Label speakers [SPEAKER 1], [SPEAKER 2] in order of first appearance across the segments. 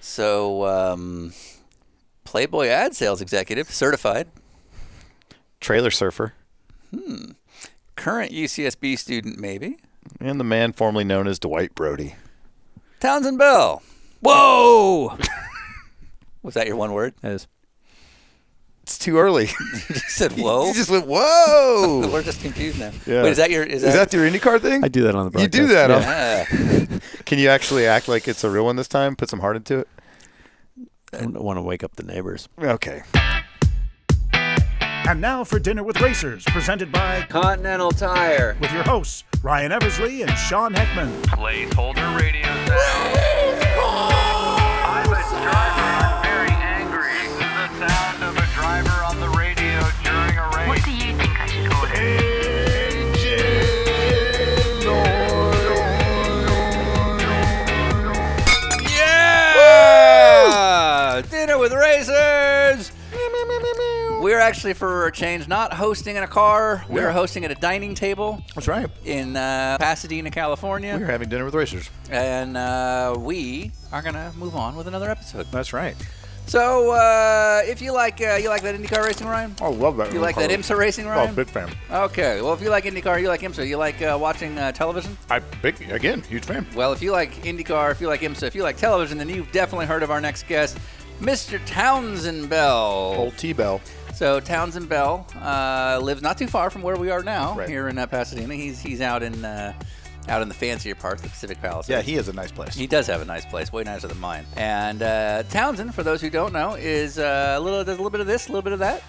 [SPEAKER 1] So, um, Playboy ad sales executive, certified,
[SPEAKER 2] Trailer surfer.
[SPEAKER 1] current UCSB student, maybe.
[SPEAKER 2] And the man formerly known as Dwight Brody.
[SPEAKER 1] Townsend Bell.
[SPEAKER 3] Whoa!
[SPEAKER 1] Was that your one word?
[SPEAKER 3] That is.
[SPEAKER 2] It's too early.
[SPEAKER 1] You said whoa.
[SPEAKER 2] you just went, whoa.
[SPEAKER 1] We're just confused now.
[SPEAKER 2] Yeah.
[SPEAKER 1] Wait, is that your? Is,
[SPEAKER 2] Is that your IndyCar thing?
[SPEAKER 3] I do that on the
[SPEAKER 2] You
[SPEAKER 3] broadcast.
[SPEAKER 2] do that. huh?
[SPEAKER 1] Ah,
[SPEAKER 2] Can you actually act like it's a real one this time? Put some heart into it?
[SPEAKER 3] I don't want to wake up the neighbors.
[SPEAKER 2] Okay.
[SPEAKER 4] And now for Dinner with Racers, presented by
[SPEAKER 5] Continental Tire.
[SPEAKER 4] with your hosts, Ryan Eversley and Sean Heckman.
[SPEAKER 6] Placeholder radio sound. I'm a driver. I'm very angry. This is the sound of a driver on the radio during a race.
[SPEAKER 7] What do you think I should order?
[SPEAKER 1] yeah! Dinner with racers. We're actually, for a change, not hosting in a car. We're hosting at a dining table
[SPEAKER 2] That's right.
[SPEAKER 1] in uh, Pasadena, California,
[SPEAKER 2] We're having dinner with racers.
[SPEAKER 1] and uh, we are gonna move on with another episode.
[SPEAKER 2] That's right.
[SPEAKER 1] So, uh, if you like, uh, you like that IndyCar racing, Ryan.
[SPEAKER 2] I love that.
[SPEAKER 1] You like that IMSA racing,
[SPEAKER 2] Oh,
[SPEAKER 1] Ryan?
[SPEAKER 2] big fan.
[SPEAKER 1] Okay. Well, if you like IndyCar, you like IMSA. You like uh, watching uh, television.
[SPEAKER 2] I big again, huge fan.
[SPEAKER 1] Well, if you like IndyCar, if you like IMSA, if you like television, then you've definitely heard of our next guest, Mr. Townsend Bell.
[SPEAKER 2] Old T Bell.
[SPEAKER 1] So Townsend Bell uh, lives not too far from where we are now,
[SPEAKER 2] Right.
[SPEAKER 1] here in uh, Pasadena. He's he's out in uh, out in the fancier part, the Pacific Palisades.
[SPEAKER 2] Yeah, he is a nice place.
[SPEAKER 1] He does have a nice place, way nicer than mine. And uh, Townsend, for those who don't know, is uh, a little, does a little bit of this, a little bit of that,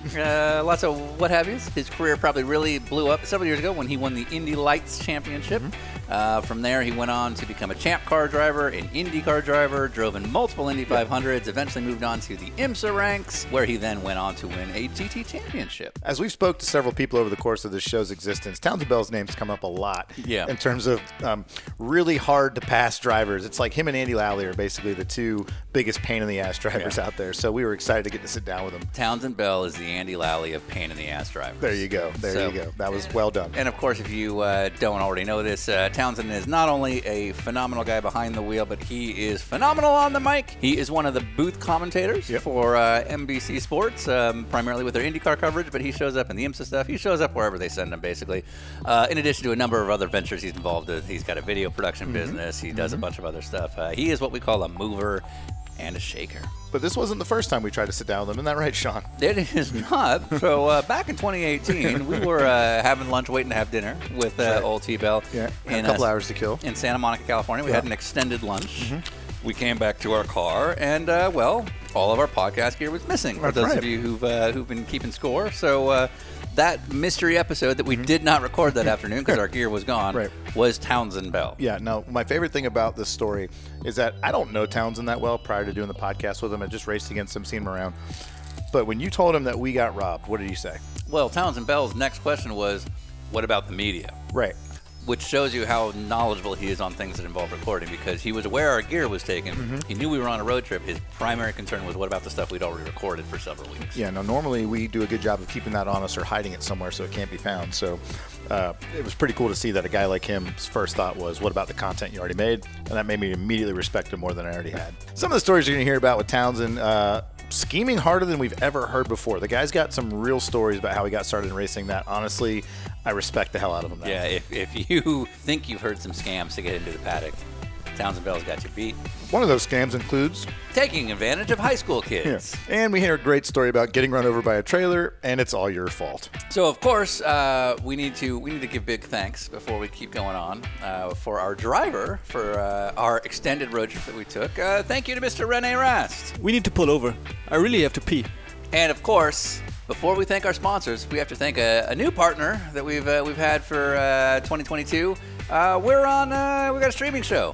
[SPEAKER 1] uh, lots of what have yous. His career probably really blew up several years ago when he won the Indy Lights Championship.
[SPEAKER 2] Mm-hmm.
[SPEAKER 1] Uh, from there, he went on to become a champ car driver, an Indy car driver, drove in multiple Indy 500s, eventually moved on to the IMSA ranks, where he then went on to win a GT championship.
[SPEAKER 2] As we've spoke to several people over the course of this show's existence, Townsend Bell's name's come up a lot.
[SPEAKER 1] Yeah.
[SPEAKER 2] In terms of um, really hard to pass drivers, it's like him and Andy Lally are basically the two biggest pain in the ass drivers out there. So we were excited to get to sit down with them.
[SPEAKER 1] Townsend Bell is the Andy Lally of pain in the ass drivers.
[SPEAKER 2] There you go. There
[SPEAKER 1] So-
[SPEAKER 2] you go. That was well done.
[SPEAKER 1] And of course, if you uh, don't already know this, uh, Townsend is not only a phenomenal guy behind the wheel, but he is phenomenal on the mic. He is one of the booth commentators
[SPEAKER 2] Yep.
[SPEAKER 1] for uh, NBC Sports, um, primarily with their IndyCar coverage, but he shows up in the IMSA stuff. He shows up wherever they send him, basically. Uh, in addition to a number of other ventures he's involved with, he's got a video production business, he does a bunch of other stuff. Uh, he is what we call a mover and a shaker.
[SPEAKER 2] But this wasn't the first time we tried to sit down with them. Isn't that right, Sean?
[SPEAKER 1] It is not. So uh, back in 2018, we were uh, having lunch, waiting to have dinner with uh, old T Bell.
[SPEAKER 2] Had a couple hours to kill. Mm-hmm.
[SPEAKER 1] in Santa Monica, California. We had an extended lunch. We came back to our car, and uh, well, all of our podcast gear was missing. For
[SPEAKER 2] That's
[SPEAKER 1] those
[SPEAKER 2] right.
[SPEAKER 1] of you who've uh, who've been keeping score, so uh, that mystery episode that we did not record that afternoon because our gear was gone
[SPEAKER 2] Mm-hmm. Right.
[SPEAKER 1] was Townsend Bell.
[SPEAKER 2] Yeah, no, my favorite thing about this story is that I don't know Townsend that well prior to doing the podcast with him. I just raced against him, seen him around. But when you told him that we got robbed, what did you say?
[SPEAKER 1] Well, Townsend Bell's next question was, "What about the media?"
[SPEAKER 2] Right.
[SPEAKER 1] which shows you how knowledgeable he is on things that involve recording because he was aware our gear was taken. He knew we were on a road trip. His primary concern was what about the stuff we'd already recorded for several weeks.
[SPEAKER 2] Yeah, no, normally we do a good job of keeping that on us or hiding it somewhere so it can't be found. So uh, it was pretty cool to see that a guy like him's first thought was, what about the content you already made? And that made me immediately respect him more than I already had. Some of the stories you're going to hear about with Townsend, uh, scheming harder than we've ever heard before. The guy's got some real stories about how he got started in racing that, honestly, I respect the hell out of him now.
[SPEAKER 1] Yeah, if, if you think you've heard some scams to get into the paddock, Townsend Bell's got you beat.
[SPEAKER 2] One of those scams includes
[SPEAKER 1] Taking advantage of high school kids.
[SPEAKER 2] And we hear a great story about getting run over by a trailer, and it's all your fault.
[SPEAKER 1] So of course uh, we need to we need to give big thanks before we keep going on uh, for our driver for uh, our extended road trip that we took. Uh, thank you to Mr. Rene Rast.
[SPEAKER 3] We need to pull over. I really have to pee.
[SPEAKER 1] And of course, before we thank our sponsors, we have to thank a, a new partner that we've uh, we've had for uh, 2022. Uh, we're on. Uh, we got a streaming show.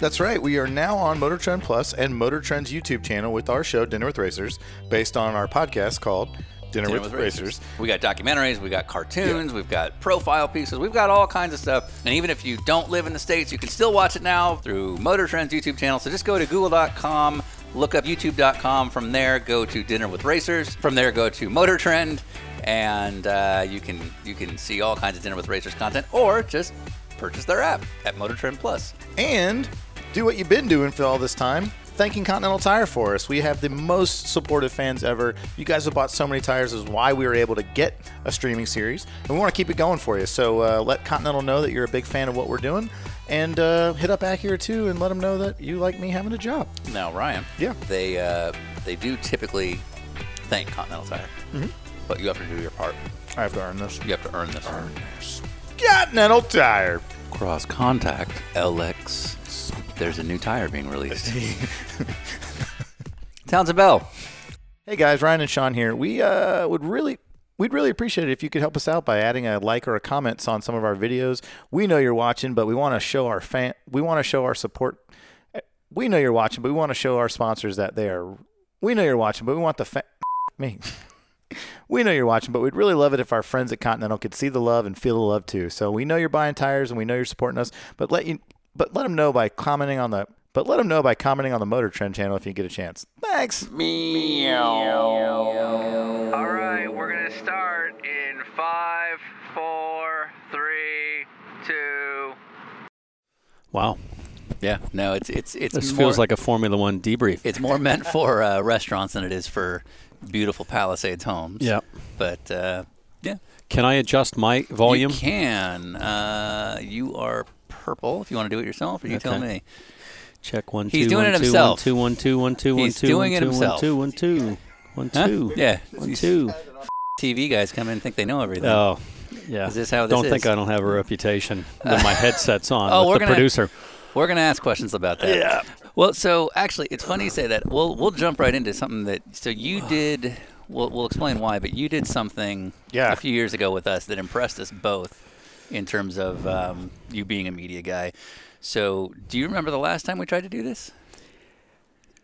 [SPEAKER 2] That's right. We are now on Motor Trend Plus and Motor Trend's YouTube channel with our show Dinner with Racers, based on our podcast called Dinner, with, Racers.
[SPEAKER 1] We got documentaries. We got cartoons. We've got profile pieces. We've got all kinds of stuff. And even if you don't live in the states, you can still watch it now through Motor Trend's YouTube channel. So just go to Google.com. Look up YouTube.com. From there, go to Dinner with Racers. From there, go to Motor Trend, and uh, you can you can see all kinds of Dinner with Racers content, or just purchase their app at Motor Trend Plus.
[SPEAKER 2] And do what you've been doing for all this time. thanking Continental Tire for us. We have the most supportive fans ever. You guys have bought so many tires, is why we were able to get a streaming series, and we want to keep it going for you. So uh, let Continental know that you're a big fan of what we're doing, and uh, hit up Acura too, and let them know that you like me having a job.
[SPEAKER 1] Now, Ryan.
[SPEAKER 2] Yeah.
[SPEAKER 1] They uh, they do typically thank Continental Tire,
[SPEAKER 2] Mm-hmm.
[SPEAKER 1] but you have to do your part.
[SPEAKER 2] I have to earn this.
[SPEAKER 1] You have to earn this.
[SPEAKER 2] Continental Tire.
[SPEAKER 1] Cross Contact LX. There's a new tire being released. Townsend Bell.
[SPEAKER 2] Hey guys, Ryan and Sean here. We uh, would really we'd really appreciate it if you could help us out by adding a like or a comments on some of our videos. We know you're watching, but we want to show our fan we want to show our support. We know you're watching, but we want to show our sponsors that they are we know you're watching, but we want the fa- me. We know you're watching, but we'd really love it if our friends at Continental could see the love and feel the love too. So we know you're buying tires and we know you're supporting us, but let you but let them know by commenting on the but let them know by commenting on the Motor Trend channel if you get a chance. Thanks.
[SPEAKER 6] All right, we're gonna start in five, four, three, two.
[SPEAKER 3] Wow.
[SPEAKER 1] Yeah. No, it's it's it's
[SPEAKER 3] This
[SPEAKER 1] more,
[SPEAKER 3] feels like a Formula One debrief.
[SPEAKER 1] it's more meant for uh, restaurants than it is for beautiful Palisades homes.
[SPEAKER 3] Yeah.
[SPEAKER 1] But uh, yeah,
[SPEAKER 3] Can I adjust my volume?
[SPEAKER 1] you can. Uh, you are purple. If you want to do it yourself, or you tell
[SPEAKER 3] Okay.
[SPEAKER 1] me.
[SPEAKER 3] Check one, two,
[SPEAKER 1] He's doing
[SPEAKER 3] one,
[SPEAKER 1] it
[SPEAKER 3] two,
[SPEAKER 1] himself.
[SPEAKER 3] one, two, one, two, one, two, one,
[SPEAKER 1] He's
[SPEAKER 3] two,
[SPEAKER 1] doing
[SPEAKER 3] one,
[SPEAKER 1] it
[SPEAKER 3] two,
[SPEAKER 1] himself.
[SPEAKER 3] One, two, one, two, one,
[SPEAKER 1] Huh?
[SPEAKER 3] two.
[SPEAKER 1] Yeah.
[SPEAKER 3] One,
[SPEAKER 1] These
[SPEAKER 3] two.
[SPEAKER 1] TV guys come in and think they know everything.
[SPEAKER 3] Oh, yeah.
[SPEAKER 1] Is this how
[SPEAKER 3] Don't
[SPEAKER 1] this
[SPEAKER 3] think
[SPEAKER 1] is?
[SPEAKER 3] I don't have a reputation when my headset's on
[SPEAKER 1] Oh, we're
[SPEAKER 3] with the
[SPEAKER 1] gonna-
[SPEAKER 3] producer.
[SPEAKER 1] We're gonna ask questions about that. Yeah. Well, so actually, it's funny you say that. We'll we'll jump right into something that. So you did. We'll we'll explain why, but you did something
[SPEAKER 2] Yeah.
[SPEAKER 1] a few years ago with us that impressed us both in terms of um, you being a media guy. So do you remember the last time we tried to do this?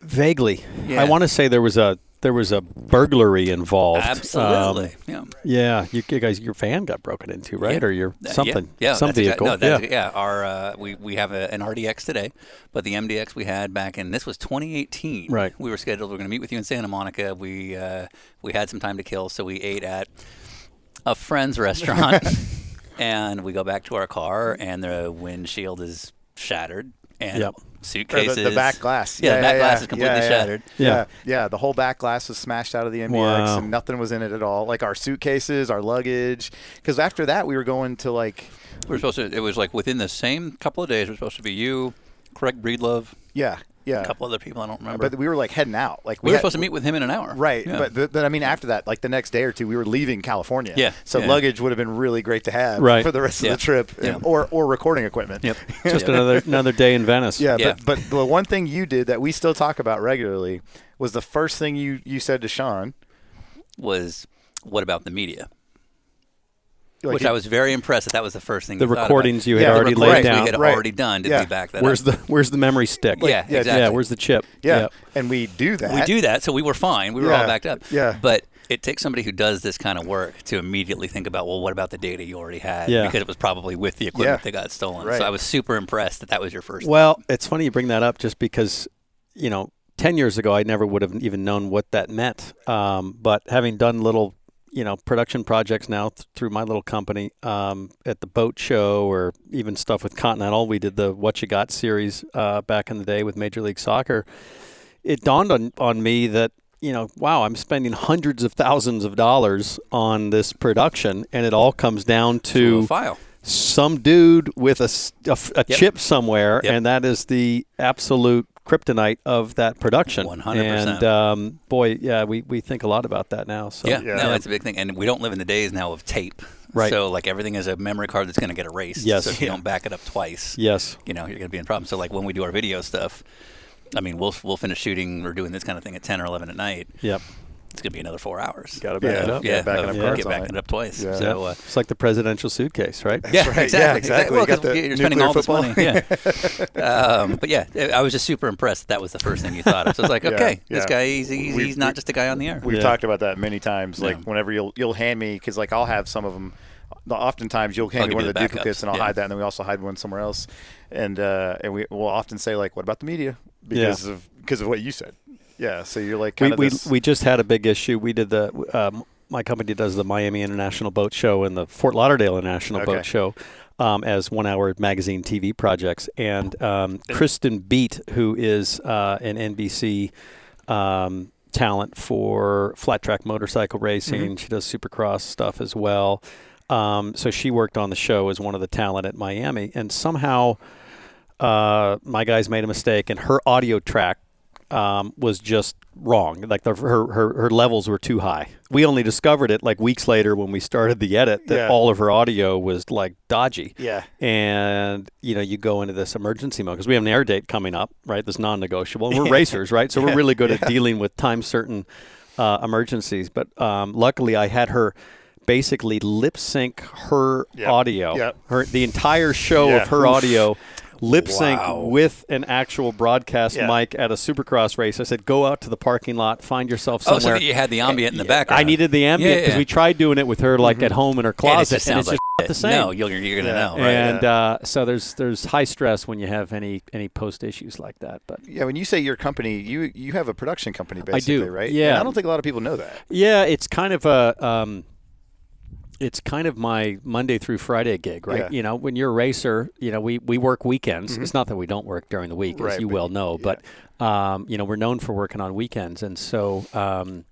[SPEAKER 3] Vaguely,
[SPEAKER 1] Yeah.
[SPEAKER 3] I want to say there was a there was a burglary involved. Um,
[SPEAKER 1] Absolutely. yeah.
[SPEAKER 3] yeah, you, you guys, your van got broken into, right?
[SPEAKER 1] Yeah.
[SPEAKER 3] Or your
[SPEAKER 1] Uh, yeah,
[SPEAKER 3] something,
[SPEAKER 1] Yeah,
[SPEAKER 3] some
[SPEAKER 1] that's exact-
[SPEAKER 3] vehicle.
[SPEAKER 1] no, that's-
[SPEAKER 3] yeah.
[SPEAKER 1] yeah. Our uh, we we have a, an RDX today, but the MDX we had back in this was 2018.
[SPEAKER 3] Right.
[SPEAKER 1] We were scheduled. We are going to meet with you in Santa Monica. We uh, we had some time to kill, so we ate at a friend's restaurant, and we go back to our car, and the windshield is shattered, and
[SPEAKER 3] Yep.
[SPEAKER 2] Or
[SPEAKER 1] suitcases.
[SPEAKER 2] the, the back glass.
[SPEAKER 1] Yeah, the back glass is completely
[SPEAKER 2] yeah, yeah.
[SPEAKER 1] shattered.
[SPEAKER 3] Yeah.
[SPEAKER 2] Yeah. yeah, The whole back glass was smashed out of the MDX,
[SPEAKER 3] Wow.
[SPEAKER 2] and nothing was in it at all. Like our suitcases, our luggage. Because after that, we were going to like,
[SPEAKER 1] We are supposed to. It was like within the same couple of days. We're supposed to be you, Craig Breedlove,
[SPEAKER 2] yeah, yeah.
[SPEAKER 1] a couple other people I don't remember.
[SPEAKER 2] but we were like heading out. Like
[SPEAKER 1] we were
[SPEAKER 2] had-
[SPEAKER 1] supposed to meet with him in an hour.
[SPEAKER 2] Right,
[SPEAKER 1] Yeah.
[SPEAKER 2] but th- but I mean, after that, like the next day or two, we were leaving California.
[SPEAKER 1] Yeah,
[SPEAKER 2] So
[SPEAKER 1] yeah.
[SPEAKER 2] luggage would have been really great to have
[SPEAKER 3] Right.
[SPEAKER 2] for the rest
[SPEAKER 1] Yeah.
[SPEAKER 2] of the trip,
[SPEAKER 1] Yeah.
[SPEAKER 2] or or recording equipment.
[SPEAKER 1] Yep.
[SPEAKER 3] Just
[SPEAKER 1] Yeah.
[SPEAKER 3] another another day in Venice.
[SPEAKER 2] Yeah,
[SPEAKER 1] Yeah.
[SPEAKER 2] But, but the one thing you did that we still talk about regularly was the first thing you you said to Sean,
[SPEAKER 1] was what about the media?
[SPEAKER 2] like
[SPEAKER 1] Which
[SPEAKER 2] you-
[SPEAKER 1] I was very impressed that that was the first thing.
[SPEAKER 3] The
[SPEAKER 1] we thought about.
[SPEAKER 3] recordings you had
[SPEAKER 2] Yeah, the
[SPEAKER 3] already
[SPEAKER 1] Recordings
[SPEAKER 3] laid
[SPEAKER 2] recordings
[SPEAKER 3] down.
[SPEAKER 1] we had
[SPEAKER 2] right.
[SPEAKER 1] already done. Did
[SPEAKER 2] Yeah.
[SPEAKER 1] we back that
[SPEAKER 3] Where's
[SPEAKER 1] up?
[SPEAKER 3] the Where's the memery stick?
[SPEAKER 1] Yeah,
[SPEAKER 2] yeah,
[SPEAKER 1] exactly.
[SPEAKER 3] yeah. Where's the chip?
[SPEAKER 2] Yeah.
[SPEAKER 3] Yep.
[SPEAKER 2] And we do that.
[SPEAKER 1] we do that, so we were fine. We were all
[SPEAKER 2] Yeah.
[SPEAKER 1] backed up.
[SPEAKER 2] Yeah.
[SPEAKER 1] But it takes somebody who does this kind of work to immediately think about, well, what about the data you already had?
[SPEAKER 3] Yeah.
[SPEAKER 1] Because it was probably with the equipment
[SPEAKER 2] Yeah.
[SPEAKER 1] that got stolen.
[SPEAKER 2] Right.
[SPEAKER 1] So I was super impressed that that was your first.
[SPEAKER 3] Well, it's funny you bring that up just because, you know, 10 years ago, I never would have even known what that meant. Um, but having done little, you know, production projects now th- through my little company um, at the boat show or even stuff with Continental, we did the What You Got series uh, back in the day with Major League Soccer. It dawned on, on me that, you know, wow, I'm spending hundreds of thousands of dollars on this production, and it all comes down
[SPEAKER 1] to a
[SPEAKER 3] to
[SPEAKER 1] file.
[SPEAKER 3] some dude with a, s- a f- a
[SPEAKER 1] Yep.
[SPEAKER 3] chip somewhere,
[SPEAKER 1] Yep.
[SPEAKER 3] and that is the absolute kryptonite of that production.
[SPEAKER 1] 100%.
[SPEAKER 3] And um, boy, yeah, we, we think a lot about that now. So
[SPEAKER 1] Yeah,
[SPEAKER 2] Yeah.
[SPEAKER 1] no, it's a big thing, and we don't live in the days now of tape.
[SPEAKER 3] Right.
[SPEAKER 1] So like everything is a memory card that's going to get erased.
[SPEAKER 3] Yes.
[SPEAKER 1] So if you don't back it up twice,
[SPEAKER 3] yes,
[SPEAKER 1] you know, you're going to be in problems. So like when we do our video stuff, I mean, we'll we'll finish shooting or doing this kind of thing at 10 or 11 at night.
[SPEAKER 3] yep,
[SPEAKER 1] It's going to be another four hours.
[SPEAKER 3] got to
[SPEAKER 2] Yeah.
[SPEAKER 3] back it up.
[SPEAKER 1] yeah,
[SPEAKER 2] Yeah, backing
[SPEAKER 1] of
[SPEAKER 2] up
[SPEAKER 1] get
[SPEAKER 2] cards on
[SPEAKER 1] backing
[SPEAKER 2] it.
[SPEAKER 1] it up twice.
[SPEAKER 2] Yeah.
[SPEAKER 1] So. Uh,
[SPEAKER 3] It's like the presidential suitcase, right?
[SPEAKER 1] yeah,
[SPEAKER 2] right. Yeah,
[SPEAKER 1] exactly.
[SPEAKER 2] exactly.
[SPEAKER 1] Well,
[SPEAKER 2] You got
[SPEAKER 1] 'cause
[SPEAKER 2] the
[SPEAKER 1] you're spending
[SPEAKER 2] nuclear
[SPEAKER 1] all this
[SPEAKER 2] football.
[SPEAKER 1] money. Yeah. um, but yeah, I- I was just super impressed that, that was the first thing you thought of. So it's like,
[SPEAKER 2] Yeah,
[SPEAKER 1] okay, this
[SPEAKER 2] yeah.
[SPEAKER 1] guy, he's, he's,
[SPEAKER 2] We-
[SPEAKER 1] he's not
[SPEAKER 2] we-
[SPEAKER 1] just a guy on the air.
[SPEAKER 2] We've
[SPEAKER 3] Yeah.
[SPEAKER 2] talked about that many times. Like
[SPEAKER 1] Yeah.
[SPEAKER 2] whenever you'll you'll hand me because like I'll have some of them. Oftentimes you'll hand
[SPEAKER 1] I'll
[SPEAKER 2] me
[SPEAKER 1] give
[SPEAKER 2] one
[SPEAKER 1] you
[SPEAKER 2] of
[SPEAKER 1] the
[SPEAKER 2] the, duplicates
[SPEAKER 1] backups,
[SPEAKER 2] and I'll
[SPEAKER 1] yeah.
[SPEAKER 2] hide that, and then we also hide one somewhere else. And uh, and we will often say like, "What about the media?"
[SPEAKER 3] Yeah.
[SPEAKER 2] Because of because of what you said. Yeah. So you're like
[SPEAKER 3] we,
[SPEAKER 2] kind of
[SPEAKER 3] we,
[SPEAKER 2] this-
[SPEAKER 3] we just had a big issue. We did the um, my company does the Miami International Boat Show and the Fort Lauderdale International
[SPEAKER 2] Okay.
[SPEAKER 3] Boat Show. um, as one hour magazine TV projects. And um, Kristen Beat, who is uh, an NBC um, talent for flat track motorcycle racing, she does supercross stuff as well. Um, so she worked on the show as one of the talent at Miami. And somehow uh, my guys made a mistake, and her audio track um, was just wrong. Like the, her, her her levels were too high. We only discovered it like weeks later when we started the edit that
[SPEAKER 2] Yeah.
[SPEAKER 3] all of her audio was like dodgy.
[SPEAKER 2] Yeah.
[SPEAKER 3] And you know you go into this emergency mode because we have an air date coming up, right? That's non-negotiable. And we're racers, right? So we're really good at dealing with time certain uh, emergencies. But um, luckily, I had her. Basically, lip sync her
[SPEAKER 2] Yep.
[SPEAKER 3] audio,
[SPEAKER 2] Yep.
[SPEAKER 3] her the entire show
[SPEAKER 2] Yeah.
[SPEAKER 3] of her
[SPEAKER 2] Oof.
[SPEAKER 3] audio, lip sync
[SPEAKER 1] Wow.
[SPEAKER 3] with an actual broadcast
[SPEAKER 2] Yeah.
[SPEAKER 3] mic at a supercross race. I said, go out to the parking lot, find yourself
[SPEAKER 1] Oh,
[SPEAKER 3] somewhere.
[SPEAKER 1] so that you had the ambient in the background.
[SPEAKER 3] I needed the ambient
[SPEAKER 1] Yeah,
[SPEAKER 3] because
[SPEAKER 1] yeah.
[SPEAKER 3] we tried doing it with her like
[SPEAKER 2] Mm-hmm.
[SPEAKER 3] at home in her
[SPEAKER 1] And it
[SPEAKER 3] closet,
[SPEAKER 1] just
[SPEAKER 3] and
[SPEAKER 1] sounds
[SPEAKER 3] it's
[SPEAKER 1] like
[SPEAKER 3] just not the same.
[SPEAKER 1] No, you're, you're gonna
[SPEAKER 2] Yeah.
[SPEAKER 1] know, right?
[SPEAKER 3] and uh, so there's there's high stress when you have any any post issues like that. But
[SPEAKER 2] Yeah, when you say your company, you you have a production company basically,
[SPEAKER 3] do,
[SPEAKER 2] right?
[SPEAKER 3] yeah.
[SPEAKER 2] And I don't think a lot of people know that.
[SPEAKER 3] Yeah, it's kind of a um, it's kind of my Monday through Friday gig, right?
[SPEAKER 2] Yeah.
[SPEAKER 3] You know, when you're a racer, you know, we, we work weekends. It's not that we don't work during the week, as
[SPEAKER 2] Right,
[SPEAKER 3] you
[SPEAKER 2] but-
[SPEAKER 3] well know, but um, you know, we're known for working on weekends, and so um,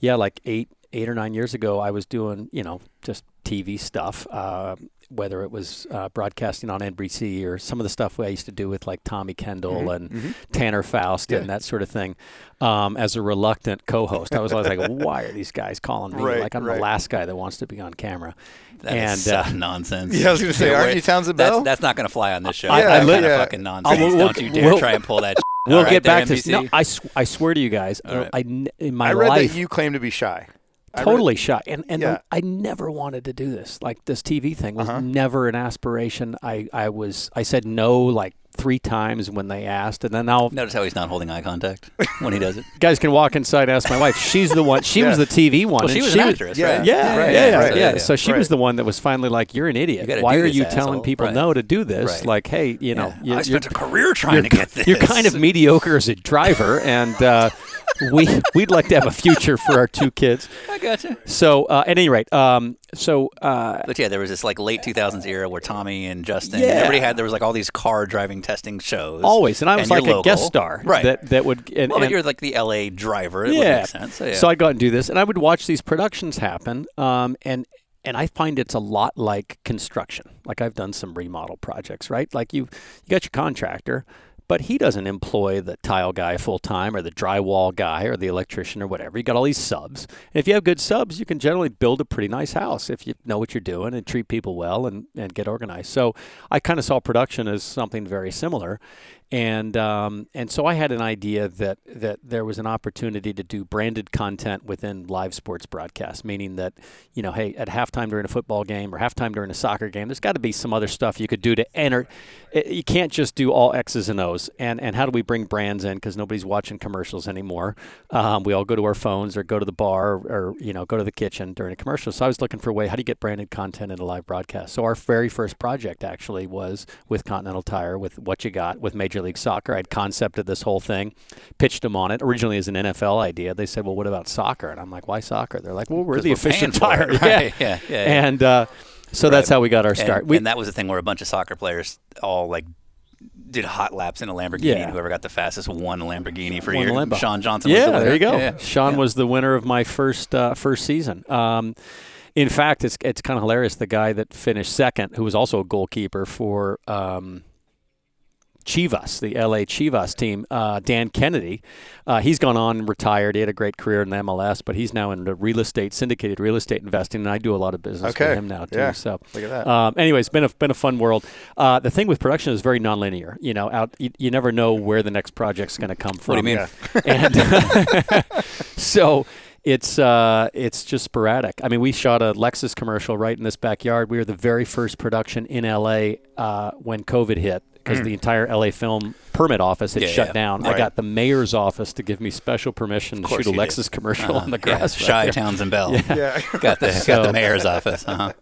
[SPEAKER 3] yeah, like eight eight or nine years ago, I was doing you know just TV stuff. Uh, whether it was uh, broadcasting on NBC or some of the stuff I used to do with like Tommy Kendall
[SPEAKER 1] Mm-hmm.
[SPEAKER 3] and Tanner Faust and that sort of thing, um, as a reluctant co-host, I was always like, "Why are these guys calling me?
[SPEAKER 2] Right,
[SPEAKER 3] like I'm
[SPEAKER 2] right.
[SPEAKER 3] the last guy that wants to be on camera."
[SPEAKER 1] That
[SPEAKER 3] and
[SPEAKER 1] is
[SPEAKER 3] uh,
[SPEAKER 1] such nonsense.
[SPEAKER 2] Yeah, I was gonna say, aren't
[SPEAKER 1] wait,
[SPEAKER 2] you Townsend
[SPEAKER 1] that's,
[SPEAKER 2] Bell?
[SPEAKER 1] That's not going to fly on this show.
[SPEAKER 3] I-
[SPEAKER 1] that
[SPEAKER 2] I
[SPEAKER 1] kind
[SPEAKER 2] lit-
[SPEAKER 1] of
[SPEAKER 2] yeah.
[SPEAKER 1] fucking nonsense.
[SPEAKER 3] we'll-
[SPEAKER 1] Don't you dare
[SPEAKER 3] we'll-
[SPEAKER 1] try and pull that.
[SPEAKER 3] we'll
[SPEAKER 1] All right,
[SPEAKER 3] get
[SPEAKER 1] there,
[SPEAKER 3] back to
[SPEAKER 1] NBC.
[SPEAKER 3] No, I, sw- I swear to you guys,
[SPEAKER 1] All right.
[SPEAKER 3] I n- in my
[SPEAKER 2] I read
[SPEAKER 3] life
[SPEAKER 2] that you claim to be shy. I read-
[SPEAKER 3] totally shy, and and
[SPEAKER 2] Yeah. Uh-huh.
[SPEAKER 3] I never wanted to do this. Like this TV thing was never an aspiration. I I was I said no like three times when they asked, and then now
[SPEAKER 1] Notice how he's not holding eye contact when he does it.
[SPEAKER 3] guys can walk inside and ask my wife. She's the one. She was the TV one.
[SPEAKER 1] Well,
[SPEAKER 3] and
[SPEAKER 1] she was an actress,
[SPEAKER 2] yeah.
[SPEAKER 1] right?
[SPEAKER 3] Yeah,
[SPEAKER 2] Right,
[SPEAKER 3] yeah, yeah,
[SPEAKER 2] right,
[SPEAKER 3] yeah.
[SPEAKER 2] yeah,
[SPEAKER 3] So she was
[SPEAKER 2] right.
[SPEAKER 3] the one that was finally like, "You're an
[SPEAKER 1] You
[SPEAKER 3] idiot.
[SPEAKER 1] gotta
[SPEAKER 3] Why
[SPEAKER 1] do
[SPEAKER 3] are
[SPEAKER 1] this,
[SPEAKER 3] you
[SPEAKER 1] asshole."
[SPEAKER 3] telling people
[SPEAKER 1] Right.
[SPEAKER 3] no to do this?
[SPEAKER 1] Right.
[SPEAKER 3] Like, hey, you know, you-
[SPEAKER 1] I
[SPEAKER 3] you're,
[SPEAKER 1] spent a career trying
[SPEAKER 3] you're-
[SPEAKER 1] to get this.
[SPEAKER 3] you're kind of mediocre as a driver, and uh, we we'd like to have a future for our two kids.
[SPEAKER 1] I gotcha.
[SPEAKER 3] So uh, at any rate, um, so uh,
[SPEAKER 1] But yeah, there was this like late 2000s era where Tommy and Justin,
[SPEAKER 3] Yeah.
[SPEAKER 1] and everybody had there was like all these car driving testing shows.
[SPEAKER 3] always, and I was
[SPEAKER 1] you're
[SPEAKER 3] like a guest
[SPEAKER 1] local.
[SPEAKER 3] star,
[SPEAKER 1] right?
[SPEAKER 3] That that would and,
[SPEAKER 1] well, but
[SPEAKER 3] and-
[SPEAKER 1] you're like the LA driver. It would
[SPEAKER 3] yeah.
[SPEAKER 1] make sense. So, yeah.
[SPEAKER 3] I'd go out and do this, and I would watch these productions happen, um, and and I find it's a lot like construction. Like I've done some remodel projects, right? Like you you got your contractor, but he doesn't employ the tile guy full time or the drywall guy or the electrician or whatever. You got all these subs, and if you have good subs, you can generally build a pretty nice house if you know what you're doing and treat people well and and get organized. So I kind of saw production as something very similar and um, and so I had an idea that that there was an opportunity to do branded content within live sports broadcasts, meaning that you know, hey, at halftime during a football game or halftime during a soccer game, there's got to be some other stuff you could do to enter. i- You can't just do all X's and O's. And and how do we bring brands in because nobody's watching commercials anymore? Um, we all go to our phones or go to the bar or, or you know go to the kitchen during a commercial. So I was looking for a way how do you get branded content into live broadcast. So our very first project actually was with Continental Tire with what you got with Major League Soccer. I'd concepted this whole thing, pitched them on it originally as an NFL idea. They said, well, what about soccer? And I'm like, why soccer? They're like, well, we're the
[SPEAKER 1] we're paying
[SPEAKER 3] efficient
[SPEAKER 1] for
[SPEAKER 3] tire.
[SPEAKER 1] it, right? Yeah, yeah, yeah.
[SPEAKER 3] And uh, so that's how we got our
[SPEAKER 1] and,
[SPEAKER 3] start. we,
[SPEAKER 1] and that was the thing where a bunch of soccer players all like did hot laps in a Lamborghini.
[SPEAKER 3] Yeah.
[SPEAKER 1] And whoever got the fastest won a Lamborghini for a
[SPEAKER 3] Won
[SPEAKER 1] year.
[SPEAKER 3] the Lambo.
[SPEAKER 1] Sean Johnson. was
[SPEAKER 3] yeah,
[SPEAKER 1] the winner.
[SPEAKER 3] there you go.
[SPEAKER 1] Yeah, yeah.
[SPEAKER 3] Sean was the winner of my first uh, first season. Um, in fact, it's it's kind of hilarious. The guy that finished second, who was also a goalkeeper for um, Chivas, the LA Chivas team, uh, Dan Kennedy. Uh, he's gone on and retired. He had a great career in the MLS, but he's now in the real estate, syndicated real estate investing, and I do a lot of business
[SPEAKER 2] Okay.
[SPEAKER 3] with him now too.
[SPEAKER 2] Yeah.
[SPEAKER 3] So
[SPEAKER 2] Look at that.
[SPEAKER 3] Um, anyway, it's been a been a fun world. Uh, the thing with production is very nonlinear. You know, out you, you never know where the next project's going to come from.
[SPEAKER 1] What do you mean?
[SPEAKER 3] and so it's uh, it's just sporadic. I mean, we shot a Lexus commercial right in this backyard. We were the very first production in LA uh, when COVID hit because the entire LA film permit office had
[SPEAKER 1] Mm. Yeah,
[SPEAKER 3] shut
[SPEAKER 1] yeah.
[SPEAKER 3] down. I
[SPEAKER 2] Right.
[SPEAKER 3] got the mayor's office to give me special permission to
[SPEAKER 1] course
[SPEAKER 3] shoot a
[SPEAKER 1] you did. Uh-huh.
[SPEAKER 3] Lexus commercial on the
[SPEAKER 1] Yeah,
[SPEAKER 3] grass. right
[SPEAKER 1] Shy
[SPEAKER 3] there.
[SPEAKER 1] Townsend Bell.
[SPEAKER 2] Yeah.
[SPEAKER 1] got the got
[SPEAKER 3] So-
[SPEAKER 1] the mayor's office. Uh-huh.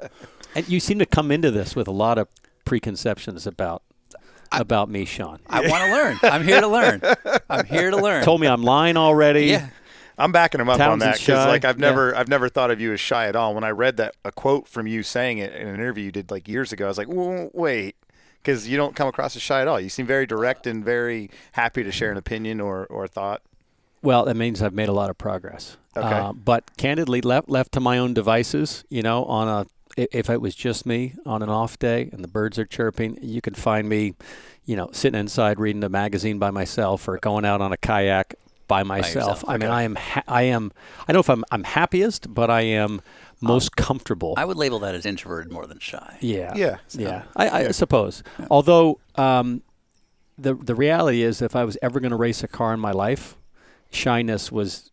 [SPEAKER 3] And you seem to come into this with a lot of preconceptions about about me, Sean.
[SPEAKER 1] I want to learn. I'm here to learn. I'm here to learn.
[SPEAKER 3] Told me I'm lying already.
[SPEAKER 1] yeah.
[SPEAKER 2] I'm backing him up on
[SPEAKER 3] Townsend's
[SPEAKER 2] that because
[SPEAKER 3] shy.
[SPEAKER 2] like I've
[SPEAKER 3] Yeah.
[SPEAKER 2] never I've never thought of you as shy at all. When I read that a quote from you saying it in an interview you did like years ago, I was like, "Whoa, wait, because you don't come across as shy at all. You seem very direct and very happy to share an opinion or or thought.
[SPEAKER 3] Well, that means I've made a lot of progress.
[SPEAKER 2] Okay.
[SPEAKER 3] Uh, but candidly, left left to my own devices, you know, on a i- if it was just me on an off day and the birds are chirping, you could find me, you know, sitting inside reading a magazine by myself or going out on a kayak by myself.
[SPEAKER 1] yourself,
[SPEAKER 3] I mean, I am ha- I am I don't know if I'm I'm happiest, but I am most comfortable.
[SPEAKER 1] I would label that as introverted more than shy.
[SPEAKER 3] yeah.
[SPEAKER 2] Yeah.
[SPEAKER 3] Yeah. I, I suppose. Although um, the the reality is, if I was ever going to race a car in my life, shyness was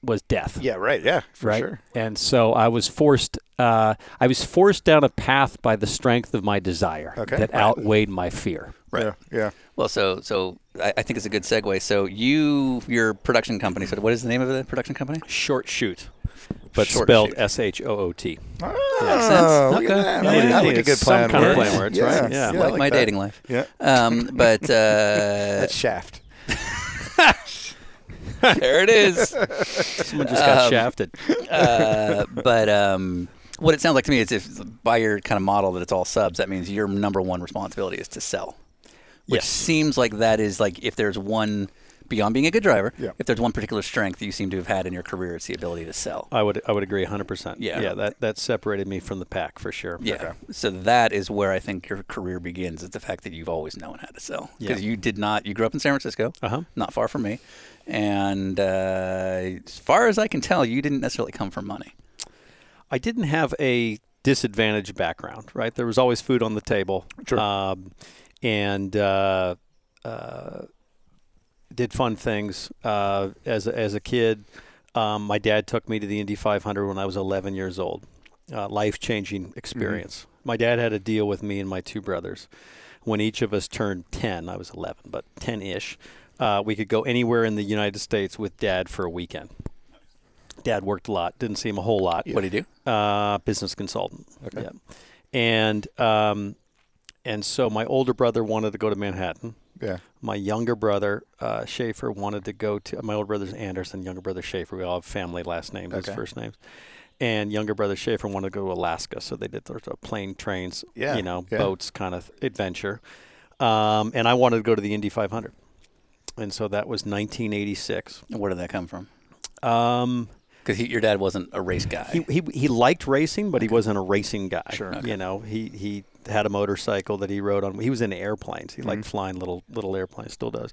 [SPEAKER 3] was death
[SPEAKER 2] Yeah, right. Yeah, for
[SPEAKER 3] right?
[SPEAKER 2] sure.
[SPEAKER 3] And so I was forced. Uh, I was forced down a path by the strength of my desire
[SPEAKER 2] Okay.
[SPEAKER 3] that
[SPEAKER 2] Right.
[SPEAKER 3] outweighed my fear.
[SPEAKER 2] Right. Yeah. yeah.
[SPEAKER 1] Well, so so I, I think it's a good segue. So you, your production company. So what is the name of the production company?
[SPEAKER 3] Short shoot, but
[SPEAKER 1] Short
[SPEAKER 3] spelled
[SPEAKER 1] shoot.
[SPEAKER 3] S H O O T.
[SPEAKER 2] Oh, look
[SPEAKER 3] Okay.
[SPEAKER 2] at that.
[SPEAKER 3] Yeah,
[SPEAKER 2] That
[SPEAKER 3] yeah,
[SPEAKER 2] looked
[SPEAKER 3] yeah.
[SPEAKER 2] like a good
[SPEAKER 3] Some
[SPEAKER 2] plan.
[SPEAKER 3] kind of
[SPEAKER 2] words.
[SPEAKER 3] plan words,
[SPEAKER 2] yeah.
[SPEAKER 3] right? Yeah.
[SPEAKER 2] I
[SPEAKER 1] like, my
[SPEAKER 2] that.
[SPEAKER 1] dating life.
[SPEAKER 2] Yeah.
[SPEAKER 1] Um, but uh,
[SPEAKER 2] That's shaft.
[SPEAKER 1] there it is.
[SPEAKER 3] Someone just
[SPEAKER 2] Um,
[SPEAKER 3] got shafted.
[SPEAKER 1] Uh, but um, what it sounds like to me is if by your kind of model that it's all subs, that means your number one responsibility is to sell. Which
[SPEAKER 3] Yes.
[SPEAKER 1] seems like that is like if there's one beyond being a good driver,
[SPEAKER 2] Yeah.
[SPEAKER 1] if there's one particular strength you seem to have had in your career, it's the ability to sell.
[SPEAKER 3] I would I would agree 100. percent
[SPEAKER 1] Yeah.
[SPEAKER 3] yeah. That that separated me from the pack for sure.
[SPEAKER 1] Yeah. So that is where I think your career begins is the fact that you've always known how to sell. Because
[SPEAKER 3] Yeah.
[SPEAKER 1] you did not, you grew up in San Francisco,
[SPEAKER 3] Uh-huh.
[SPEAKER 1] not far from me. And uh, as far as I can tell, you didn't necessarily come from money.
[SPEAKER 3] I didn't have a disadvantaged background, right? There was always food on the table.
[SPEAKER 2] Sure.
[SPEAKER 3] Um, and uh, uh, did fun things uh, as, a- as a kid. Um, my dad took me to the Indy 500 when I was 11 years old. Uh, Life changing experience. My dad had a deal with me and my two brothers. When each of us turned 10, I was 11, but 10 ish, uh, we could go anywhere in the United States with dad for a weekend. Dad worked a lot, didn't see him a whole lot
[SPEAKER 1] What do you do?
[SPEAKER 3] uh, business consultant. Okay. And um, and so my older brother wanted to go to Manhattan.
[SPEAKER 2] Yeah.
[SPEAKER 3] My younger brother uh, Schaefer wanted to go to my older brother's Anderson, younger brother Schaefer. We all have family last names as
[SPEAKER 2] Okay.
[SPEAKER 3] first names. And younger brother Schaefer wanted to go to Alaska, so they did their sort of plane, trains,
[SPEAKER 2] Yeah,
[SPEAKER 3] you know,
[SPEAKER 2] yeah.
[SPEAKER 3] boats kind of adventure. Um, and I wanted to go to the Indy 500, and so that was 1986.
[SPEAKER 1] Where did that come from?
[SPEAKER 3] Um,
[SPEAKER 1] Because your dad wasn't a race guy.
[SPEAKER 3] he, he, he liked racing, but he wasn't a racing guy.
[SPEAKER 2] Sure.
[SPEAKER 3] You know, he, he had a motorcycle that he rode on. He was into airplanes. He
[SPEAKER 2] Mm-hmm.
[SPEAKER 3] liked flying little little airplanes, still does.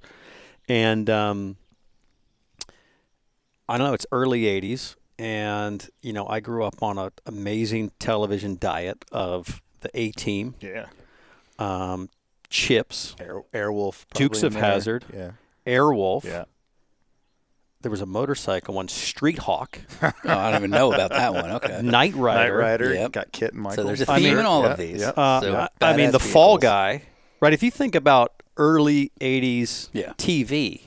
[SPEAKER 3] And um, I don't know, it's early 80s. And, you know, I grew up on an amazing television diet of the A Team,
[SPEAKER 2] Yeah.
[SPEAKER 3] um, Chips,
[SPEAKER 2] Air, Airwolf. probably
[SPEAKER 3] Dukes
[SPEAKER 2] in
[SPEAKER 3] of
[SPEAKER 2] there.
[SPEAKER 3] Hazard,
[SPEAKER 2] Yeah.
[SPEAKER 3] Airwolf.
[SPEAKER 2] Yeah.
[SPEAKER 3] There was a motorcycle one, Street Hawk,
[SPEAKER 1] oh, I don't even know about that one. Okay.
[SPEAKER 3] Night
[SPEAKER 2] Knight
[SPEAKER 3] Rider.
[SPEAKER 2] Rider.
[SPEAKER 1] Yep.
[SPEAKER 2] Got Kit and Michael.
[SPEAKER 1] So there's a
[SPEAKER 3] I
[SPEAKER 1] theme
[SPEAKER 3] mean-
[SPEAKER 1] in all of
[SPEAKER 2] Yeah,
[SPEAKER 1] these.
[SPEAKER 2] yeah.
[SPEAKER 3] Uh,
[SPEAKER 1] So
[SPEAKER 3] I- I mean,
[SPEAKER 1] badass
[SPEAKER 3] the Fall
[SPEAKER 1] vehicles.
[SPEAKER 3] Guy, right? If you think about early 80s
[SPEAKER 1] Yeah.
[SPEAKER 3] TV,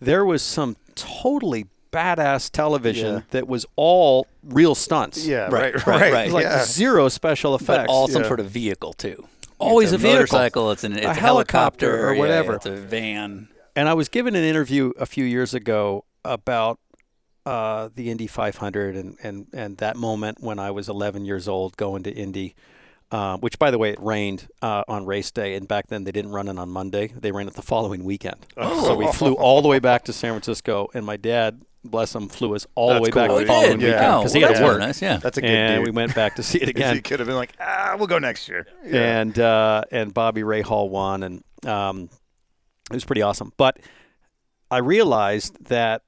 [SPEAKER 3] there was some totally badass television
[SPEAKER 2] Yeah.
[SPEAKER 3] that was all real stunts.
[SPEAKER 2] Yeah.
[SPEAKER 1] Right,
[SPEAKER 2] Right. Right.
[SPEAKER 1] right,
[SPEAKER 3] It
[SPEAKER 1] right.
[SPEAKER 3] was like
[SPEAKER 2] yeah.
[SPEAKER 3] zero special
[SPEAKER 1] But
[SPEAKER 3] effects.
[SPEAKER 1] all some
[SPEAKER 2] yeah.
[SPEAKER 1] sort of vehicle too.
[SPEAKER 3] Always
[SPEAKER 1] It's
[SPEAKER 3] a vehicle.
[SPEAKER 1] motorcycle. It's an it's a,
[SPEAKER 3] helicopter
[SPEAKER 1] helicopter,
[SPEAKER 3] or
[SPEAKER 1] yeah,
[SPEAKER 3] whatever.
[SPEAKER 1] it's a van.
[SPEAKER 3] And I was given an interview a few years ago about uh, the Indy 500 and, and, and that moment when I was 11 years old going to Indy, uh, which, by the way, it rained uh, on race day. And back then, they didn't run it on Monday. They ran it the following weekend. So we flew
[SPEAKER 2] Oh.
[SPEAKER 3] all the way back to San Francisco. And my dad, bless him, flew us all
[SPEAKER 2] That's
[SPEAKER 3] the way back
[SPEAKER 2] cool.
[SPEAKER 3] the
[SPEAKER 2] He
[SPEAKER 3] following
[SPEAKER 2] did.
[SPEAKER 3] weekend
[SPEAKER 2] Yeah.
[SPEAKER 3] because
[SPEAKER 1] Oh,
[SPEAKER 3] he
[SPEAKER 1] well,
[SPEAKER 3] had
[SPEAKER 1] that's
[SPEAKER 3] work.
[SPEAKER 1] nice, yeah.
[SPEAKER 2] That's a good
[SPEAKER 3] and
[SPEAKER 2] dude.
[SPEAKER 3] we went back to see it
[SPEAKER 2] Because
[SPEAKER 3] again
[SPEAKER 2] He could have been like, ah, we'll go next year. Yeah.
[SPEAKER 3] and uh, and Bobby Ray Hall won, and um, it was pretty awesome. But I realized that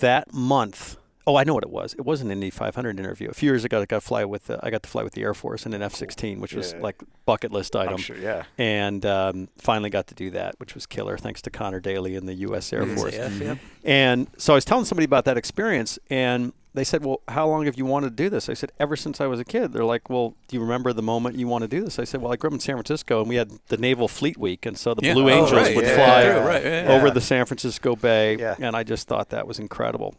[SPEAKER 3] that month. Oh, I know what it was. It was an Indy 500 interview. A few years ago, I got to fly with the, I got to fly with the Air Force in an F-16, which was
[SPEAKER 2] Yeah.
[SPEAKER 3] like bucket list item.
[SPEAKER 2] sure, yeah.
[SPEAKER 3] And um, finally got to do that, which was killer, thanks to Connor Daly and the U.S. Air Force.
[SPEAKER 1] SAF, yeah.
[SPEAKER 3] And so I was telling somebody about that experience, and they said, "Well, how long have you wanted to do this?" I said, "Ever since I was a kid." They're like, "Well, do you remember the moment you want to do this?" I said, "Well, I grew up in San Francisco, and we had the Naval Fleet Week, and so the
[SPEAKER 1] Yeah.
[SPEAKER 3] Blue
[SPEAKER 1] Oh,
[SPEAKER 3] Angels
[SPEAKER 1] right,
[SPEAKER 3] would
[SPEAKER 1] yeah,
[SPEAKER 3] fly
[SPEAKER 1] yeah, right, yeah, yeah.
[SPEAKER 3] over the San Francisco Bay,
[SPEAKER 2] Yeah.
[SPEAKER 3] and I just thought that was incredible."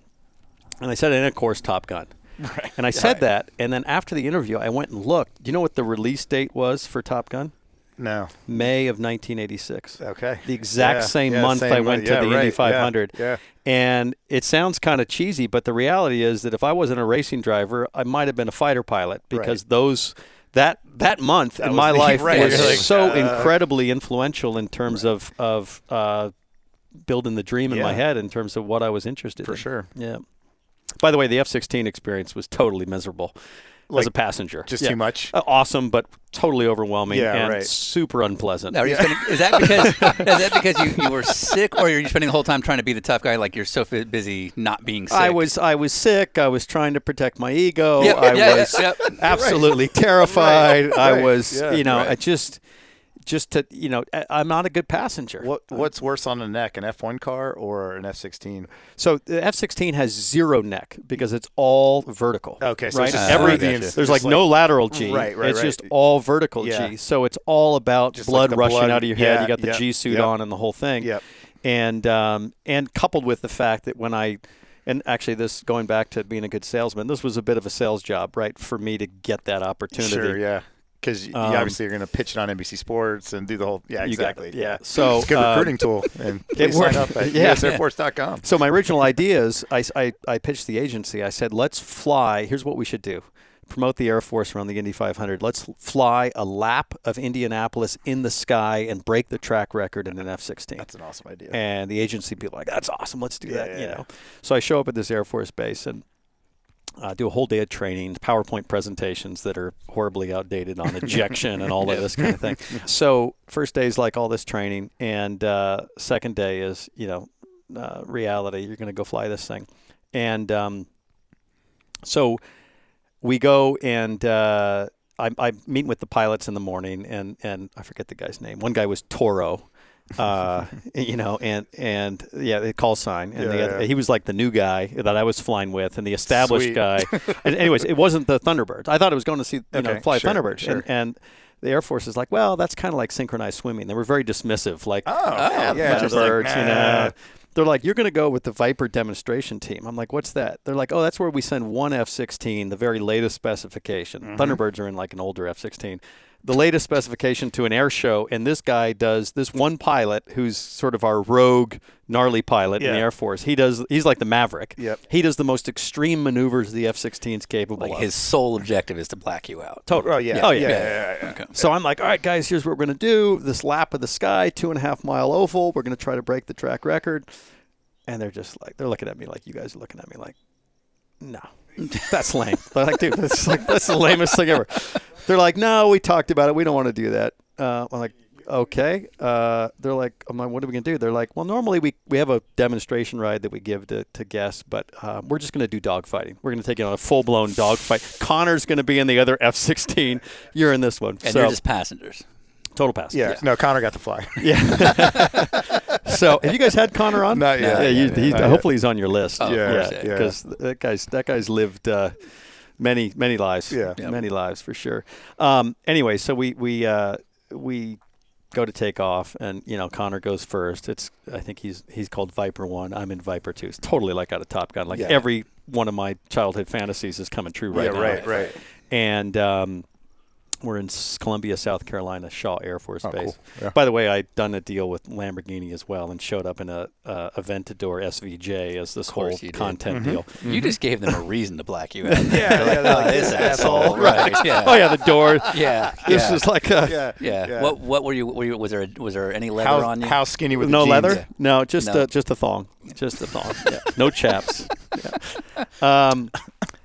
[SPEAKER 3] And I said, "And of course, Top Gun." And I said that, and then after the interview, I went and looked. Do you know what the release date was for Top Gun?
[SPEAKER 2] No.
[SPEAKER 3] May of 1986.
[SPEAKER 2] Okay.
[SPEAKER 3] The exact
[SPEAKER 2] Yeah.
[SPEAKER 3] same
[SPEAKER 2] Yeah,
[SPEAKER 3] month
[SPEAKER 2] same
[SPEAKER 3] I
[SPEAKER 2] month.
[SPEAKER 3] went
[SPEAKER 2] Yeah,
[SPEAKER 3] to the
[SPEAKER 2] right.
[SPEAKER 3] Indy
[SPEAKER 2] Yeah.
[SPEAKER 3] 500.
[SPEAKER 2] Yeah.
[SPEAKER 3] And it sounds kind of cheesy, but the reality is that if I wasn't a racing driver, I might have been a fighter pilot because those that that month in
[SPEAKER 2] was
[SPEAKER 3] my
[SPEAKER 2] the-
[SPEAKER 3] life
[SPEAKER 2] right,
[SPEAKER 3] was
[SPEAKER 2] you're like,
[SPEAKER 3] so
[SPEAKER 2] uh,
[SPEAKER 3] incredibly influential in terms of of uh, building the dream in my
[SPEAKER 2] Yeah.
[SPEAKER 3] head in terms of what I was interested
[SPEAKER 2] For
[SPEAKER 3] in.
[SPEAKER 2] sure.
[SPEAKER 3] Yeah. By the way, the F-16 experience was totally miserable as
[SPEAKER 2] Like,
[SPEAKER 3] a passenger.
[SPEAKER 2] just
[SPEAKER 3] Yeah.
[SPEAKER 2] too much?
[SPEAKER 3] Uh, Awesome, but totally overwhelming
[SPEAKER 2] Yeah,
[SPEAKER 3] and
[SPEAKER 2] right.
[SPEAKER 3] super unpleasant.
[SPEAKER 1] Now, are you spending, is that because is that because you, you were sick, or are you spending the whole time trying to be the tough guy? Like you're so fi- busy not being sick.
[SPEAKER 3] I was I was sick. I was trying to protect my ego.
[SPEAKER 1] Yep,
[SPEAKER 3] I
[SPEAKER 1] yeah,
[SPEAKER 3] was
[SPEAKER 1] yeah, yep.
[SPEAKER 3] absolutely terrified. I
[SPEAKER 2] right,
[SPEAKER 3] was,
[SPEAKER 2] yeah,
[SPEAKER 3] you know,
[SPEAKER 2] right.
[SPEAKER 3] I just just to, you know, I- I'm not a good passenger.
[SPEAKER 2] What What's worse on the neck, an F1 car or an F16?
[SPEAKER 3] So the F-16 has zero neck because it's all vertical.
[SPEAKER 2] Okay, so it's
[SPEAKER 3] right?
[SPEAKER 2] just
[SPEAKER 3] everything.
[SPEAKER 2] everything is
[SPEAKER 3] there's
[SPEAKER 2] just
[SPEAKER 3] like,
[SPEAKER 2] like-
[SPEAKER 3] no lateral G.
[SPEAKER 2] Right, right,
[SPEAKER 3] It's
[SPEAKER 2] right.
[SPEAKER 3] just all vertical
[SPEAKER 2] Yeah.
[SPEAKER 3] G. So it's all about
[SPEAKER 2] Just like
[SPEAKER 3] blood
[SPEAKER 2] the
[SPEAKER 3] rushing
[SPEAKER 2] blood-
[SPEAKER 3] out of your head.
[SPEAKER 2] yeah,
[SPEAKER 3] you got the
[SPEAKER 2] yep,
[SPEAKER 3] G suit
[SPEAKER 2] yep.
[SPEAKER 3] on and the whole thing.
[SPEAKER 2] Yep.
[SPEAKER 3] And um, and coupled with the fact that when I and actually this going back to being a good salesman, this was a bit of a sales job, right, for me to get that opportunity.
[SPEAKER 2] Sure, yeah. Because
[SPEAKER 3] Um,
[SPEAKER 2] obviously you're going to pitch it on NBC Sports and do the whole. Yeah,
[SPEAKER 3] You got it,
[SPEAKER 2] exactly.
[SPEAKER 3] yeah. So,
[SPEAKER 2] it's a good
[SPEAKER 3] um,
[SPEAKER 2] recruiting tool. And please
[SPEAKER 3] worked.
[SPEAKER 2] sign up at
[SPEAKER 3] Yeah.
[SPEAKER 2] usairforce.com.
[SPEAKER 3] So my original idea is I, I, I pitched the agency. I said, let's fly. Here's what we should do. Promote the Air Force around the Indy 500. Let's fly a lap of Indianapolis in the sky and break the track record in an F-16.
[SPEAKER 2] That's an awesome idea.
[SPEAKER 3] and the agency people are like, that's awesome. Let's do that.
[SPEAKER 2] Yeah.
[SPEAKER 3] You know. So I show up at this Air Force base and uh, do a whole day of training, PowerPoint presentations that are horribly outdated on ejection and all of this kind of thing. So first day is like all this training, and uh, second day is you know uh, reality. You're going to go fly this thing, and um, so we go and. Uh, I, I meet with the pilots in the morning, and, and I forget the guy's name. One guy was Toro, uh, you know, and and yeah, the call sign, and the
[SPEAKER 2] Yeah,
[SPEAKER 3] other,
[SPEAKER 2] yeah.
[SPEAKER 3] he was like the new guy that I was flying with, and the established
[SPEAKER 2] Sweet.
[SPEAKER 3] guy. and anyways, it wasn't the Thunderbird. I thought it was going to see you know
[SPEAKER 2] Okay,
[SPEAKER 3] fly
[SPEAKER 2] sure,
[SPEAKER 3] Thunderbird,
[SPEAKER 2] sure.
[SPEAKER 3] and, and the Air Force is like, well, that's kind of like synchronized swimming. They were very dismissive, like
[SPEAKER 2] yeah,
[SPEAKER 3] yeah,
[SPEAKER 2] just
[SPEAKER 3] Thunderbirds,
[SPEAKER 2] like,
[SPEAKER 3] you
[SPEAKER 2] nah.
[SPEAKER 3] know. They're like, you're going to go with the Viper demonstration team. I'm like, what's that? They're like, oh, that's where we send one F-16, the very latest specification.
[SPEAKER 2] Mm-hmm.
[SPEAKER 3] Thunderbirds are in like an older F-16, the latest specification to an air show, and this guy does this one pilot who's sort of our rogue, gnarly pilot in the
[SPEAKER 2] Yeah.
[SPEAKER 3] Air Force. He does, he's like the Maverick.
[SPEAKER 2] Yep.
[SPEAKER 3] He does the most extreme maneuvers the F-16's capable
[SPEAKER 1] like
[SPEAKER 3] of.
[SPEAKER 1] his sole objective is to black you out.
[SPEAKER 3] Totally.
[SPEAKER 2] Oh, yeah.
[SPEAKER 3] Oh, yeah.
[SPEAKER 2] yeah, yeah, yeah.
[SPEAKER 3] So I'm like, all right, guys, here's what we're going to do. This lap of the sky, two and a half mile oval. We're going to try to break the track record. And they're just like, they're looking at me like, you guys are looking at me like, no, that's lame. They're like, dude, that's like, that's the lamest thing ever. They're like, no, we talked about it. We don't want to do that. Uh, I'm like, okay. Uh, they're like, I'm like, what are we going to do? They're like, well, normally we, we have a demonstration ride that we give to, to guests, but uh, we're just going to do dogfighting. We're going to take it on a full blown dogfight. Connor's going to be in the other F 16. You're in this one.
[SPEAKER 1] And
[SPEAKER 3] so,
[SPEAKER 1] you're just passengers.
[SPEAKER 3] total pass.
[SPEAKER 2] Yeah. No, Connor got the fly.
[SPEAKER 3] So have you guys had Connor on?
[SPEAKER 2] Not yet.
[SPEAKER 3] Yeah. you-
[SPEAKER 2] Not yet.
[SPEAKER 3] he's-
[SPEAKER 2] Not yet.
[SPEAKER 3] hopefully he's on your list.
[SPEAKER 1] of
[SPEAKER 2] Yeah,
[SPEAKER 1] course,
[SPEAKER 2] yeah.
[SPEAKER 3] Because that guy's that guy's lived uh, many many lives.
[SPEAKER 2] Yeah.
[SPEAKER 1] Yep.
[SPEAKER 3] Many lives for sure. Um, anyway, so we we uh, we go to take off and you know Connor goes first. It's I think he's he's called Viper One. I'm in Viper Two. It's totally like out of Top Gun. Like
[SPEAKER 2] Yeah.
[SPEAKER 3] every one of my childhood fantasies is coming true right
[SPEAKER 2] yeah,
[SPEAKER 3] now.
[SPEAKER 2] right, right.
[SPEAKER 3] and um, we're in S- Columbia, South Carolina, Shaw Air Force Base.
[SPEAKER 2] Oh, cool. Yeah.
[SPEAKER 3] By the way, I'd done a deal with Lamborghini as well, and showed up in a uh, Aventador SVJ as this whole
[SPEAKER 1] course you did.
[SPEAKER 3] content
[SPEAKER 2] Mm-hmm.
[SPEAKER 3] deal.
[SPEAKER 1] You just gave them a reason to black you out.
[SPEAKER 2] Yeah,
[SPEAKER 1] They're like,
[SPEAKER 2] yeah, they're like,
[SPEAKER 1] "Oh, this
[SPEAKER 2] this
[SPEAKER 1] asshole,
[SPEAKER 2] asshole."
[SPEAKER 1] right? Yeah,
[SPEAKER 3] Oh yeah, the door.
[SPEAKER 1] yeah.
[SPEAKER 3] This
[SPEAKER 1] yeah.
[SPEAKER 3] is like a
[SPEAKER 2] Yeah.
[SPEAKER 1] yeah. What what were you? Were you? Was there a, was there any leather
[SPEAKER 2] How,
[SPEAKER 1] on you?
[SPEAKER 2] how skinny with
[SPEAKER 3] no
[SPEAKER 2] the jeans?
[SPEAKER 3] leather. No, just
[SPEAKER 1] No.
[SPEAKER 3] a just a thong. Just a thong. Yeah. No chaps. Yeah. Um,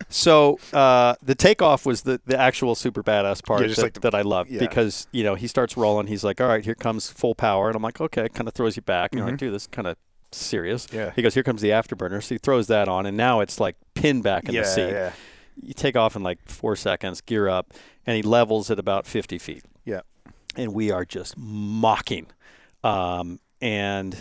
[SPEAKER 3] so uh, the takeoff was the, the actual super badass part
[SPEAKER 2] Yeah, just
[SPEAKER 3] that,
[SPEAKER 2] like the-
[SPEAKER 3] that I love
[SPEAKER 2] yeah.
[SPEAKER 3] because you know he starts rolling. He's like, "All right, here comes full power," and I'm like, "Okay." Kind of throws you back. And You're like, "Dude, this is kind of serious."
[SPEAKER 2] Mm-hmm. Yeah.
[SPEAKER 3] He goes, "Here comes the afterburner." So he throws that on, and now it's like pinned back in
[SPEAKER 2] Yeah,
[SPEAKER 3] the seat.
[SPEAKER 2] yeah.
[SPEAKER 3] You take off in like four seconds, gear up, and he levels at about 50 feet
[SPEAKER 2] Yeah.
[SPEAKER 3] and we are just mocking. Um, and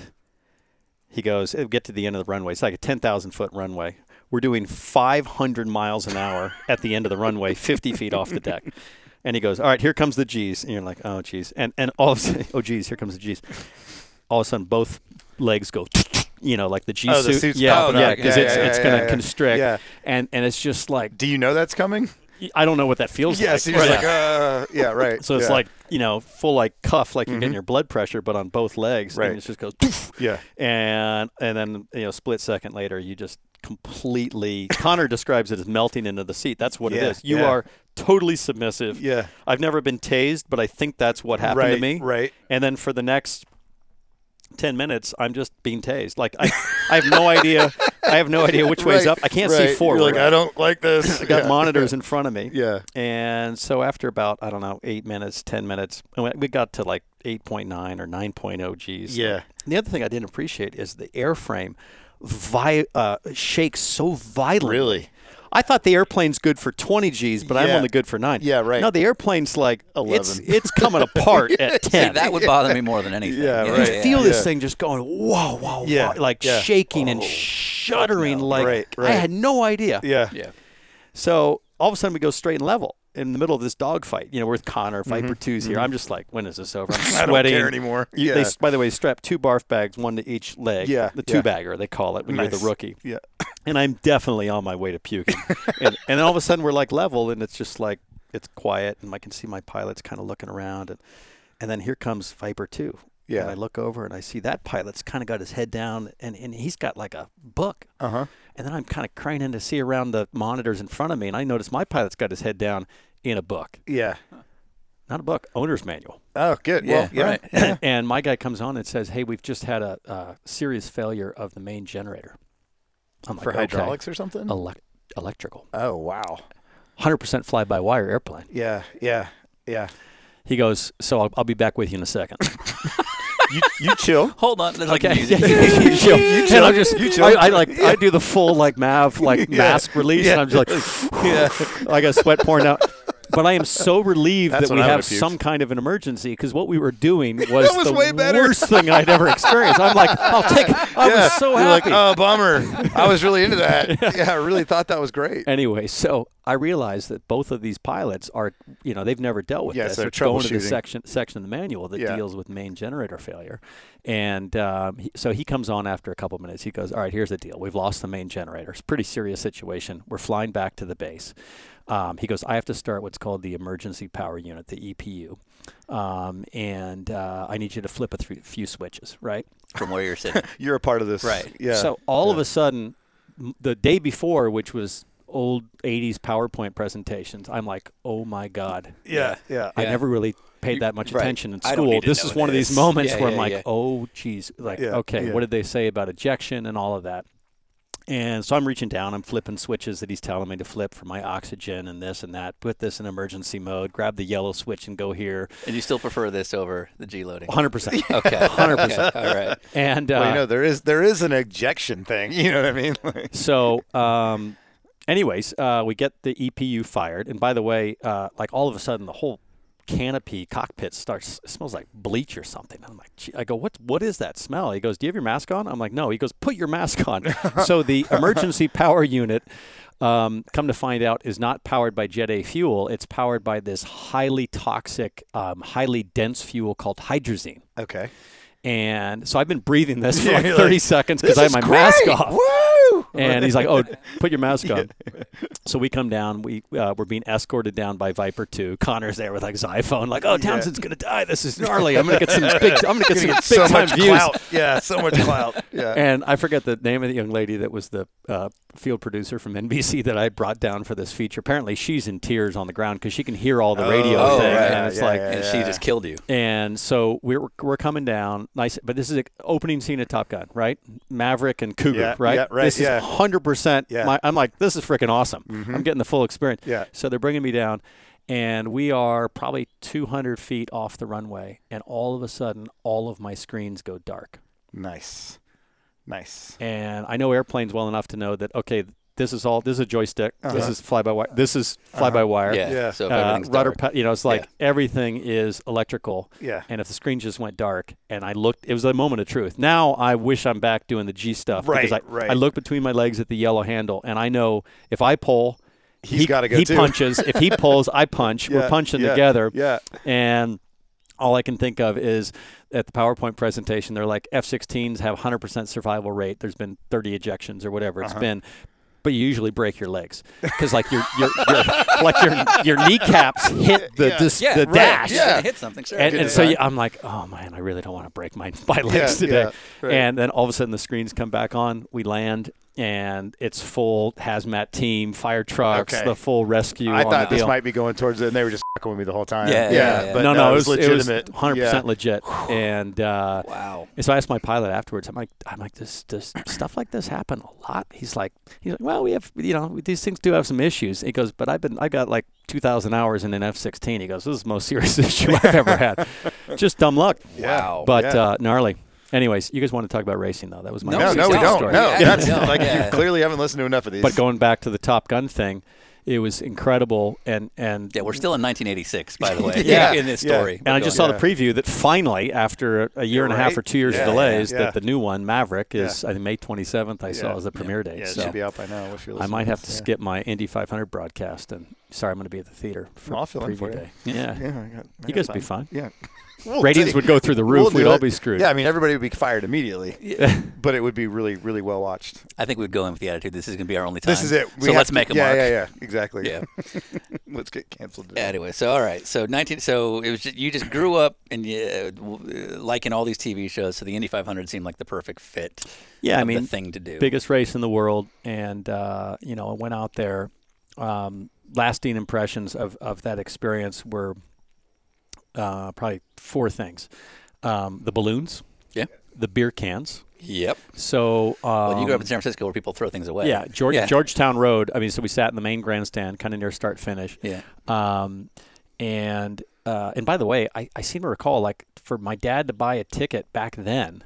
[SPEAKER 3] he goes, "It'll get to the end of the runway. It's like a 10,000 foot runway. We're doing 500 miles an hour at the end of the runway, 50 feet off the deck. And he goes, all right, here comes the G's. And you're like, oh, geez. And, and all of a sudden, oh, geez, here comes the G's. All of a sudden, both legs go, you know, like the G
[SPEAKER 2] Oh, the
[SPEAKER 3] suit.
[SPEAKER 2] suit's
[SPEAKER 3] yeah,
[SPEAKER 2] popping
[SPEAKER 3] yeah,
[SPEAKER 2] up.
[SPEAKER 3] because
[SPEAKER 2] Yeah,
[SPEAKER 3] it's,
[SPEAKER 2] yeah,
[SPEAKER 3] it's
[SPEAKER 2] yeah,
[SPEAKER 3] going to
[SPEAKER 2] yeah, yeah.
[SPEAKER 3] constrict.
[SPEAKER 2] Yeah.
[SPEAKER 3] And, and it's just like,
[SPEAKER 2] Do you know that's coming?
[SPEAKER 3] I don't know what that feels
[SPEAKER 2] Yes, he
[SPEAKER 3] like.
[SPEAKER 2] was
[SPEAKER 3] Right.
[SPEAKER 2] like, uh, yeah, right.
[SPEAKER 3] so it's
[SPEAKER 2] yeah. Mm-hmm.
[SPEAKER 3] like you know full like cuff, like you're getting your blood pressure, but on both legs,
[SPEAKER 2] Right.
[SPEAKER 3] And it just goes, "Poof."
[SPEAKER 2] Yeah.
[SPEAKER 3] and and then you know split second later, you just completely. Connor describes it as melting into the seat. That's what
[SPEAKER 2] Yeah,
[SPEAKER 3] it is. You
[SPEAKER 2] yeah.
[SPEAKER 3] are totally submissive.
[SPEAKER 2] Yeah.
[SPEAKER 3] I've never been tased, but I think that's what happened to
[SPEAKER 2] Right,
[SPEAKER 3] me.
[SPEAKER 2] right.
[SPEAKER 3] and then for the next 10 minutes i'm just being tased like i, I have no idea i have no idea which way's
[SPEAKER 2] Right,
[SPEAKER 3] up i can't
[SPEAKER 2] right.
[SPEAKER 3] see forward
[SPEAKER 2] You're like, I don't like this.
[SPEAKER 3] I got
[SPEAKER 2] Yeah.
[SPEAKER 3] monitors in front of me
[SPEAKER 2] Yeah.
[SPEAKER 3] and so after about i don't know 8 minutes 10 minutes I went- we got to like 8.9 or 9.0 g's
[SPEAKER 2] Yeah.
[SPEAKER 3] the other thing i didn't appreciate is the airframe vi- uh, shakes so violently
[SPEAKER 2] Really?
[SPEAKER 3] I thought the airplane's good for 20 G's, but I'm
[SPEAKER 2] Yeah.
[SPEAKER 3] only good for nine.
[SPEAKER 2] Yeah, right.
[SPEAKER 3] No, the airplane's like it's
[SPEAKER 2] 11.
[SPEAKER 3] it's coming apart at 10.
[SPEAKER 1] See, that would bother me more than anything.
[SPEAKER 2] Yeah,
[SPEAKER 1] You know,
[SPEAKER 2] right.
[SPEAKER 3] You feel this
[SPEAKER 2] Yeah.
[SPEAKER 3] thing just going, whoa, whoa,
[SPEAKER 2] Yeah,
[SPEAKER 3] whoa, like
[SPEAKER 2] yeah. Oh.
[SPEAKER 3] shaking and shuddering. Like
[SPEAKER 2] Right,
[SPEAKER 3] I
[SPEAKER 2] right.
[SPEAKER 3] had no idea.
[SPEAKER 2] Yeah.
[SPEAKER 1] Yeah.
[SPEAKER 3] So all of a sudden we go straight and level in the middle of this dogfight. You know, we're with Connor, Viper Two's here. I'm just like, when is this over? I'm sweating.
[SPEAKER 2] Mm-hmm. don't care anymore.
[SPEAKER 3] You- they
[SPEAKER 2] Yeah.
[SPEAKER 3] s- by the way, strap two barf bags, one to each leg.
[SPEAKER 2] Yeah,
[SPEAKER 3] The
[SPEAKER 2] yeah.
[SPEAKER 3] two bagger they call it when you're
[SPEAKER 2] Nice.
[SPEAKER 3] the rookie.
[SPEAKER 2] Yeah.
[SPEAKER 3] And I'm definitely on my way to puking. and, and then all of a sudden we're like level, and it's just like it's quiet, and I can see my pilots kind of looking around, and and then here comes Viper Two.
[SPEAKER 2] Yeah.
[SPEAKER 3] And I look over and I see that pilot's kind of got his head down, and, and he's got like a book. Uh
[SPEAKER 2] Uh-huh.
[SPEAKER 3] huh. And then I'm kind of craning to see around the monitors in front of me, and I notice my pilot's got his head down in a book,
[SPEAKER 2] Yeah.
[SPEAKER 3] not a book, owner's manual.
[SPEAKER 2] Oh, good.
[SPEAKER 1] Yeah,
[SPEAKER 2] well, yeah.
[SPEAKER 1] right.
[SPEAKER 3] and my guy comes on and says, "Hey, we've just had a, uh serious failure of the main generator." I'm like,
[SPEAKER 2] For
[SPEAKER 3] "Okay."
[SPEAKER 2] hydraulics or something?
[SPEAKER 3] Elec- electrical.
[SPEAKER 2] Oh, wow.
[SPEAKER 3] 100% fly by wire airplane.
[SPEAKER 2] Yeah, yeah, yeah.
[SPEAKER 3] He goes, So I'll, I'll be back with you in a second.
[SPEAKER 2] You, you chill.
[SPEAKER 1] Hold on. There's like music.
[SPEAKER 3] you chill. And I'm just,
[SPEAKER 2] You chill.
[SPEAKER 3] I, I like, I do the full like MAV, like mask release, and I'm just like, I got sweat pouring out. But I am so relieved
[SPEAKER 2] That's
[SPEAKER 3] that
[SPEAKER 2] when
[SPEAKER 3] we
[SPEAKER 2] I
[SPEAKER 3] have
[SPEAKER 2] would've puked.
[SPEAKER 3] some kind of an emergency because what we were doing was,
[SPEAKER 2] was
[SPEAKER 3] the
[SPEAKER 2] way better.
[SPEAKER 3] worst thing I'd ever experienced. I'm like, I'll take it. I was so
[SPEAKER 2] You're
[SPEAKER 3] happy.
[SPEAKER 2] like, oh, bummer. I was really into that. yeah, I really thought that was great.
[SPEAKER 3] anyway, so I realized that both of these pilots are, you know, they've never dealt with
[SPEAKER 2] Yeah,
[SPEAKER 3] this.
[SPEAKER 2] so
[SPEAKER 3] They're going to the
[SPEAKER 2] troubleshooting.
[SPEAKER 3] section section of the manual that
[SPEAKER 2] Yeah.
[SPEAKER 3] deals with main generator failure, and um, he, so he comes on after a couple minutes. He goes, "All right, here's the deal. We've lost the main generator. It's a pretty serious situation. We're flying back to the base." Um, he goes, "I have to start what's called the emergency power unit, the EPU." Um, and uh, I need you to flip a thr- few switches, right?
[SPEAKER 1] From where you're sitting.
[SPEAKER 2] You're a part of this.
[SPEAKER 1] Right.
[SPEAKER 2] Yeah.
[SPEAKER 3] So all of a sudden, m- the day before, which was old 80s PowerPoint presentations, I'm like, oh my God.
[SPEAKER 2] yeah, yeah.
[SPEAKER 3] I never really paid that much
[SPEAKER 1] right.
[SPEAKER 3] attention in
[SPEAKER 1] I don't
[SPEAKER 3] school.
[SPEAKER 1] need to
[SPEAKER 3] This
[SPEAKER 1] know
[SPEAKER 3] is one of
[SPEAKER 1] this.
[SPEAKER 3] these moments
[SPEAKER 1] Yeah,
[SPEAKER 3] where
[SPEAKER 1] yeah,
[SPEAKER 3] I'm like,
[SPEAKER 1] yeah.
[SPEAKER 3] oh, geez. Like,
[SPEAKER 2] Yeah,
[SPEAKER 3] okay,
[SPEAKER 2] yeah.
[SPEAKER 3] what did they say about ejection and all of that? And so I'm reaching down, I'm flipping switches that he's telling me to flip for my oxygen and this and that. Put this in emergency mode, grab the yellow switch and go here.
[SPEAKER 1] And you still prefer this over the G loading.
[SPEAKER 3] 100%.
[SPEAKER 1] Okay. 100%. All right.
[SPEAKER 3] and uh,
[SPEAKER 2] Well, you know, there is there is an ejection thing. You know what I mean? Like,
[SPEAKER 3] So, um, anyways, uh, we get the EPU fired, and by the way, uh, like all of a sudden, the whole canopy cockpit starts it smells like bleach or something. I'm like, "Gee," I go, what what is that smell? He goes, do you have your mask on? I'm like, no. He goes, put your mask on. so the emergency power unit. Um, come to find out, is not powered by Jet A fuel. It's powered by this highly toxic, um, highly dense fuel called hydrazine.
[SPEAKER 2] okay.
[SPEAKER 3] And so I've been breathing this for
[SPEAKER 2] Yeah,
[SPEAKER 3] like
[SPEAKER 2] you're
[SPEAKER 3] 30
[SPEAKER 2] like,
[SPEAKER 3] seconds because I
[SPEAKER 2] This
[SPEAKER 3] had my
[SPEAKER 2] is
[SPEAKER 3] mask
[SPEAKER 2] great!
[SPEAKER 3] off.
[SPEAKER 2] Woo!
[SPEAKER 3] And he's like, "Oh, put your mask on." So we come down. We uh, we're being escorted down by Viper Two. Connor's there with like his iPhone, like, "Oh, Townsend's gonna die. This is gnarly. I'm gonna get some big. I'm gonna get some big
[SPEAKER 2] so
[SPEAKER 3] time
[SPEAKER 2] much
[SPEAKER 3] views."
[SPEAKER 2] clout. Yeah, so much clout. Yeah.
[SPEAKER 3] And I forget the name of the young lady that was the uh, field producer from NBC that I brought down for this feature. Apparently, she's in tears on the ground because she can hear all the radio
[SPEAKER 1] oh,
[SPEAKER 3] thing,
[SPEAKER 1] right.
[SPEAKER 3] and it's
[SPEAKER 2] Yeah,
[SPEAKER 3] like,
[SPEAKER 2] yeah,
[SPEAKER 1] And she just killed you.
[SPEAKER 3] and so we're we're coming down nice, but this is an opening scene of Top Gun, right? Maverick and Cougar,
[SPEAKER 2] Yeah,
[SPEAKER 3] right?
[SPEAKER 2] yeah, right,
[SPEAKER 3] This
[SPEAKER 2] yeah.
[SPEAKER 3] is hundred percent.
[SPEAKER 2] Yeah. Mm-hmm.
[SPEAKER 3] My, I'm like, this is freaking awesome. I'm getting the full experience.
[SPEAKER 2] Yeah.
[SPEAKER 3] So they're bringing me down, and we are probably 200 feet off the runway, and all of a sudden, all of my screens go dark,
[SPEAKER 2] nice, nice.
[SPEAKER 3] and I know airplanes well enough to know that okay, this is all this is a joystick,
[SPEAKER 2] Uh-huh.
[SPEAKER 3] this is fly by wire, this is fly by wire.
[SPEAKER 1] Yeah.
[SPEAKER 2] Yeah.
[SPEAKER 1] So if
[SPEAKER 3] Uh,
[SPEAKER 1] everything's
[SPEAKER 3] rudder,
[SPEAKER 1] dark.
[SPEAKER 3] pe- you know, it's like everything is electrical.
[SPEAKER 2] Yeah.
[SPEAKER 3] And if the screen just went dark, and I looked, it was a moment of truth. Now I wish I'm back doing the G stuff because I,
[SPEAKER 2] Right, right.
[SPEAKER 3] I look between my legs at the yellow handle, and I know if I pull,
[SPEAKER 2] He's
[SPEAKER 3] he,
[SPEAKER 2] gotta go
[SPEAKER 3] He
[SPEAKER 2] too.
[SPEAKER 3] punches. if he pulls, I punch. We're
[SPEAKER 2] Yeah,
[SPEAKER 3] punching
[SPEAKER 2] yeah,
[SPEAKER 3] together.
[SPEAKER 2] yeah.
[SPEAKER 3] And all I can think of is at the PowerPoint
[SPEAKER 2] Uh-huh.
[SPEAKER 3] presentation, they're like F 16s have 100% survival rate. There's been 30 ejections or whatever it's been. but you usually break your legs because like your your, your like your your kneecaps hit the dis-
[SPEAKER 1] Yeah,
[SPEAKER 3] the
[SPEAKER 1] right.
[SPEAKER 3] dash.
[SPEAKER 1] Yeah, gonna hit something. Sure.
[SPEAKER 3] And,
[SPEAKER 2] Good
[SPEAKER 3] and so
[SPEAKER 2] design.
[SPEAKER 3] you, I'm like, oh man, I really don't want to break my, my legs
[SPEAKER 2] Yeah,
[SPEAKER 3] today.
[SPEAKER 2] yeah, right.
[SPEAKER 3] And then all of a sudden the screens come back on. We land and it's full hazmat team, fire trucks,
[SPEAKER 2] Okay.
[SPEAKER 3] the full rescue.
[SPEAKER 2] I
[SPEAKER 3] on
[SPEAKER 2] thought
[SPEAKER 3] the
[SPEAKER 2] this
[SPEAKER 3] deal.
[SPEAKER 2] might be going towards it, and they were just fucking with me the whole time.
[SPEAKER 1] Yeah, yeah, yeah.
[SPEAKER 2] But
[SPEAKER 3] no, no,
[SPEAKER 2] it was legitimate.
[SPEAKER 3] It was 100%
[SPEAKER 2] Yeah.
[SPEAKER 3] legit. And uh,
[SPEAKER 1] Wow.
[SPEAKER 3] And so I asked my pilot afterwards. I'm like, I'm like, this, this stuff like this happen a lot. He's like, he's like, well, we have, you know, these things do have some issues. He goes, but I've been, I got like 2,000 hours in an F-16. He goes, this is the most serious issue I've ever had. Just dumb luck,
[SPEAKER 1] Wow.
[SPEAKER 3] but
[SPEAKER 2] Oh, Yeah.
[SPEAKER 3] uh, gnarly. Anyways, you guys want to talk about racing though? That was my
[SPEAKER 1] No,
[SPEAKER 2] No,
[SPEAKER 3] racing
[SPEAKER 2] no, we
[SPEAKER 1] Yeah.
[SPEAKER 2] don't.
[SPEAKER 3] story.
[SPEAKER 2] No,
[SPEAKER 1] Yeah.
[SPEAKER 2] that's
[SPEAKER 1] Yeah.
[SPEAKER 2] like
[SPEAKER 1] Yeah.
[SPEAKER 2] you clearly haven't listened to enough of these.
[SPEAKER 3] But going back to the Top Gun thing, it was incredible, and and
[SPEAKER 1] yeah, we're still in 1986, by the way.
[SPEAKER 2] Yeah.
[SPEAKER 1] in this
[SPEAKER 2] Yeah.
[SPEAKER 1] story.
[SPEAKER 3] And I just saw
[SPEAKER 2] Yeah.
[SPEAKER 3] the preview that finally, after a- a year and a half
[SPEAKER 2] right.
[SPEAKER 3] or two years
[SPEAKER 2] Yeah,
[SPEAKER 3] of delays,
[SPEAKER 2] yeah, yeah.
[SPEAKER 3] that the new one, Maverick, is I think May 27th. I saw as the premiere date.
[SPEAKER 2] yeah, it
[SPEAKER 3] so
[SPEAKER 2] should be out by now. If you're
[SPEAKER 3] I
[SPEAKER 2] listening
[SPEAKER 3] might
[SPEAKER 2] to
[SPEAKER 3] have
[SPEAKER 2] this,
[SPEAKER 3] to
[SPEAKER 2] yeah.
[SPEAKER 3] skip my Indy 500 broadcast. And sorry, I'm going to be at the theater for
[SPEAKER 2] I'll fill in
[SPEAKER 3] preview
[SPEAKER 2] for you.
[SPEAKER 3] day. Yeah.
[SPEAKER 2] Yeah, I got, I got
[SPEAKER 3] You guys be fine.
[SPEAKER 2] Yeah,
[SPEAKER 3] Ratings would go through the roof.
[SPEAKER 2] do
[SPEAKER 3] We'd all
[SPEAKER 2] it.
[SPEAKER 3] be screwed.
[SPEAKER 2] Yeah, I mean everybody would be fired immediately,
[SPEAKER 1] Yeah.
[SPEAKER 2] but it would be really, really well watched.
[SPEAKER 1] I think we'd go in with the attitude this is going to be our only time.
[SPEAKER 2] This is it. We
[SPEAKER 1] so
[SPEAKER 2] have
[SPEAKER 1] let's
[SPEAKER 2] to-
[SPEAKER 1] make a
[SPEAKER 2] yeah,
[SPEAKER 1] mark.
[SPEAKER 2] Yeah, yeah, exactly.
[SPEAKER 1] Yeah.
[SPEAKER 2] let's get canceled. today.
[SPEAKER 1] Anyway, so all right, so nineteen, so it was just, you just grew up and you, uh, liking all these TV shows, so the Indy 500 seemed like the perfect fit.
[SPEAKER 3] Yeah, I
[SPEAKER 1] of the
[SPEAKER 3] mean,
[SPEAKER 1] thing to do.
[SPEAKER 3] biggest race in the world, and uh, you know, I went out there. Um, lasting impressions of of that experience were uh, probably four things: um, the balloons,
[SPEAKER 1] yeah,
[SPEAKER 3] the beer cans.
[SPEAKER 1] yep.
[SPEAKER 3] So um,
[SPEAKER 1] Well, you grew up in San Francisco where people throw things away.
[SPEAKER 3] yeah, George, Georgetown Road. I mean, so we sat in the main grandstand, kind of near start finish.
[SPEAKER 1] Yeah.
[SPEAKER 3] Um, and uh, and by the way, I, I seem to recall like for my dad to buy a ticket back then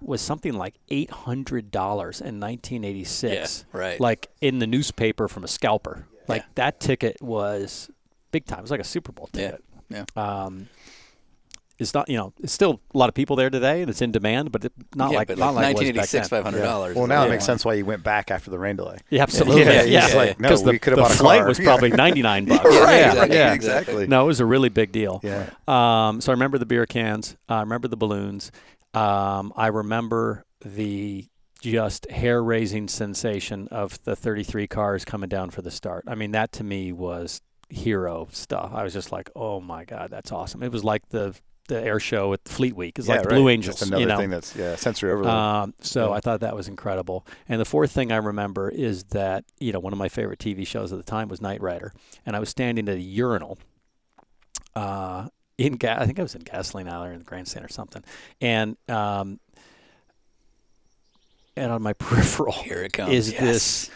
[SPEAKER 3] was something like eight hundred dollars in nineteen eighty six.
[SPEAKER 1] Yeah, right.
[SPEAKER 3] Like in the newspaper from a scalper. Like
[SPEAKER 1] Yeah.
[SPEAKER 3] that ticket was big time. It was like a Super Bowl
[SPEAKER 1] yeah,
[SPEAKER 3] ticket
[SPEAKER 1] yeah.
[SPEAKER 3] um, it's not you know it's still a lot of people there today and it's in demand, but it, not
[SPEAKER 1] Yeah,
[SPEAKER 3] like
[SPEAKER 1] but
[SPEAKER 3] not like it was back
[SPEAKER 1] 1986,
[SPEAKER 3] then.
[SPEAKER 1] five hundred dollars.
[SPEAKER 2] Well, now it makes sense why you went back after the rain delay.
[SPEAKER 3] Yeah, absolutely.
[SPEAKER 1] Yeah,
[SPEAKER 3] Yeah,
[SPEAKER 1] he's
[SPEAKER 2] like, no,
[SPEAKER 3] 'Cause
[SPEAKER 2] we
[SPEAKER 3] the,
[SPEAKER 2] could've
[SPEAKER 3] the
[SPEAKER 2] bought a
[SPEAKER 3] flight
[SPEAKER 2] car.
[SPEAKER 3] was
[SPEAKER 2] Yeah.
[SPEAKER 3] probably ninety nine bucks.
[SPEAKER 2] right,
[SPEAKER 3] yeah.
[SPEAKER 2] right,
[SPEAKER 3] yeah.
[SPEAKER 2] exactly.
[SPEAKER 3] No, it was a really big deal.
[SPEAKER 2] Yeah.
[SPEAKER 3] Um, so I remember the beer cans. uh, I remember the balloons. Um, I remember the just hair raising sensation of the 33 cars coming down for the start. I mean, that to me was hero stuff. I was just like, oh my God, that's awesome. It was like the, the air show at Fleet Week. It's
[SPEAKER 2] yeah,
[SPEAKER 3] like the
[SPEAKER 2] right.
[SPEAKER 3] Blue Angels.
[SPEAKER 2] Just another
[SPEAKER 3] you know?
[SPEAKER 2] thing that's yeah, sensory overload.
[SPEAKER 3] Um, so
[SPEAKER 2] Yeah.
[SPEAKER 3] I thought that was incredible. And the fourth thing I remember is that you know one of my favorite TV shows at the time was Knight Rider, and I was standing at a urinal. Uh, in ga- I think I was in gasoline alley or in the grandstand or something, and um, and on my peripheral
[SPEAKER 1] Here it comes.
[SPEAKER 3] is
[SPEAKER 1] Yes.
[SPEAKER 3] this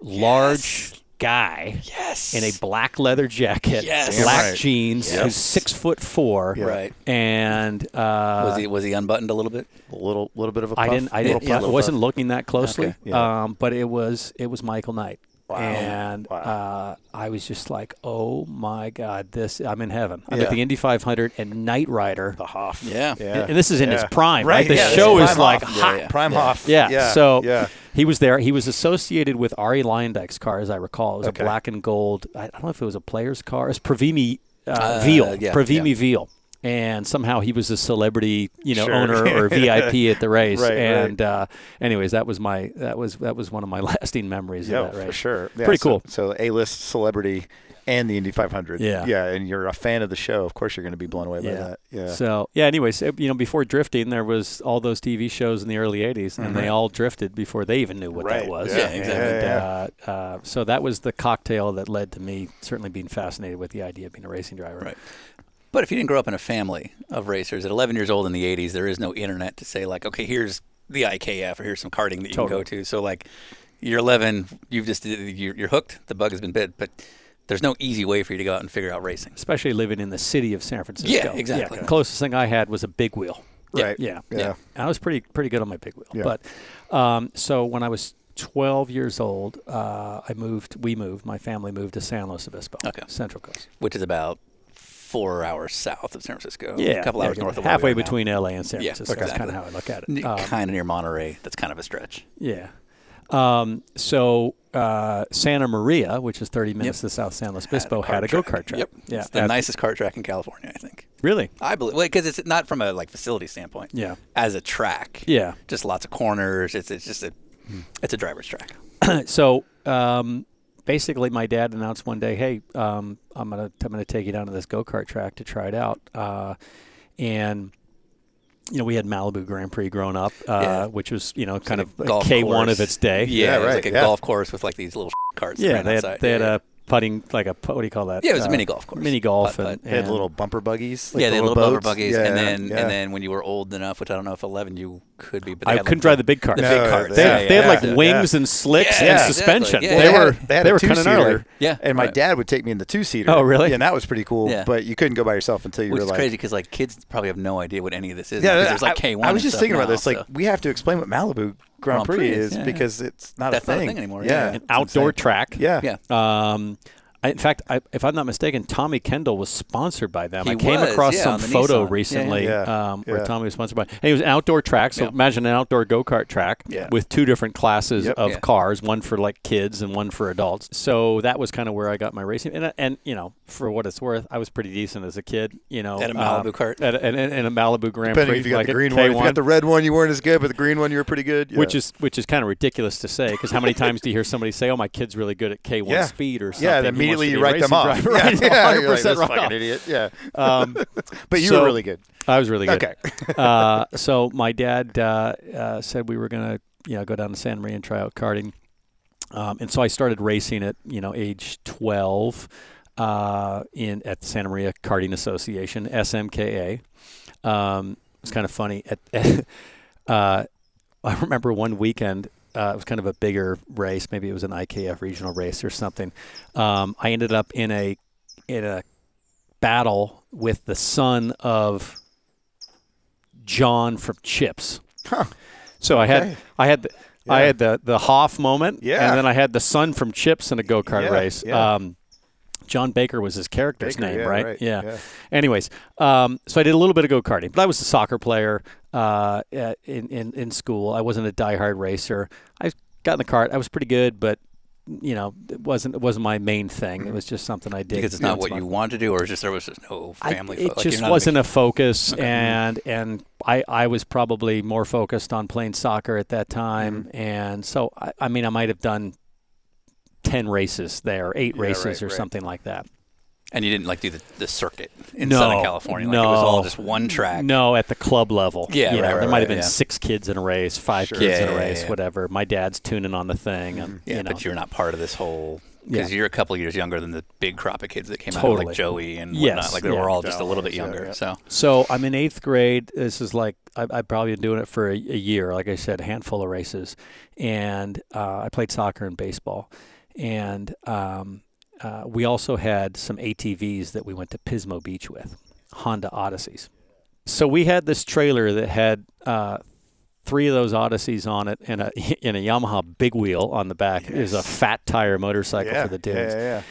[SPEAKER 3] large guy
[SPEAKER 1] Yes.
[SPEAKER 3] in a black leather jacket,
[SPEAKER 1] Yes. Damn
[SPEAKER 3] black
[SPEAKER 2] right.
[SPEAKER 3] jeans,
[SPEAKER 1] Yes.
[SPEAKER 3] who's six foot four,
[SPEAKER 2] Yeah.
[SPEAKER 1] right.
[SPEAKER 3] and uh,
[SPEAKER 1] Was he was he unbuttoned a little bit?
[SPEAKER 2] a little, little bit of a puff.
[SPEAKER 3] I didn't. I
[SPEAKER 2] Little
[SPEAKER 3] didn't. Yeah,
[SPEAKER 2] puff,
[SPEAKER 3] I wasn't looking that closely.
[SPEAKER 1] Okay.
[SPEAKER 2] Yeah.
[SPEAKER 3] Um, but it was. It was Michael Knight. And
[SPEAKER 2] Wow.
[SPEAKER 3] Uh, I was just like, "Oh my God, this! I'm in heaven. I'm
[SPEAKER 2] Yeah.
[SPEAKER 3] at the Indy 500 and Knight Rider, the Hoff.
[SPEAKER 1] Yeah.
[SPEAKER 2] Yeah.
[SPEAKER 3] And this is in its
[SPEAKER 2] Yeah.
[SPEAKER 3] prime, right? The
[SPEAKER 2] yeah,
[SPEAKER 3] show
[SPEAKER 2] it's
[SPEAKER 3] is
[SPEAKER 2] prime
[SPEAKER 3] like
[SPEAKER 2] off.
[SPEAKER 3] hot.
[SPEAKER 1] Yeah.
[SPEAKER 2] prime off.
[SPEAKER 3] Yeah. So
[SPEAKER 2] yeah.
[SPEAKER 3] he was there. He was associated with Ari Lyndike's car, as I recall. It was
[SPEAKER 2] Okay.
[SPEAKER 3] a black and gold. I don't know if it was a player's car. It's Pravimi uh,
[SPEAKER 1] Uh,
[SPEAKER 3] Veal.
[SPEAKER 1] yeah,
[SPEAKER 3] Pravimi Veal. And somehow he was a celebrity, you know,
[SPEAKER 2] Sure.
[SPEAKER 3] owner or VIP at the race.
[SPEAKER 2] Right, right.
[SPEAKER 3] and uh, anyways, that was my that was that was one of my lasting memories
[SPEAKER 2] Yeah,
[SPEAKER 3] of that race.
[SPEAKER 2] for sure. Yeah,
[SPEAKER 3] Pretty
[SPEAKER 2] so-
[SPEAKER 3] cool.
[SPEAKER 2] So, A-list celebrity and the Indy 500.
[SPEAKER 3] Yeah.
[SPEAKER 2] Yeah, and you're a fan of the show. Of course, you're going to be blown away by
[SPEAKER 3] Yeah.
[SPEAKER 2] that. Yeah.
[SPEAKER 3] So yeah. Anyways, it- you know, before drifting, there was all those TV shows in the early '80s, and they all drifted before they even knew what
[SPEAKER 2] Mm-hmm. Right.
[SPEAKER 3] that was.
[SPEAKER 1] Yeah, exactly.
[SPEAKER 3] And,
[SPEAKER 2] Yeah,
[SPEAKER 3] uh, uh, so that was the cocktail that led to me certainly being fascinated with the idea of being a racing driver.
[SPEAKER 1] Right. But if you didn't grow up in a family of racers, at 11 years old in the 80s, there is no internet to say like, okay, here's the IKF or here's some karting that you
[SPEAKER 3] Totally.
[SPEAKER 1] can go to. So like, you're 11, you've just you're, you're hooked. The bug has been bit, but there's no easy way for you to go out and figure out racing.
[SPEAKER 3] Especially living in the city of San Francisco.
[SPEAKER 1] Yeah, exactly.
[SPEAKER 3] the closest thing I had was a big wheel.
[SPEAKER 2] right.
[SPEAKER 3] Yeah.
[SPEAKER 2] Yeah.
[SPEAKER 3] And I was pretty pretty good on my big wheel.
[SPEAKER 2] Yeah.
[SPEAKER 3] But um, so when I was 12 years old, uh, I moved. We moved. My family moved to San Luis Obispo,
[SPEAKER 1] Okay.
[SPEAKER 3] Central Coast.
[SPEAKER 1] which is about four hours south of San Francisco. a couple hours
[SPEAKER 3] yeah,
[SPEAKER 1] north of where we
[SPEAKER 3] halfway
[SPEAKER 1] are now.
[SPEAKER 3] between LA and San
[SPEAKER 1] Yeah,
[SPEAKER 3] Francisco.
[SPEAKER 1] okay.
[SPEAKER 3] That's kind
[SPEAKER 1] exactly.
[SPEAKER 3] of how I look at
[SPEAKER 1] N-
[SPEAKER 3] it. Um,
[SPEAKER 1] kind of near Monterey. That's kind of a stretch.
[SPEAKER 3] yeah. Um, so uh, Santa Maria, which is 30 minutes to South San Luis Obispo, had a,
[SPEAKER 1] Kart
[SPEAKER 3] go kart track.
[SPEAKER 1] Yep.
[SPEAKER 3] Yeah.
[SPEAKER 1] It's the
[SPEAKER 3] At-
[SPEAKER 1] nicest kart track in California, I think.
[SPEAKER 3] Really?
[SPEAKER 1] I believe because it's not from a like facility standpoint.
[SPEAKER 3] Yeah.
[SPEAKER 1] As a track.
[SPEAKER 3] Yeah.
[SPEAKER 1] Just lots of corners. It's it's just a it's a driver's track.
[SPEAKER 3] so um, basically, my dad announced one day, "Hey, um, I'm gonna I'm gonna take you down to this go kart track to try it out." Uh, and you know, we had Malibu Grand Prix growing up, uh,
[SPEAKER 1] Yeah.
[SPEAKER 3] which was you know kind
[SPEAKER 1] like a
[SPEAKER 3] of
[SPEAKER 1] golf
[SPEAKER 3] K one
[SPEAKER 1] course.
[SPEAKER 3] of its
[SPEAKER 1] Yeah,
[SPEAKER 3] day.
[SPEAKER 2] Yeah,
[SPEAKER 1] it was
[SPEAKER 2] right,
[SPEAKER 1] like a
[SPEAKER 2] yeah.
[SPEAKER 1] golf course with like these little carts. that
[SPEAKER 3] yeah.
[SPEAKER 1] ran
[SPEAKER 3] They
[SPEAKER 1] outside.
[SPEAKER 3] had, they had
[SPEAKER 1] yeah.
[SPEAKER 3] a putting like a pu- what do you call that? Uh,
[SPEAKER 1] Yeah, it was a mini golf course.
[SPEAKER 3] Mini golf.
[SPEAKER 1] Putt,
[SPEAKER 3] and,
[SPEAKER 2] They had
[SPEAKER 3] and-
[SPEAKER 2] little bumper buggies.
[SPEAKER 1] yeah, they had little bumper
[SPEAKER 2] boats.
[SPEAKER 1] buggies,
[SPEAKER 2] Yeah,
[SPEAKER 1] and then
[SPEAKER 2] yeah.
[SPEAKER 1] and then when you were old enough, which I don't know if eleven you could be, but they
[SPEAKER 3] I
[SPEAKER 1] had, like,
[SPEAKER 3] couldn't drive the big cart.
[SPEAKER 1] The
[SPEAKER 2] No,
[SPEAKER 1] big carts.
[SPEAKER 3] They,
[SPEAKER 1] yeah,
[SPEAKER 2] yeah,
[SPEAKER 3] they
[SPEAKER 1] yeah,
[SPEAKER 3] had like
[SPEAKER 1] yeah.
[SPEAKER 3] wings and slicks
[SPEAKER 1] Yeah,
[SPEAKER 3] and
[SPEAKER 1] exactly.
[SPEAKER 3] suspension.
[SPEAKER 1] Yeah,
[SPEAKER 3] they,
[SPEAKER 1] yeah.
[SPEAKER 3] were
[SPEAKER 2] they had
[SPEAKER 3] they
[SPEAKER 2] a
[SPEAKER 3] were
[SPEAKER 2] two
[SPEAKER 3] kind of
[SPEAKER 2] seater.
[SPEAKER 3] gnarly.
[SPEAKER 1] Yeah,
[SPEAKER 2] and my
[SPEAKER 1] right.
[SPEAKER 2] dad would take me in the two seater.
[SPEAKER 3] Oh, really?
[SPEAKER 2] Yeah, and that was pretty cool.
[SPEAKER 1] Yeah.
[SPEAKER 2] But you couldn't go by yourself until you
[SPEAKER 1] Which
[SPEAKER 2] were
[SPEAKER 1] is
[SPEAKER 2] like
[SPEAKER 1] crazy because like kids probably have no idea what any of this is.
[SPEAKER 2] Yeah,
[SPEAKER 1] because
[SPEAKER 2] I-
[SPEAKER 1] there's like K one.
[SPEAKER 2] I was just thinking about this.
[SPEAKER 1] so.
[SPEAKER 2] Like, we have to explain what Malibu Grand,
[SPEAKER 1] Grand
[SPEAKER 2] Prix,
[SPEAKER 1] Prix is,
[SPEAKER 2] is
[SPEAKER 1] yeah, yeah.
[SPEAKER 2] because it's not
[SPEAKER 1] That's
[SPEAKER 2] a
[SPEAKER 1] not a
[SPEAKER 2] thing.
[SPEAKER 1] thing anymore, yeah.
[SPEAKER 2] Yeah,
[SPEAKER 1] An
[SPEAKER 2] It's
[SPEAKER 3] outdoor
[SPEAKER 2] insane.
[SPEAKER 3] track.
[SPEAKER 2] Yeah,
[SPEAKER 1] yeah,
[SPEAKER 3] Um, I, in fact, I, if I'm not mistaken, Tommy Kendall was sponsored by them.
[SPEAKER 1] He
[SPEAKER 3] I came
[SPEAKER 1] was,
[SPEAKER 3] across
[SPEAKER 1] yeah,
[SPEAKER 3] some
[SPEAKER 1] on the
[SPEAKER 3] photo
[SPEAKER 1] Nissan. Yeah,
[SPEAKER 3] recently
[SPEAKER 2] yeah. Yeah,
[SPEAKER 3] Um, where
[SPEAKER 2] yeah.
[SPEAKER 3] Tommy was sponsored by. And it was an outdoor track. So
[SPEAKER 1] Yeah.
[SPEAKER 3] imagine an outdoor go kart track
[SPEAKER 2] Yeah.
[SPEAKER 3] with two different classes
[SPEAKER 2] Yep.
[SPEAKER 3] of
[SPEAKER 1] Yeah.
[SPEAKER 3] cars, one for like kids and one for adults. So that was kind of where I got my racing. And, I- and you know, for what it's worth, I was pretty decent as a kid. You know,
[SPEAKER 1] At a
[SPEAKER 3] um,
[SPEAKER 1] Malibu kart.
[SPEAKER 3] at, a- at, a- at a Malibu Grand
[SPEAKER 2] Depending
[SPEAKER 3] Prix,
[SPEAKER 2] if you got
[SPEAKER 3] like
[SPEAKER 2] the
[SPEAKER 3] at
[SPEAKER 2] green one, if you
[SPEAKER 3] K1.
[SPEAKER 2] got the red one, you weren't as good, but the green one, you were pretty good. Yeah.
[SPEAKER 3] Which is which is kind of ridiculous to say because how many times do you hear somebody say, "Oh, my kid's really good at K one
[SPEAKER 2] yeah.
[SPEAKER 3] speed" or something?
[SPEAKER 2] Yeah, and
[SPEAKER 3] He wants
[SPEAKER 2] immediately
[SPEAKER 3] to
[SPEAKER 2] you
[SPEAKER 3] be a
[SPEAKER 2] write them
[SPEAKER 3] racing
[SPEAKER 2] off.
[SPEAKER 3] driver."
[SPEAKER 2] Yeah,
[SPEAKER 3] Right,
[SPEAKER 2] yeah, you're
[SPEAKER 3] 100%
[SPEAKER 2] like, this
[SPEAKER 3] right
[SPEAKER 2] fucking
[SPEAKER 3] off.
[SPEAKER 2] idiot. Yeah,
[SPEAKER 3] Um,
[SPEAKER 2] but you
[SPEAKER 3] so-
[SPEAKER 2] were really good.
[SPEAKER 3] I was really good.
[SPEAKER 2] Okay.
[SPEAKER 3] uh, so my dad uh, uh, said we were gonna, you know, go down to San Maria and try out karting, um, and so I started racing at you know age twelve uh, in at the Santa Maria Karting Association (SMKA). Um, it's kind of funny. At, uh, I remember one weekend. Uh, it was kind of a bigger race. Maybe it was an IKF regional race or something. Um, I ended up in a in a battle with the son of John from Chips. So I
[SPEAKER 2] Okay.
[SPEAKER 3] had I had the, I
[SPEAKER 2] Yeah.
[SPEAKER 3] had the the Hoff moment,
[SPEAKER 2] Yeah.
[SPEAKER 3] and then I had the son from Chips in a go kart
[SPEAKER 2] Yeah,
[SPEAKER 3] race.
[SPEAKER 2] yeah.
[SPEAKER 3] Um, John Baker was his character's
[SPEAKER 2] Baker,
[SPEAKER 3] name,
[SPEAKER 2] yeah,
[SPEAKER 3] right?
[SPEAKER 2] right,
[SPEAKER 3] Yeah.
[SPEAKER 2] yeah.
[SPEAKER 3] Anyways, um, so I did a little bit of go karting, but I was a soccer player uh, at- in, in in school. I wasn't a diehard racer. I got in the cart. I was pretty good, but you know, it wasn't it wasn't my main thing.
[SPEAKER 2] Mm-hmm.
[SPEAKER 3] It was just something I did
[SPEAKER 1] because it's not
[SPEAKER 3] once
[SPEAKER 1] what
[SPEAKER 3] in a
[SPEAKER 1] you want to do, or just there was just no
[SPEAKER 3] I-
[SPEAKER 1] family. fo-
[SPEAKER 3] it
[SPEAKER 1] like,
[SPEAKER 3] just
[SPEAKER 1] you're not
[SPEAKER 3] wasn't
[SPEAKER 1] a.
[SPEAKER 3] a focus, and and I, I was probably more focused on playing soccer at that time,
[SPEAKER 1] Mm-hmm.
[SPEAKER 3] and so I, I mean I might have done ten races there, eight races
[SPEAKER 2] right,
[SPEAKER 3] or
[SPEAKER 2] right.
[SPEAKER 3] something like that.
[SPEAKER 1] and you didn't like do the, the circuit in
[SPEAKER 3] No,
[SPEAKER 1] Southern California. Like, it was
[SPEAKER 3] no.
[SPEAKER 1] all just one track.
[SPEAKER 3] No, at the club level.
[SPEAKER 1] Yeah,
[SPEAKER 3] you
[SPEAKER 1] right,
[SPEAKER 3] know,
[SPEAKER 1] right,
[SPEAKER 3] there might
[SPEAKER 1] right,
[SPEAKER 3] have been
[SPEAKER 1] yeah.
[SPEAKER 3] six kids in a race, five kids
[SPEAKER 1] Yeah,
[SPEAKER 3] in a
[SPEAKER 1] yeah,
[SPEAKER 3] race,
[SPEAKER 1] yeah. Mm-hmm.
[SPEAKER 3] whatever. My dad's tuning on the thing, and
[SPEAKER 1] Yeah,
[SPEAKER 3] you know,
[SPEAKER 1] but you're not part of this whole. Because
[SPEAKER 3] Yeah.
[SPEAKER 1] you're a couple years younger than the big crop of kids that came out,
[SPEAKER 3] Totally.
[SPEAKER 1] like Joey and
[SPEAKER 3] Yes,
[SPEAKER 1] whatnot. Like they
[SPEAKER 3] yeah.
[SPEAKER 1] were all just a little bit younger. So
[SPEAKER 3] So I'm in eighth grade. This is like I, I've probably been doing it for a, a year. Like I said, a handful of races, and uh, I played soccer and baseball, and um, uh, we also had some ATVs that we went to Pismo Beach with, Honda Odysseys. So we had this trailer that had uh, three of those Odysseys on it, and a in a Yamaha big wheel on the back is a fat tire motorcycle
[SPEAKER 2] Yeah,
[SPEAKER 3] for the
[SPEAKER 2] yeah,
[SPEAKER 3] dudes.
[SPEAKER 2] yeah, yeah.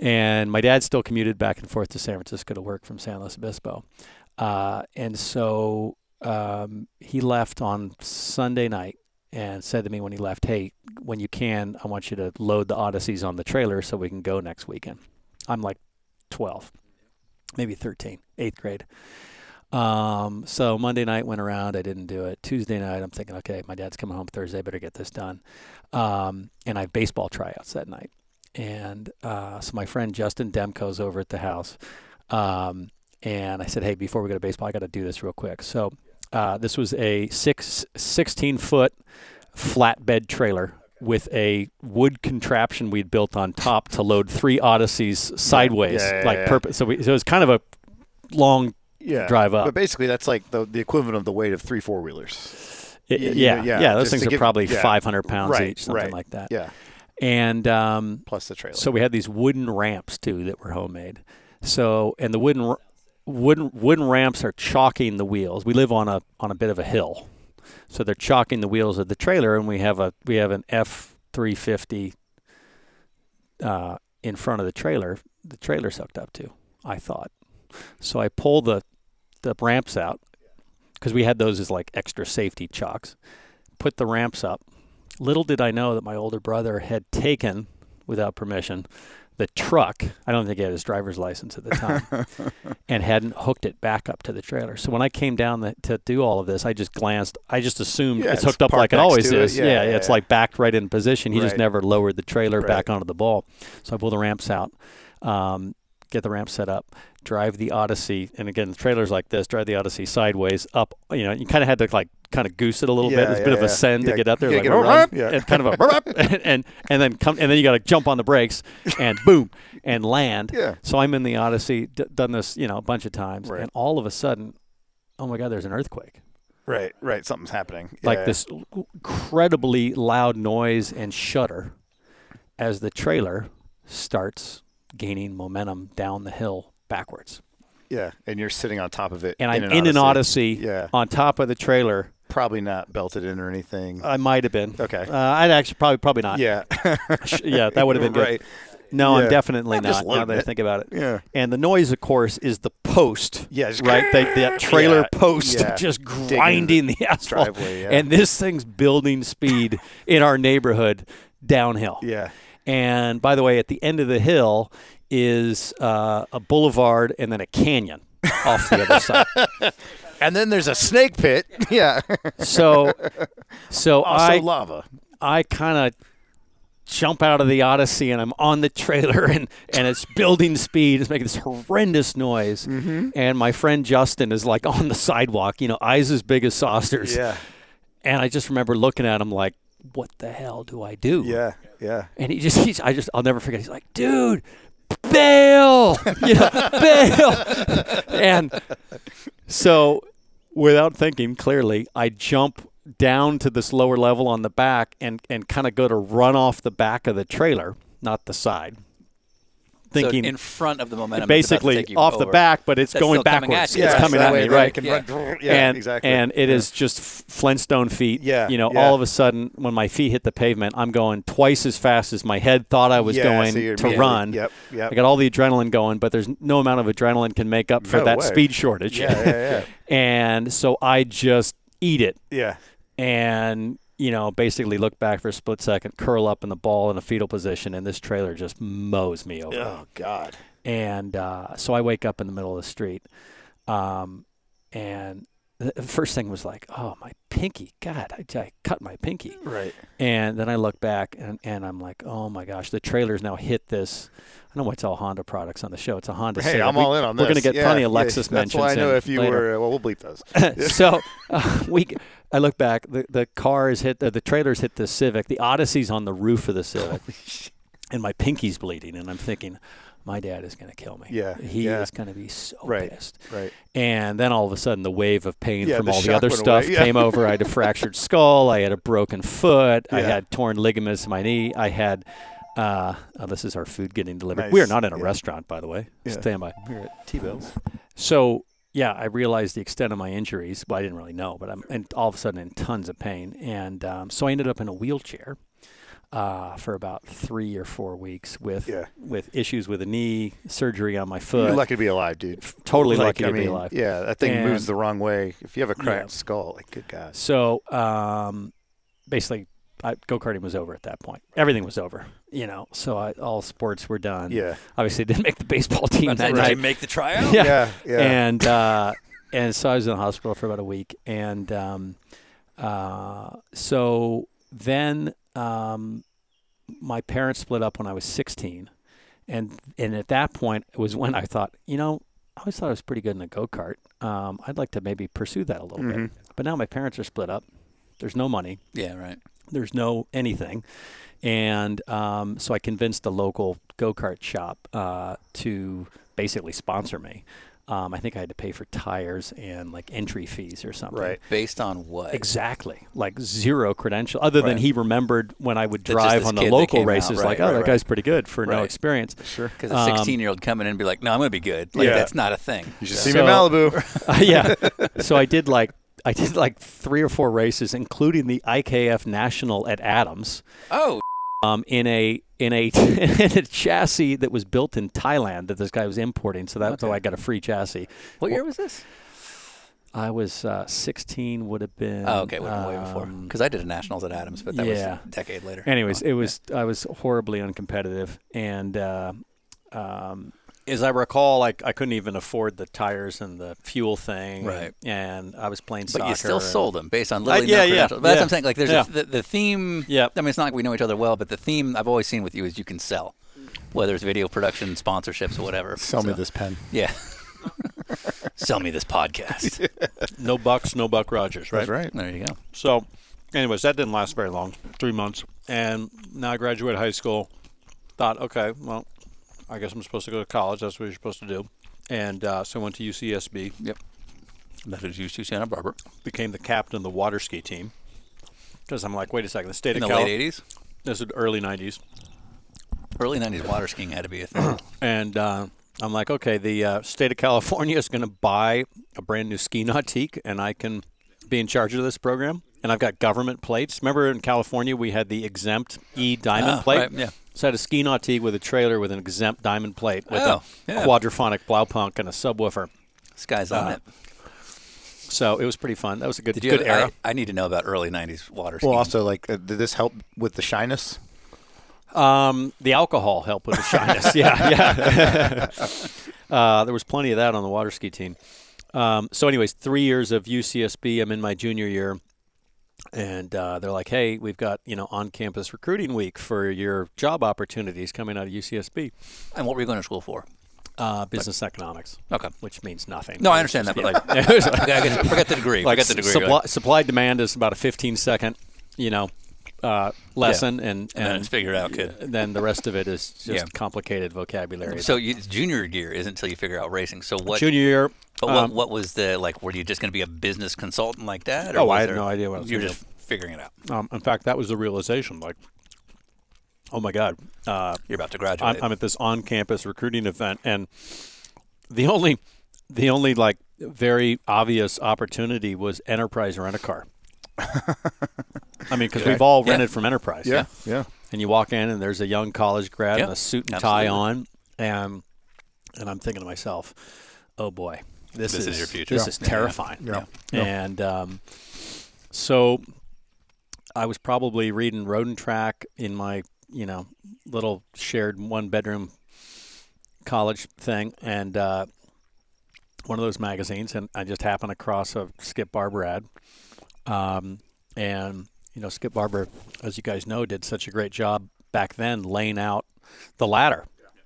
[SPEAKER 3] And my dad still commuted back and forth to San Francisco to work from San Luis Obispo. Uh, and so um, he left on Sunday night and said to me when he left, Hey, when you can, I want you to load the Odysseys on the trailer so we can go next weekend. I'm like 12, maybe 13, eighth grade. Um, so Monday night went around. I didn't do it. Tuesday night, I'm thinking, okay, my dad's coming home Thursday. Better get this done. Um, and I have baseball tryouts that night. And uh, so my friend Justin Demko's over at the house. Um, and I said, hey, before we go to baseball, I got to do this real quick. So uh, this was a six, 16 foot flatbed trailer with a wood contraption we'd built on top to load three Odysseys sideways,
[SPEAKER 2] yeah, yeah,
[SPEAKER 3] like
[SPEAKER 2] yeah.
[SPEAKER 3] purpose. So, we, so it was kind of a long
[SPEAKER 2] Yeah.
[SPEAKER 3] drive up.
[SPEAKER 2] But basically, that's like the, the equivalent of the weight of three four wheelers.
[SPEAKER 3] Y-
[SPEAKER 2] Y-
[SPEAKER 3] yeah,
[SPEAKER 2] yeah,
[SPEAKER 3] yeah, Those
[SPEAKER 2] just
[SPEAKER 3] things
[SPEAKER 2] to
[SPEAKER 3] are
[SPEAKER 2] give-
[SPEAKER 3] probably
[SPEAKER 2] yeah.
[SPEAKER 3] 500 pounds
[SPEAKER 2] Right,
[SPEAKER 3] each, something
[SPEAKER 2] right.
[SPEAKER 3] like that.
[SPEAKER 2] Yeah.
[SPEAKER 3] And um,
[SPEAKER 2] Plus the trailer.
[SPEAKER 3] so we had these wooden ramps too that were homemade. So and the wooden r- wooden wooden ramps are chalking the wheels. We live on a on a bit of a hill, so they're chalking the wheels of the trailer, and we have a we have an F three fifty uh, in front of the trailer. The trailer sucked up to, I thought. So I pull the the ramps out because we had those as like extra safety chocks. Put the ramps up. Little did I know that my older brother had taken, without permission, the truck. I don't think he had his driver's license at the time, and hadn't hooked it back up to the trailer. So when I came down the, to do all of this, I just glanced. I just assumed
[SPEAKER 2] Yeah,
[SPEAKER 3] it's
[SPEAKER 2] it's
[SPEAKER 3] hooked up
[SPEAKER 2] parked
[SPEAKER 3] like it
[SPEAKER 2] next
[SPEAKER 3] always
[SPEAKER 2] to it.
[SPEAKER 3] is.
[SPEAKER 2] Yeah,
[SPEAKER 3] yeah,
[SPEAKER 2] yeah,
[SPEAKER 3] it's
[SPEAKER 2] yeah.
[SPEAKER 3] like backed right in position. He just
[SPEAKER 2] Right.
[SPEAKER 3] never lowered the trailer
[SPEAKER 2] Right.
[SPEAKER 3] back onto the ball. So I pull the ramp out, um, get the ramp set up, drive the Odyssey, and again the trailer's like this. Drive the Odyssey sideways up. You know, you kind of had to like kind of goose it a little bit.
[SPEAKER 2] Yeah,
[SPEAKER 3] It's a
[SPEAKER 2] yeah,
[SPEAKER 3] bit of
[SPEAKER 2] yeah.
[SPEAKER 3] a send
[SPEAKER 2] Yeah,
[SPEAKER 3] to get up there,
[SPEAKER 2] yeah,
[SPEAKER 3] like
[SPEAKER 2] get
[SPEAKER 3] a
[SPEAKER 2] over
[SPEAKER 3] run,
[SPEAKER 2] it. Yeah.
[SPEAKER 3] and kind of a and, and and then come and then you got to jump on the brakes and boom and land.
[SPEAKER 2] Yeah.
[SPEAKER 3] So I'm in the Odyssey, d- done this you know a bunch of times,
[SPEAKER 2] Right.
[SPEAKER 3] and all of a sudden, oh my God, there's an earthquake
[SPEAKER 2] Right, right. Something's happening.
[SPEAKER 3] like
[SPEAKER 2] Yeah.
[SPEAKER 3] this incredibly loud noise and shudder as the trailer starts gaining momentum down the hill backwards.
[SPEAKER 2] Yeah, and you're sitting on top of it.
[SPEAKER 3] And I'm in an Odyssey
[SPEAKER 2] Yeah.
[SPEAKER 3] on top of the trailer.
[SPEAKER 2] Probably not belted in or anything.
[SPEAKER 3] I might have been.
[SPEAKER 2] Okay.
[SPEAKER 3] Uh, I'd actually probably probably not.
[SPEAKER 2] yeah.
[SPEAKER 3] Sh- yeah, that would have been good.
[SPEAKER 2] Right.
[SPEAKER 3] No, I'm
[SPEAKER 2] Yeah.
[SPEAKER 3] definitely
[SPEAKER 2] just
[SPEAKER 3] not. Now
[SPEAKER 2] loading
[SPEAKER 3] that I
[SPEAKER 2] it.
[SPEAKER 3] think about it.
[SPEAKER 2] Yeah.
[SPEAKER 3] And the noise, of course, is the post.
[SPEAKER 2] Yeah, just
[SPEAKER 3] right. They, that trailer
[SPEAKER 2] Yeah,
[SPEAKER 3] post
[SPEAKER 2] yeah.
[SPEAKER 3] just
[SPEAKER 2] Digging the
[SPEAKER 3] grinding the asphalt.
[SPEAKER 2] driveway, yeah.
[SPEAKER 3] And this thing's building speed in our neighborhood downhill.
[SPEAKER 2] Yeah.
[SPEAKER 3] And by the way, at the end of the hill is uh, a boulevard and then a canyon off the other side.
[SPEAKER 2] And then there's a snake pit. Yeah.
[SPEAKER 3] So, so
[SPEAKER 2] also
[SPEAKER 3] I
[SPEAKER 2] lava.
[SPEAKER 3] I kind of jump out of the Odyssey and I'm on the trailer and, and it's building speed. It's making this horrendous noise.
[SPEAKER 2] Mm-hmm.
[SPEAKER 3] And my friend Justin is like on the sidewalk, you know, eyes as big as saucers.
[SPEAKER 2] Yeah.
[SPEAKER 3] And I just remember looking at him like, what the hell do I do?
[SPEAKER 2] Yeah. Yeah.
[SPEAKER 3] And he just, he's, I just, I'll never forget. He's like, dude, bail, you know, bail. And so without thinking clearly, I jump down to this lower level on the back and, and kind of go to run off the back of the trailer, not the side. Thinking
[SPEAKER 1] so in front of the momentum. it's about to
[SPEAKER 3] basically
[SPEAKER 1] take you
[SPEAKER 3] off the
[SPEAKER 1] over.
[SPEAKER 3] back, but it's
[SPEAKER 1] That's
[SPEAKER 3] going
[SPEAKER 1] still coming
[SPEAKER 3] backwards.
[SPEAKER 1] at you.
[SPEAKER 3] It's
[SPEAKER 1] Yeah,
[SPEAKER 3] coming
[SPEAKER 1] so
[SPEAKER 3] at
[SPEAKER 1] that
[SPEAKER 3] me,
[SPEAKER 1] way they
[SPEAKER 3] right?
[SPEAKER 1] can
[SPEAKER 2] Yeah,
[SPEAKER 1] run-
[SPEAKER 2] yeah
[SPEAKER 3] and,
[SPEAKER 2] exactly.
[SPEAKER 3] And it is
[SPEAKER 2] Yeah.
[SPEAKER 3] just Flintstone feet.
[SPEAKER 2] Yeah,
[SPEAKER 3] You know,
[SPEAKER 2] yeah.
[SPEAKER 3] all of a sudden, when my feet hit the pavement, I'm going twice as fast as my head thought I was
[SPEAKER 2] Yeah,
[SPEAKER 3] going
[SPEAKER 2] so you're
[SPEAKER 3] to
[SPEAKER 2] immediately-
[SPEAKER 3] run.
[SPEAKER 2] yep, yep.
[SPEAKER 3] I got all the adrenaline going, but there's no amount of adrenaline can make up for
[SPEAKER 2] No
[SPEAKER 3] that
[SPEAKER 2] way.
[SPEAKER 3] speed shortage.
[SPEAKER 2] Yeah, yeah, yeah.
[SPEAKER 3] and so I just eat it
[SPEAKER 2] yeah.
[SPEAKER 3] and you know basically look back for a split second curl up in the ball in a fetal position and this trailer just mows me over
[SPEAKER 2] Oh God.
[SPEAKER 3] and uh, so I wake up in the middle of the street, um, and the the first thing was like, "Oh, my pinky! God, I, I cut my pinky!"
[SPEAKER 2] Right.
[SPEAKER 3] And then I look back, and, and I'm like, "Oh my gosh, the trailer's now hit this." I know it's all Honda products on the show. It's a Honda.
[SPEAKER 2] Hey,
[SPEAKER 3] sale.
[SPEAKER 2] I'm
[SPEAKER 3] We-
[SPEAKER 2] all in on this.
[SPEAKER 3] We're gonna get
[SPEAKER 2] Yeah,
[SPEAKER 3] plenty of
[SPEAKER 2] yeah,
[SPEAKER 3] Lexus
[SPEAKER 2] That's
[SPEAKER 3] mentions.
[SPEAKER 2] why I know
[SPEAKER 3] in
[SPEAKER 2] if you
[SPEAKER 3] later.
[SPEAKER 2] were. Well, we'll bleep those.
[SPEAKER 3] so uh, we, I look back. The the car is hit. The, the trailer's hit the Civic. The Odyssey's on the roof of the Civic, and my pinky's bleeding. And I'm thinking, my dad is going to kill me.
[SPEAKER 2] Yeah,
[SPEAKER 3] he
[SPEAKER 2] yeah.
[SPEAKER 3] is going to be so
[SPEAKER 2] Right,
[SPEAKER 3] pissed.
[SPEAKER 2] right.
[SPEAKER 3] And then all of a sudden, the wave of pain
[SPEAKER 2] Yeah,
[SPEAKER 3] from
[SPEAKER 2] the
[SPEAKER 3] all the
[SPEAKER 2] shock
[SPEAKER 3] other
[SPEAKER 2] went
[SPEAKER 3] stuff
[SPEAKER 2] away. Yeah.
[SPEAKER 3] came over. I had a fractured skull. I had a broken foot. I
[SPEAKER 2] Yeah.
[SPEAKER 3] had torn ligaments in my knee. I had. Uh, oh, this is our food getting delivered.
[SPEAKER 2] Nice.
[SPEAKER 3] We are not in a
[SPEAKER 2] Yeah.
[SPEAKER 3] restaurant, by the way.
[SPEAKER 2] Yeah.
[SPEAKER 3] Stand by.
[SPEAKER 2] T-bills.
[SPEAKER 3] So yeah, I realized the extent of my injuries. Well, I didn't really know, but I'm and all of a sudden in tons of pain, and um, so I ended up in a wheelchair uh, for about three or four weeks with
[SPEAKER 2] Yeah.
[SPEAKER 3] with issues with a knee, surgery on my
[SPEAKER 2] You're
[SPEAKER 3] foot.
[SPEAKER 2] lucky to be alive, dude.
[SPEAKER 3] totally
[SPEAKER 2] Like,
[SPEAKER 3] lucky
[SPEAKER 2] I
[SPEAKER 3] to be
[SPEAKER 2] mean,
[SPEAKER 3] alive.
[SPEAKER 2] Yeah, that thing
[SPEAKER 3] And-
[SPEAKER 2] moves the wrong way. If you have a cracked
[SPEAKER 3] Yeah.
[SPEAKER 2] skull, like good God.
[SPEAKER 3] So um, basically, go karting was over at that point. Everything was over, you know. So I, all sports were done.
[SPEAKER 2] Yeah.
[SPEAKER 3] obviously didn't make the baseball team
[SPEAKER 1] That's
[SPEAKER 3] that
[SPEAKER 1] it. Did you
[SPEAKER 3] night.
[SPEAKER 1] make the tryout?
[SPEAKER 3] Yeah.
[SPEAKER 2] Yeah, yeah.
[SPEAKER 3] And uh, and so I was in the hospital for about a week, and um, uh, so then um, my parents split up when I was 16, and and at that point it was when I thought, you know, I always thought I was pretty good in a go kart. Um, I'd like to maybe pursue that a little bit, but now my parents are split up. There's no money
[SPEAKER 1] Yeah, right.
[SPEAKER 3] there's no anything. And um, so I convinced the local go kart shop uh, to basically sponsor me. Um, I think I had to pay for tires and like entry fees or something.
[SPEAKER 2] Right.
[SPEAKER 1] Based on what?
[SPEAKER 3] Exactly. Like zero credential, other than
[SPEAKER 1] Right.
[SPEAKER 3] he remembered when I would
[SPEAKER 1] That just
[SPEAKER 3] drive
[SPEAKER 1] this
[SPEAKER 3] on the
[SPEAKER 1] kid that
[SPEAKER 3] local
[SPEAKER 1] came out,
[SPEAKER 3] races,
[SPEAKER 1] right,
[SPEAKER 3] like, oh,
[SPEAKER 1] right,
[SPEAKER 3] that
[SPEAKER 1] right.
[SPEAKER 3] guy's pretty good for no
[SPEAKER 1] Right.
[SPEAKER 3] experience. Sure. Um,
[SPEAKER 1] Because a 16 year old coming in and be like, no, I'm going to be good. Like,
[SPEAKER 2] Yeah.
[SPEAKER 1] that's not a thing.
[SPEAKER 2] You should
[SPEAKER 1] Yeah.
[SPEAKER 2] see me in
[SPEAKER 3] So-
[SPEAKER 2] Malibu.
[SPEAKER 3] Uh, yeah. So I did like. I did like three or four races, including the IKF National at Adams,
[SPEAKER 1] Oh,
[SPEAKER 3] um, in a in a in a chassis that was built in Thailand that this guy was importing. So that's how I got a free chassis.
[SPEAKER 1] what year was this?
[SPEAKER 3] I was uh, 16, would have been.
[SPEAKER 1] Oh, okay, would have been way before
[SPEAKER 3] um,
[SPEAKER 1] because I did a nationals at Adams, but that
[SPEAKER 3] yeah.
[SPEAKER 1] was a decade later.
[SPEAKER 3] Anyways, it was I was horribly uncompetitive, and uh, um, as I recall, I, I couldn't even afford the tires and the fuel thing,
[SPEAKER 1] Right.
[SPEAKER 3] And I was playing soccer.
[SPEAKER 1] But you still
[SPEAKER 3] and-
[SPEAKER 1] sold them based on literally
[SPEAKER 3] yeah,
[SPEAKER 1] no
[SPEAKER 3] yeah,
[SPEAKER 1] credentials. But that's
[SPEAKER 3] yeah.
[SPEAKER 1] what I'm saying. Like, there's
[SPEAKER 3] Yeah.
[SPEAKER 1] a, the, the theme.
[SPEAKER 3] Yeah.
[SPEAKER 1] I mean, it's not like we know each other well, but the theme I've always seen with you is you can sell, whether it's video production, sponsorships, or whatever.
[SPEAKER 2] Sell me
[SPEAKER 1] So,
[SPEAKER 2] this pen.
[SPEAKER 1] Yeah. Sell me this podcast.
[SPEAKER 3] No bucks, no Buck Rogers, right?
[SPEAKER 2] That's right.
[SPEAKER 1] There you go.
[SPEAKER 3] So, anyways, that didn't last very long, three months. And now I graduated high school. Thought, okay, well, I guess I'm supposed to go to college. That's what you're supposed to do. And uh, so I went to UCSB,
[SPEAKER 1] Yep. That is used to Santa Barbara
[SPEAKER 3] became the captain of the water ski team. Because I'm like, wait a second, the state
[SPEAKER 1] in
[SPEAKER 3] of
[SPEAKER 1] the
[SPEAKER 3] Cali-
[SPEAKER 1] late '80s,
[SPEAKER 3] This is early 90s.
[SPEAKER 1] early '90s. Water skiing had to be a thing.
[SPEAKER 3] And uh, I'm like, okay, the uh, state of California is going to buy a brand new ski nautique, and I can be in charge of this program. And I've got government plates. Remember in California, we had the exempt E diamond
[SPEAKER 1] Ah,
[SPEAKER 3] plate?
[SPEAKER 1] right, yeah.
[SPEAKER 3] So I had a ski nautique with a trailer with an exempt diamond plate with
[SPEAKER 1] Oh,
[SPEAKER 3] a
[SPEAKER 1] yeah.
[SPEAKER 3] quadraphonic blowpunk and a subwoofer.
[SPEAKER 1] Sky's on it.
[SPEAKER 3] So it was pretty fun. That was a good,
[SPEAKER 1] Did you
[SPEAKER 3] Uh, good
[SPEAKER 1] have- uh,
[SPEAKER 3] era.
[SPEAKER 1] I, I need to know about early '90s water skiing.
[SPEAKER 2] Well, also, like, uh, did this help with the shyness?
[SPEAKER 3] Um, the alcohol helped with the shyness. yeah, yeah. uh, there was plenty of that on the water ski team. Um, so, anyways, three years of UCSB. I'm in my junior year, and uh, they're like, "Hey, we've got you know on-campus recruiting week for your job opportunities coming out of UCSB,
[SPEAKER 1] and what were you going to school for?
[SPEAKER 3] uh, business economics."
[SPEAKER 1] Okay.
[SPEAKER 3] which means nothing.
[SPEAKER 1] Oh. No, I understand that, but like, okay, I get- forget the degree.
[SPEAKER 3] Like
[SPEAKER 1] forget the degree.
[SPEAKER 3] supply,
[SPEAKER 1] like,
[SPEAKER 3] supply demand is about a 15 second, you know, uh, lesson, and
[SPEAKER 1] and then it's figured out, kid.
[SPEAKER 3] then the rest of it is just
[SPEAKER 1] Yeah.
[SPEAKER 3] complicated vocabulary.
[SPEAKER 1] So you, junior year isn't until you figure out racing. So what?
[SPEAKER 3] junior year,
[SPEAKER 1] but what,
[SPEAKER 3] um,
[SPEAKER 1] what was the like? Were you just going to be a business consultant like that?
[SPEAKER 3] Oh,
[SPEAKER 1] was
[SPEAKER 3] I had
[SPEAKER 1] there-
[SPEAKER 3] no idea what I was
[SPEAKER 1] you were
[SPEAKER 3] gonna
[SPEAKER 1] just figuring it out.
[SPEAKER 3] um, in fact, that was the realization. Like, oh my god, uh,
[SPEAKER 1] You're about to graduate.
[SPEAKER 3] I'm, I'm at this on-campus recruiting event, and the only, the only like very obvious opportunity was Enterprise Rent a Car. I mean, because we've all
[SPEAKER 1] Yeah.
[SPEAKER 3] rented from Enterprise,
[SPEAKER 2] Yeah.
[SPEAKER 3] and you walk in and there's a young college grad
[SPEAKER 1] Yeah,
[SPEAKER 3] in a suit and tie on and and I'm thinking to myself, oh boy, this,
[SPEAKER 1] This is your future.
[SPEAKER 3] This
[SPEAKER 1] Yeah.
[SPEAKER 3] is terrifying.
[SPEAKER 2] Yeah.
[SPEAKER 3] And um, so I was probably reading Road and Track in my you know little shared one bedroom college thing and uh, one of those magazines and I just happened across a Skip Barber ad um, and you know Skip Barber, as you guys know, did such a great job back then laying out the ladder.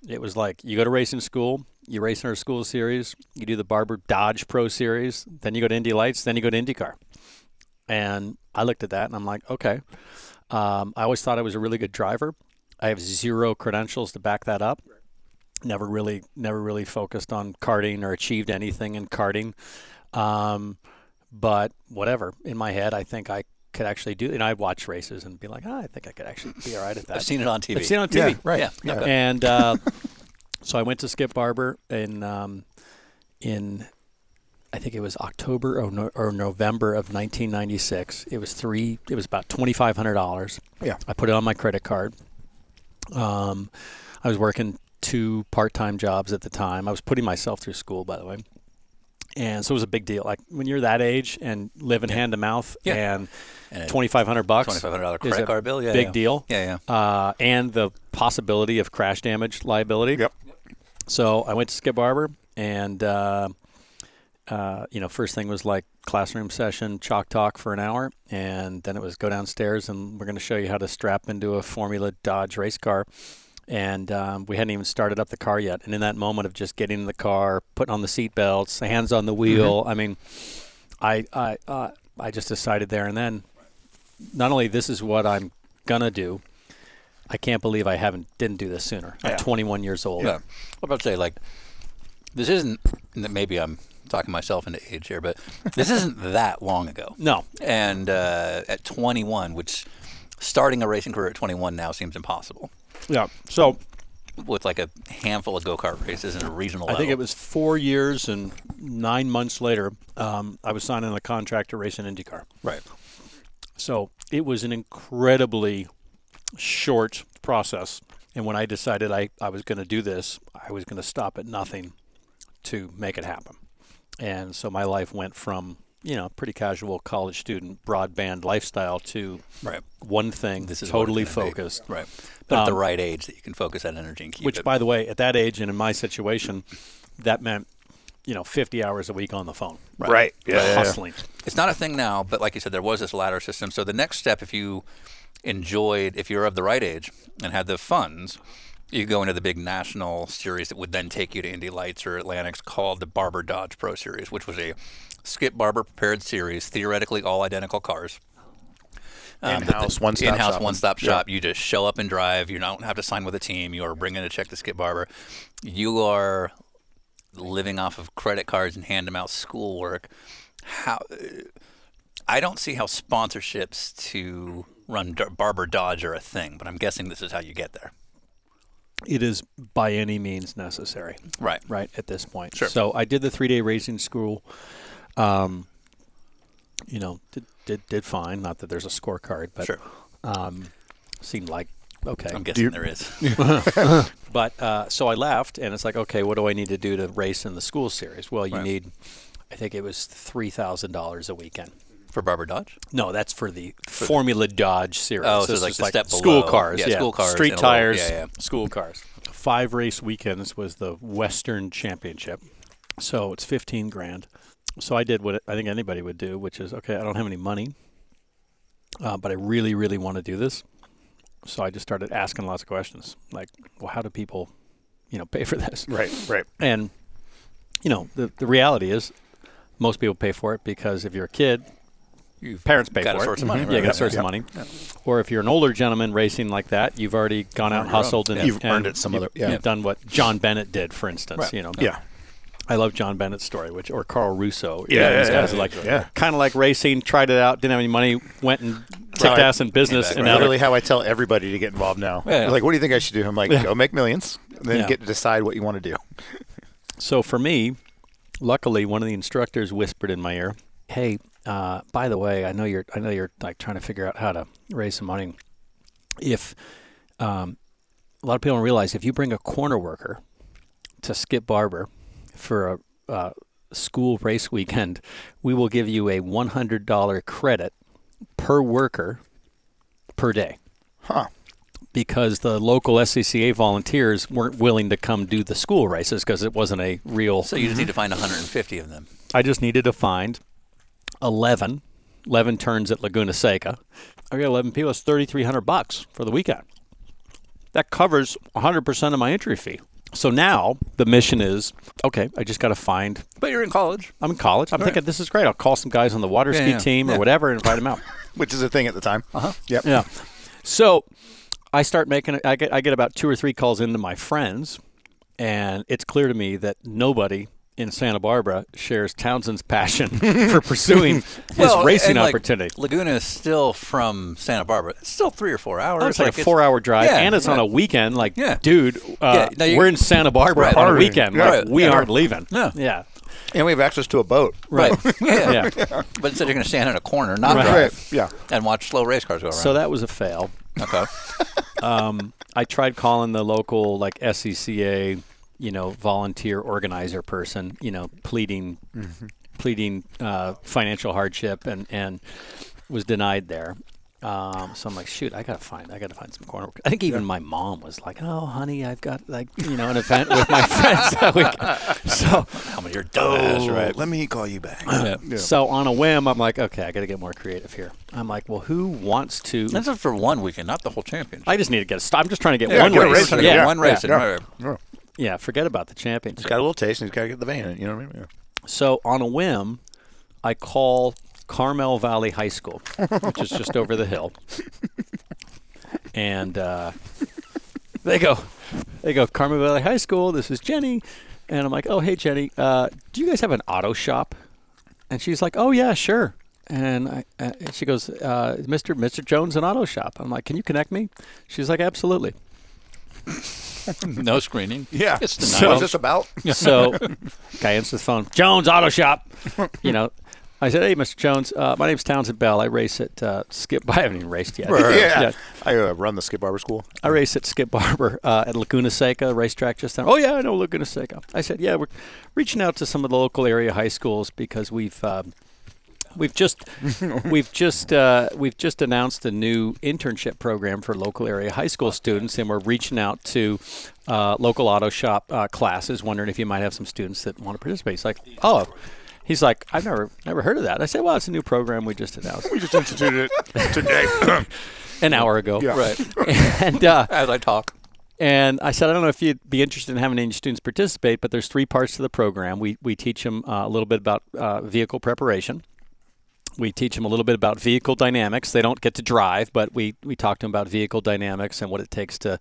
[SPEAKER 3] It was like you go to racing school, you race in our school series, you do the Barber Dodge Pro Series, then you go to Indy Lights, then you go to IndyCar. And I looked at that and I'm like, okay. Um, I always thought I was a really good driver. I have zero credentials to back that up. Never really, never really focused on karting or achieved anything in karting. Um, but whatever in my head i think i could actually do and i'd watch races and be like ah, i think i could actually be all right at that
[SPEAKER 1] I've seen it on TV.
[SPEAKER 3] I've seen it on tv
[SPEAKER 2] Right.
[SPEAKER 1] Yeah.
[SPEAKER 2] Yeah.
[SPEAKER 3] and uh, so i went to skip barber in um, in i think it was october or, no, or november of 1996 it was three it was about $2500
[SPEAKER 2] Yeah.
[SPEAKER 3] i put it on my credit card um, i was working two part-time jobs at the time i was putting myself through school by the way and so it was a big deal. Like when you're that age and living hand to mouth,
[SPEAKER 1] Yeah.
[SPEAKER 3] and,
[SPEAKER 1] And a
[SPEAKER 3] twenty five hundred bucks,
[SPEAKER 1] $2,500
[SPEAKER 3] is
[SPEAKER 1] credit
[SPEAKER 3] a
[SPEAKER 1] card bill, yeah,
[SPEAKER 3] big
[SPEAKER 1] yeah.
[SPEAKER 3] deal.
[SPEAKER 1] Yeah, yeah.
[SPEAKER 3] Uh, and the possibility of crash damage liability.
[SPEAKER 2] Yep.
[SPEAKER 3] So I went to Skip Barber, and uh, uh, you know, first thing was like classroom session, chalk talk for an hour, and then it was go downstairs, and we're going to show you how to strap into a Formula Dodge race car. And um, we hadn't even started up the car yet. And in that moment of just getting in the car, putting on the seat belts, hands on the
[SPEAKER 1] Mm-hmm.
[SPEAKER 3] wheel, I mean, I I uh, I just decided there and then. Not only this is what I'm gonna do, I can't believe I haven't didn't do this sooner. I'm 21 years old.
[SPEAKER 1] Yeah. What about to say like this isn't and maybe I'm talking myself into age here, but this isn't that long ago.
[SPEAKER 3] No.
[SPEAKER 1] And uh, at 21, which starting a racing career at 21 now seems impossible
[SPEAKER 3] Yeah. So
[SPEAKER 1] with like a handful of go-kart races and a regional
[SPEAKER 3] I
[SPEAKER 1] level.
[SPEAKER 3] think it was four years and nine months later, um, I was signing a contract to race an IndyCar.
[SPEAKER 1] right.
[SPEAKER 3] So it was an incredibly short process. And when I decided I, I was going to do this, I was going to stop at nothing to make it happen. And so my life went from, you know, pretty casual college student broadband lifestyle to
[SPEAKER 1] Right.
[SPEAKER 3] one thing this
[SPEAKER 1] is what
[SPEAKER 3] totally
[SPEAKER 1] it's gonna be.
[SPEAKER 3] focused. Um,
[SPEAKER 1] Right. But at the right age that you can focus that energy and keep
[SPEAKER 3] Which,
[SPEAKER 1] it.
[SPEAKER 3] by the way, at that age and in my situation, that meant, you know, 50 hours a week on the phone.
[SPEAKER 1] Right.
[SPEAKER 3] hustling.
[SPEAKER 1] it's not a thing now, but like you said, there was this ladder system. So the next step, if you enjoyed, if you're of the right age and had the funds, you go into the big national series that would then take you to Indy Lights or Atlantics called the Barber Dodge Pro Series, which was a Skip Barber prepared series, theoretically all identical cars. Um, that
[SPEAKER 2] In-house
[SPEAKER 1] the-
[SPEAKER 2] one-stop
[SPEAKER 1] in-house
[SPEAKER 2] shopping.
[SPEAKER 1] one-stop
[SPEAKER 2] Yeah.
[SPEAKER 1] shop. You just show up and drive. You don't have to sign with a team. You are bringing a check to Skip Barber. You are living off of credit cards and hand them out schoolwork. How I don't see how sponsorships to run D- Barber Dodge are a thing, but I'm guessing this is how you get there.
[SPEAKER 3] It is by any means necessary.
[SPEAKER 1] Right.
[SPEAKER 3] right at this point.
[SPEAKER 1] Sure.
[SPEAKER 3] So I did the three day racing school. Um, you know, did, did did fine. Not that there's a scorecard, but
[SPEAKER 1] Sure.
[SPEAKER 3] seemed like okay.
[SPEAKER 1] I'm guessing there is.
[SPEAKER 3] But uh, so I left, and it's like, okay, what do I need to do to race in the school series? Well, you
[SPEAKER 1] Right.
[SPEAKER 3] need, I think it was three thousand dollars a weekend.
[SPEAKER 1] For Barber Dodge?
[SPEAKER 3] No, that's for the Formula Dodge series.
[SPEAKER 1] Oh, so
[SPEAKER 3] This
[SPEAKER 1] like
[SPEAKER 3] is
[SPEAKER 1] the step
[SPEAKER 3] school
[SPEAKER 1] below.
[SPEAKER 3] cars,
[SPEAKER 1] Yeah, school cars
[SPEAKER 3] street
[SPEAKER 1] and a little-
[SPEAKER 3] tires,
[SPEAKER 1] yeah, yeah.
[SPEAKER 3] school cars. Five race weekends was the Western Championship, so it's fifteen grand. So I did what I think anybody would do, which is okay. I don't have any money, uh, but I really, really want to do this. So I just started asking lots of questions, like, well, how do people, you know, pay for this?
[SPEAKER 2] Right, right.
[SPEAKER 3] And you know, the the reality is, most people pay for it because if you're a kid,
[SPEAKER 1] You've
[SPEAKER 3] parents pay
[SPEAKER 1] got
[SPEAKER 3] for
[SPEAKER 1] a
[SPEAKER 3] it.
[SPEAKER 2] Mm-hmm.
[SPEAKER 1] source of money.
[SPEAKER 3] Yeah,
[SPEAKER 1] Right?
[SPEAKER 3] you got to source
[SPEAKER 2] Yep.
[SPEAKER 3] some money. Or if you're an older gentleman racing like that, you've already gone out and hustled and
[SPEAKER 2] Yeah. You've
[SPEAKER 3] and
[SPEAKER 2] earned it some
[SPEAKER 3] you've-
[SPEAKER 2] other- yeah.
[SPEAKER 3] You've done what John Bennett did, for instance.
[SPEAKER 1] Right.
[SPEAKER 3] You know,
[SPEAKER 2] Yeah.
[SPEAKER 3] I love John Bennett's story, which or Carl Russo. you
[SPEAKER 2] Yeah,
[SPEAKER 3] know, these
[SPEAKER 2] yeah,
[SPEAKER 3] guys
[SPEAKER 2] yeah.
[SPEAKER 3] are like
[SPEAKER 2] Yeah.
[SPEAKER 3] kind of like racing, tried it out, didn't have any money, went and kicked
[SPEAKER 2] Right.
[SPEAKER 3] ass in business,
[SPEAKER 1] Right.
[SPEAKER 3] and now
[SPEAKER 2] Literally,
[SPEAKER 3] they're
[SPEAKER 2] how I tell everybody to get involved now.
[SPEAKER 1] Yeah.
[SPEAKER 2] They're Like, what do you think I should do? I'm like, go make millions, and then
[SPEAKER 3] Yeah.
[SPEAKER 2] get to decide what you want to do.
[SPEAKER 3] So for me, luckily, one of the instructors whispered in my ear, "Hey, uh, by the way, I know you're I know you're like trying to figure out how to raise some money. If um, a lot of people don't realize, if you bring a corner worker to Skip Barber for a uh, school race weekend, we will give you a one hundred dollar credit per worker per day."
[SPEAKER 2] Huh.
[SPEAKER 3] because the local SCCA volunteers weren't willing to come do the school races because it wasn't a real.
[SPEAKER 1] So you just need to find 150 of them.
[SPEAKER 3] I just needed to find 11, 11 turns at Laguna Seca. I got 11 people. That's 3,300 bucks for the weekend. That covers 100% of my entry fee. So now the mission is okay, I just got to find.
[SPEAKER 1] But you're in college.
[SPEAKER 3] I'm in college. I'm thinking this is great. I'll call some guys on the water
[SPEAKER 1] Yeah,
[SPEAKER 3] ski
[SPEAKER 1] yeah,
[SPEAKER 3] team
[SPEAKER 1] yeah.
[SPEAKER 3] or whatever and invite them out.
[SPEAKER 2] Which is a thing at the time.
[SPEAKER 3] Uh-huh.
[SPEAKER 2] Uh huh. Yep.
[SPEAKER 3] Yeah. So I start making I get I get about two or three calls into my friends and it's clear to me that nobody in Santa Barbara shares Townsend's passion for pursuing his
[SPEAKER 1] Well,
[SPEAKER 3] racing
[SPEAKER 1] and, like,
[SPEAKER 3] opportunity.
[SPEAKER 1] Laguna is still from Santa Barbara. It's still three or four hours.
[SPEAKER 3] Oh, it's like, a four-hour drive,
[SPEAKER 1] yeah,
[SPEAKER 3] and it's on
[SPEAKER 1] right.
[SPEAKER 3] a weekend. Like,
[SPEAKER 1] Yeah.
[SPEAKER 3] dude, uh,
[SPEAKER 1] Yeah, now you-
[SPEAKER 3] we're in Santa Barbara
[SPEAKER 1] Right.
[SPEAKER 3] on a
[SPEAKER 1] Partying.
[SPEAKER 3] weekend.
[SPEAKER 1] Yeah.
[SPEAKER 3] Like,
[SPEAKER 1] Right.
[SPEAKER 3] We
[SPEAKER 1] Yeah.
[SPEAKER 3] aren't leaving.
[SPEAKER 1] Yeah.
[SPEAKER 3] yeah,
[SPEAKER 2] And we have access to a boat.
[SPEAKER 1] Right. yeah.
[SPEAKER 3] yeah.
[SPEAKER 1] But instead, you're going to stand in a corner, not
[SPEAKER 3] Right.
[SPEAKER 1] drive,
[SPEAKER 2] Right, yeah.
[SPEAKER 1] and watch slow race cars go around.
[SPEAKER 3] So that was a fail.
[SPEAKER 1] okay.
[SPEAKER 3] I tried calling the local like SCCA, you know, volunteer organizer person, you know, pleading,
[SPEAKER 2] Mm-hmm.
[SPEAKER 3] pleading uh, financial hardship, and and was denied there. Um, so I'm like, shoot, I gotta find, I gotta find some corner. I think even my mom was like, oh, honey, I've got like, you know, an event with my friends that weekend. So
[SPEAKER 1] How many are dumbass, right?
[SPEAKER 2] Let me call you back.
[SPEAKER 3] so on a whim, I'm like, okay, I gotta get more creative here. I'm like, well, who wants to?
[SPEAKER 1] That's just for one weekend, not the whole championship.
[SPEAKER 3] I just need to get a stop. I'm just trying to get
[SPEAKER 2] Yeah,
[SPEAKER 3] one
[SPEAKER 2] get a
[SPEAKER 3] race.
[SPEAKER 2] race in it.
[SPEAKER 3] yeah,
[SPEAKER 1] yeah,
[SPEAKER 2] Yeah,
[SPEAKER 1] one race.
[SPEAKER 2] yeah,
[SPEAKER 1] and- uh,
[SPEAKER 2] Yeah.
[SPEAKER 3] yeah, forget about the championship.
[SPEAKER 2] Got a little taste, and he's got to get the vein in it. You know what I mean? Yeah.
[SPEAKER 3] So on a whim, I call Carmel Valley High School, which is just over the hill, and uh, they go, they go Carmel Valley High School. This is Jenny, and I'm like, oh hey Jenny, uh, do you guys have an auto shop? And she's like, oh yeah, sure. And I, uh, and she goes, uh, is Mr. Mr. Jones an auto shop. I'm like, can you connect me? She's like, absolutely.
[SPEAKER 1] No screening.
[SPEAKER 2] Yeah.
[SPEAKER 1] It's
[SPEAKER 2] What's
[SPEAKER 1] denial.
[SPEAKER 2] this about?
[SPEAKER 3] So guy answers the phone. Jones Auto Shop. You know, I said, "Hey, Mr. Jones, uh, my name's Townsend Bell. I race at uh, Skip. I haven't even raced yet.
[SPEAKER 2] yeah. I uh, run the Skip Barber School.
[SPEAKER 3] I race at Skip Barber uh, at Laguna Seca racetrack just down. Oh yeah, I know Laguna Seca. I said, yeah, we're reaching out to some of the local area high schools because we've um, we've just we've just uh, we've just announced a new internship program for local area high school students, and we're reaching out to uh, local auto shop uh, classes, wondering if you might have some students that want to participate. He's like, oh. He's like, I've never never heard of that. I said, well, it's a new program we just announced
[SPEAKER 2] We just instituted it today.
[SPEAKER 3] an hour ago.
[SPEAKER 2] Yeah.
[SPEAKER 3] Right. and uh,
[SPEAKER 1] As I talk.
[SPEAKER 3] and I said, I don't know if you'd be interested in having any students participate, but there's three parts to the program. We, we teach them uh, a little bit about uh, vehicle preparation. We teach them a little bit about vehicle dynamics. They don't get to drive, but we, we talk to them about vehicle dynamics and what it takes to,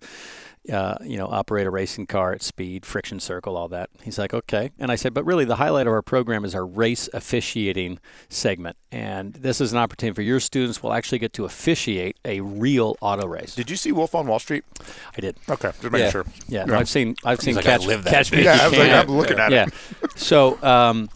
[SPEAKER 3] uh, you know, operate a racing car at speed, friction circle, all that. He's like, okay. And I said, but really, the highlight of our program is our race officiating segment, and this is an opportunity for your students. will actually get to officiate a real auto race.
[SPEAKER 2] Did you see Wolf on Wall Street?
[SPEAKER 3] I did.
[SPEAKER 2] Okay, just making
[SPEAKER 1] Yeah.
[SPEAKER 2] sure.
[SPEAKER 3] Yeah, no, I've seen I've seen
[SPEAKER 1] like, I
[SPEAKER 3] catch,
[SPEAKER 1] live that
[SPEAKER 3] catch me.
[SPEAKER 1] bitch.
[SPEAKER 3] If
[SPEAKER 2] Yeah,
[SPEAKER 3] You
[SPEAKER 2] I was like,
[SPEAKER 3] Can.
[SPEAKER 2] I'm looking at
[SPEAKER 3] yeah.
[SPEAKER 2] it.
[SPEAKER 3] So um,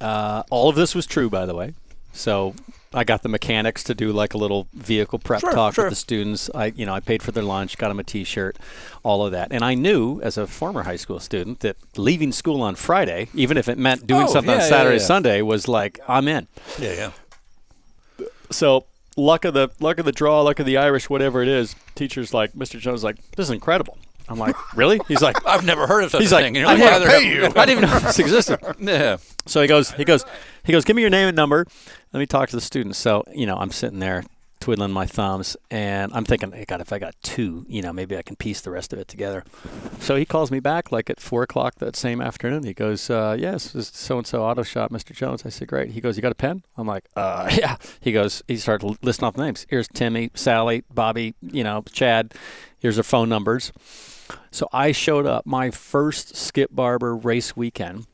[SPEAKER 3] uh, all of this was true, by the way. So I got the mechanics to do like a little vehicle prep
[SPEAKER 1] Sure,
[SPEAKER 3] talk
[SPEAKER 1] sure.
[SPEAKER 3] with the students. I you know I paid for their lunch, got them a T-shirt, all of that. And I knew as a former high school student that leaving school on Friday, even if it meant doing
[SPEAKER 1] Oh,
[SPEAKER 3] something on
[SPEAKER 1] yeah, yeah,
[SPEAKER 3] Saturday,
[SPEAKER 1] yeah.
[SPEAKER 3] Sunday, was like I'm in.
[SPEAKER 1] Yeah, yeah.
[SPEAKER 3] So luck of the luck of the draw, luck of the Irish, whatever it is. Teachers like Mr. Jones, like this is incredible. I'm like, really? He's like,
[SPEAKER 1] I've never heard of such
[SPEAKER 3] He's
[SPEAKER 1] a
[SPEAKER 3] like,
[SPEAKER 1] thing. and you're
[SPEAKER 3] "I'd rather
[SPEAKER 1] "I'd
[SPEAKER 2] pay
[SPEAKER 1] have-
[SPEAKER 2] you."
[SPEAKER 1] I didn't even know.
[SPEAKER 3] this existed.
[SPEAKER 1] Yeah.
[SPEAKER 3] So he goes, he goes, he goes, give me your name and number. Let me talk to the students. So, you know, I'm sitting there twiddling my thumbs and I'm thinking, hey, God, if I got two, you know, maybe I can piece the rest of it together. So he calls me back like at four o'clock that same afternoon. He goes, uh, yes, this is so-and-so auto shop, Mr. Jones. I said, great. He goes, you got a pen? I'm like, uh, yeah. He goes, he starts l- listing off names. Here's Timmy, Sally, Bobby, you know, Chad. Here's their phone numbers. So I showed up my first Skip Barber race weekend.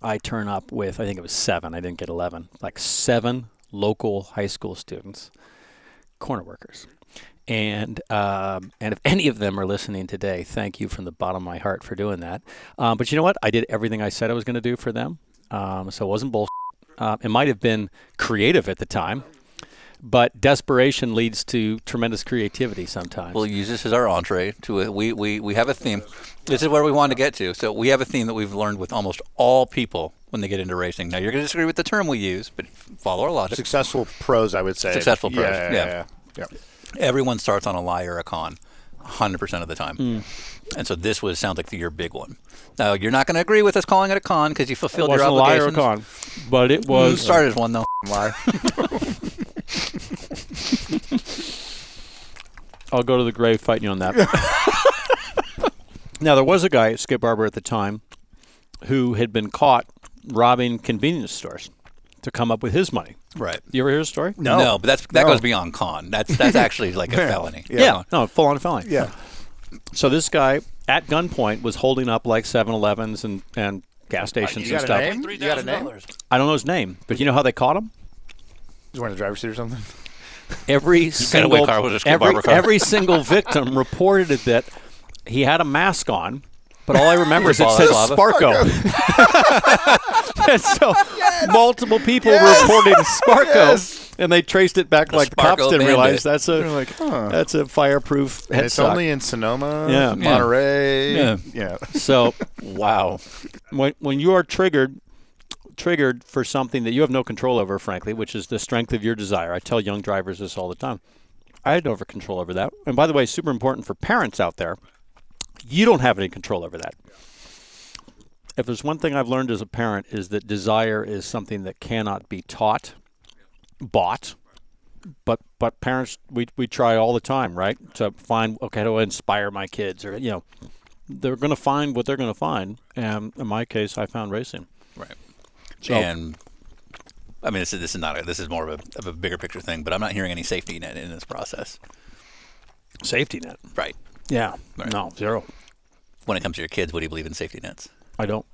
[SPEAKER 3] I turn up with I think it was seven. I didn't get eleven. Like seven local high school students, corner workers, and um, and if any of them are listening today, thank you from the bottom of my heart for doing that. Um, but you know what? I did everything I said I was going to do for them, um, so it wasn't bull. Uh, it might have been creative at the time, but desperation leads to tremendous creativity sometimes.
[SPEAKER 1] We'll use this as our entree to a, we, we we have a theme. This is where we want to get to. So we have a theme that we've learned with almost all people when they get into racing. Now you're going to disagree with the term we use, but follow our logic.
[SPEAKER 2] Successful pros, I would say.
[SPEAKER 1] Successful pros,
[SPEAKER 2] Yeah,
[SPEAKER 1] yeah.
[SPEAKER 2] yeah, yeah. yeah.
[SPEAKER 1] Everyone starts on a lie or a con, 100% of the time. And so this was sounds like your big one. Now you're not going to agree with us calling it a con because you fulfilled your
[SPEAKER 3] wasn't a liar or
[SPEAKER 1] obligations.
[SPEAKER 3] con, but it
[SPEAKER 1] You
[SPEAKER 3] was
[SPEAKER 1] started as one though.
[SPEAKER 2] Lie.
[SPEAKER 3] I'll go to the grave fighting you on that. now there was a guy at Skip Barber at the time who had been caught robbing convenience stores to come up with his money.
[SPEAKER 1] Right.
[SPEAKER 3] You ever hear his story?
[SPEAKER 1] No, but that's that
[SPEAKER 2] No.
[SPEAKER 1] goes beyond con. That's that's actually like a felony.
[SPEAKER 3] Yeah. No, full on felony.
[SPEAKER 2] Yeah.
[SPEAKER 3] So this guy at gunpoint was holding up like 7-Elevens and and gas stations
[SPEAKER 2] Uh, You got
[SPEAKER 3] and stuff.
[SPEAKER 2] a name? You got a name?
[SPEAKER 1] $3,000.
[SPEAKER 3] I don't know his name, but you know how they caught him?
[SPEAKER 2] You wearing a driver's seat or something?
[SPEAKER 3] every single
[SPEAKER 1] getaway car was a Skip
[SPEAKER 3] every,
[SPEAKER 1] Barber car.
[SPEAKER 3] every single victim reported that he had a mask on, but all I remember is it said
[SPEAKER 1] Balaclava.
[SPEAKER 3] Sparko. and so multiple people reported Sparko,
[SPEAKER 2] Yes.
[SPEAKER 3] and they traced it back like the cops
[SPEAKER 1] Sparko
[SPEAKER 3] didn't
[SPEAKER 1] Bandit.
[SPEAKER 3] realize that's a
[SPEAKER 2] They're like, huh.
[SPEAKER 3] that's a fireproof
[SPEAKER 2] And
[SPEAKER 3] head
[SPEAKER 2] it's
[SPEAKER 3] sock.
[SPEAKER 2] only in Sonoma,
[SPEAKER 3] Yeah.
[SPEAKER 2] Monterey.
[SPEAKER 1] Yeah.
[SPEAKER 3] so wow, when when you are triggered triggered for something that you have no control over, frankly, which is the strength of your desire. I tell young drivers this all the time. I had no control over that. And by the way, super important for parents out there, you don't have any control over that. If there's one thing I've learned as a parent is that desire is something that cannot be taught, bought. But but parents we, we try all the time, right? To find okay, how do I inspire my kids or you know they're going to find what they're going to find. And in my case, I found racing.
[SPEAKER 1] Right.
[SPEAKER 3] So-
[SPEAKER 1] and I mean, this is this is not a, this is more of a, of a bigger picture thing, but I'm not hearing any safety net in this process.
[SPEAKER 3] Safety net.
[SPEAKER 1] Right.
[SPEAKER 3] Yeah.
[SPEAKER 1] Right.
[SPEAKER 3] No, zero.
[SPEAKER 1] When it comes to your kids, what do you believe in safety nets?
[SPEAKER 3] I don't.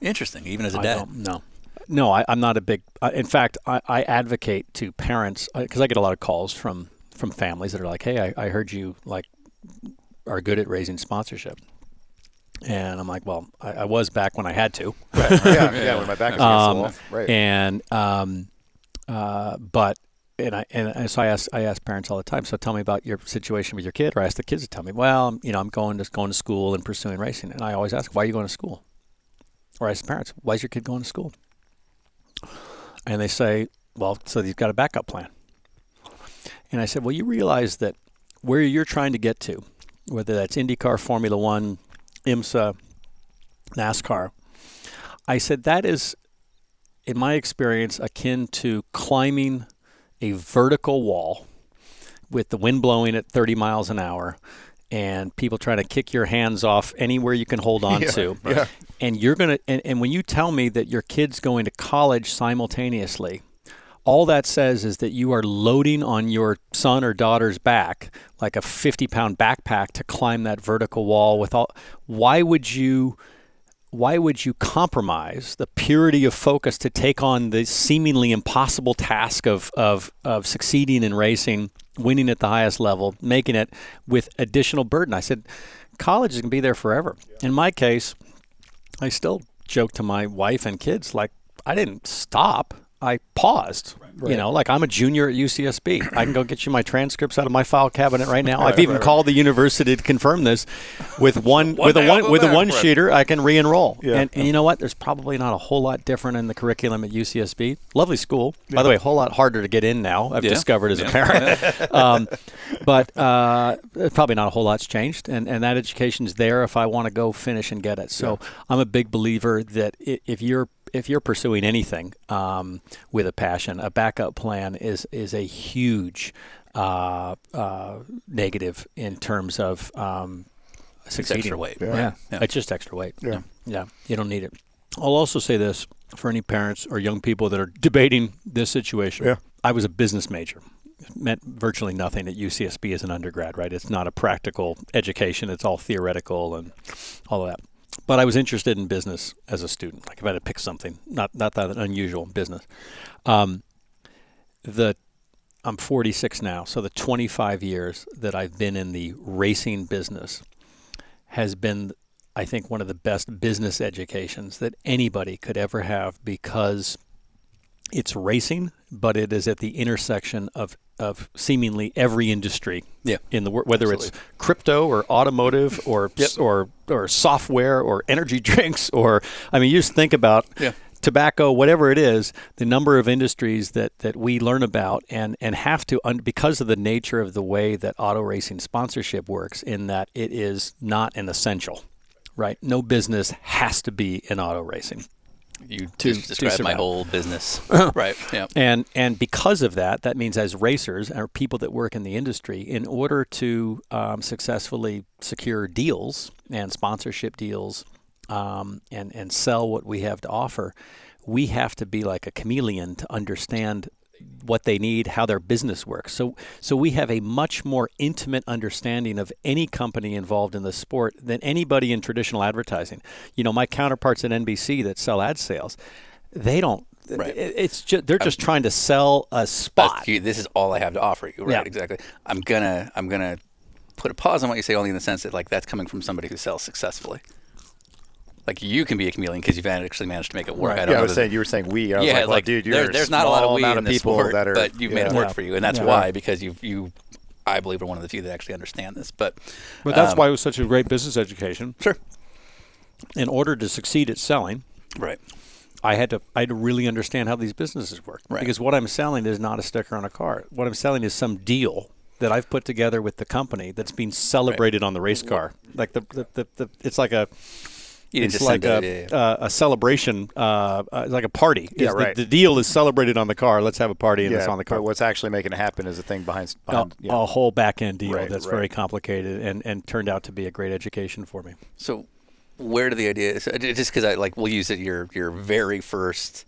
[SPEAKER 1] Interesting, even as a
[SPEAKER 3] I
[SPEAKER 1] dad.
[SPEAKER 3] don't. No. No, I, I'm not a big. Uh, in fact, I, I advocate to parents because I get a lot of calls from from families that are like, "Hey, I, I heard you like are good at raising sponsorship," And I'm like, well, I, I was back when I had to.
[SPEAKER 2] yeah, yeah, when my back is against
[SPEAKER 3] Um,
[SPEAKER 2] the wall. Right.
[SPEAKER 3] And um, uh, but and I and I- so I ask I ask parents all the time. So tell me about your situation with your kid, or I ask the kids to tell me. Well, I'm, you know, I'm going to going to school and pursuing racing, and I always ask, why are you going to school? Or I ask parents, why is your kid going to school? And they say, well, so you've got a backup plan. And I said, well, you realize that where you're trying to get to, whether that's IndyCar, Formula One, IMSA, NASCAR, I said that is in my experience, akin to climbing a vertical wall with the wind blowing at 30 miles an hour and people trying to kick your hands off anywhere you can hold on to. And you're going to, and, and when you tell me that your kid's going to college simultaneously, all that says is that you are loading on your son or daughter's back like a 50 pound backpack to climb that vertical wall with all. Why would you? why would you compromise the purity of focus to take on the seemingly impossible task of, of, of succeeding in racing, winning at the highest level, making it with additional burden? I said, college is going to be there forever. In my case, I still joke to my wife and kids like I didn't stop. I paused. You know, like I'm a junior at UCSB. I can go get you my transcripts out of my file cabinet right now. I've even called the university to confirm this. With one, with a
[SPEAKER 1] day I'll
[SPEAKER 3] one
[SPEAKER 1] go
[SPEAKER 3] with a
[SPEAKER 1] back,
[SPEAKER 3] one
[SPEAKER 1] Brett.
[SPEAKER 3] sheeter, I can re-enroll. And, and you know what? There's probably not a whole lot different in the curriculum at UCSB. Lovely school, by the way. A whole lot harder to get in now. I've
[SPEAKER 1] Yeah.
[SPEAKER 3] discovered as a parent. um, but uh, probably not a whole lot's changed, and and that education's there if I want to go finish and get it. So I'm a big believer that i if you're if you're pursuing anything um, with a passion, a backup plan is is a huge uh, uh, negative in terms of um, succeeding.
[SPEAKER 1] extra weight.
[SPEAKER 3] Yeah.
[SPEAKER 1] Yeah.
[SPEAKER 3] it's just extra weight. Yeah. yeah, you don't need it. I'll also say this for any parents or young people that are debating this situation.
[SPEAKER 2] Yeah.
[SPEAKER 3] I was a business major. It Meant virtually nothing at UCSB as an undergrad, right? It's not a practical education; it's all theoretical and all of that. But I was interested in business as a student. Like if I had to pick something, not not that unusual business. Um, the I'm 46 now, so the 25 years that I've been in the racing business has been, I think, one of the best business educations that anybody could ever have because it's racing, but it is at the intersection of, of seemingly every industry
[SPEAKER 1] Yeah.
[SPEAKER 3] in the world, whether it's crypto or automotive or or or software or energy drinks or I mean, you just think about
[SPEAKER 1] Yeah.
[SPEAKER 3] tobacco, whatever it is, the number of industries that, that we learn about and, and have to, un- because of the nature of the way that auto racing sponsorship works, in that it is not an essential, right? No business has to be in auto racing.
[SPEAKER 1] You just described my
[SPEAKER 3] survive.
[SPEAKER 1] whole business. right. Yeah.
[SPEAKER 3] And and because of that, that means as racers or people that work in the industry, in order to um, successfully secure deals and sponsorship deals, um, and and sell what we have to offer, we have to be like a chameleon to understand what they need, how their business works. So so we have a much more intimate understanding of any company involved in the sport than anybody in traditional advertising. You know, my counterparts at NBC that sell ad sales, they don't. eh,
[SPEAKER 1] Right.
[SPEAKER 3] it- It's just they're just trying to sell a spot.
[SPEAKER 1] you- this is all I have to offer you. Right,
[SPEAKER 3] Yeah.
[SPEAKER 1] exactly. I'm gonna I'm gonna put a pause on what you say only in the sense that like that's coming from somebody who sells successfully. Like you can be a chameleon because you've actually managed to make it work.
[SPEAKER 3] Right.
[SPEAKER 1] I don't
[SPEAKER 2] Yeah, I
[SPEAKER 1] know
[SPEAKER 2] was
[SPEAKER 1] that-
[SPEAKER 2] saying you were saying we. I was
[SPEAKER 1] yeah,
[SPEAKER 2] like, well, dude, you're
[SPEAKER 1] there-
[SPEAKER 2] a
[SPEAKER 1] there's not a lot of
[SPEAKER 2] small
[SPEAKER 1] we
[SPEAKER 2] amount
[SPEAKER 1] in
[SPEAKER 2] of
[SPEAKER 1] this
[SPEAKER 2] people
[SPEAKER 1] sport,
[SPEAKER 2] that are.
[SPEAKER 1] but you've made it
[SPEAKER 2] yeah.
[SPEAKER 1] work
[SPEAKER 3] Yeah.
[SPEAKER 1] for you, and that's
[SPEAKER 3] Yeah.
[SPEAKER 1] why because you you I believe are one of the few that actually understand this. But
[SPEAKER 5] But that's
[SPEAKER 1] um,
[SPEAKER 5] why it was such a great business education.
[SPEAKER 1] sure,
[SPEAKER 3] In order to succeed at selling,
[SPEAKER 1] right,
[SPEAKER 3] I had to I had to really understand how these businesses work
[SPEAKER 1] Right.
[SPEAKER 3] because what I'm selling is not a sticker on a car. What I'm selling is some deal that I've put together with the company that's being celebrated on the race car. Like the the, the, the it's like a
[SPEAKER 1] You didn't
[SPEAKER 3] it's
[SPEAKER 1] just
[SPEAKER 3] like
[SPEAKER 1] send
[SPEAKER 3] a,
[SPEAKER 1] it, yeah, yeah.
[SPEAKER 3] Uh, a celebration, uh, uh, like a party. Yeah,
[SPEAKER 2] right.
[SPEAKER 3] The, the deal is celebrated on the car. Let's have a party and
[SPEAKER 2] Yeah,
[SPEAKER 3] it's on the car
[SPEAKER 2] but what's actually making it happen is a thing behind.
[SPEAKER 3] a,
[SPEAKER 1] Oh,
[SPEAKER 2] behind yeah.
[SPEAKER 3] a whole back end deal
[SPEAKER 2] Right,
[SPEAKER 3] that's
[SPEAKER 2] right.
[SPEAKER 3] very complicated and, and turned out to be a great education for me.
[SPEAKER 1] So, where do the ideas? so, j- Just because I like, we'll use it your your very first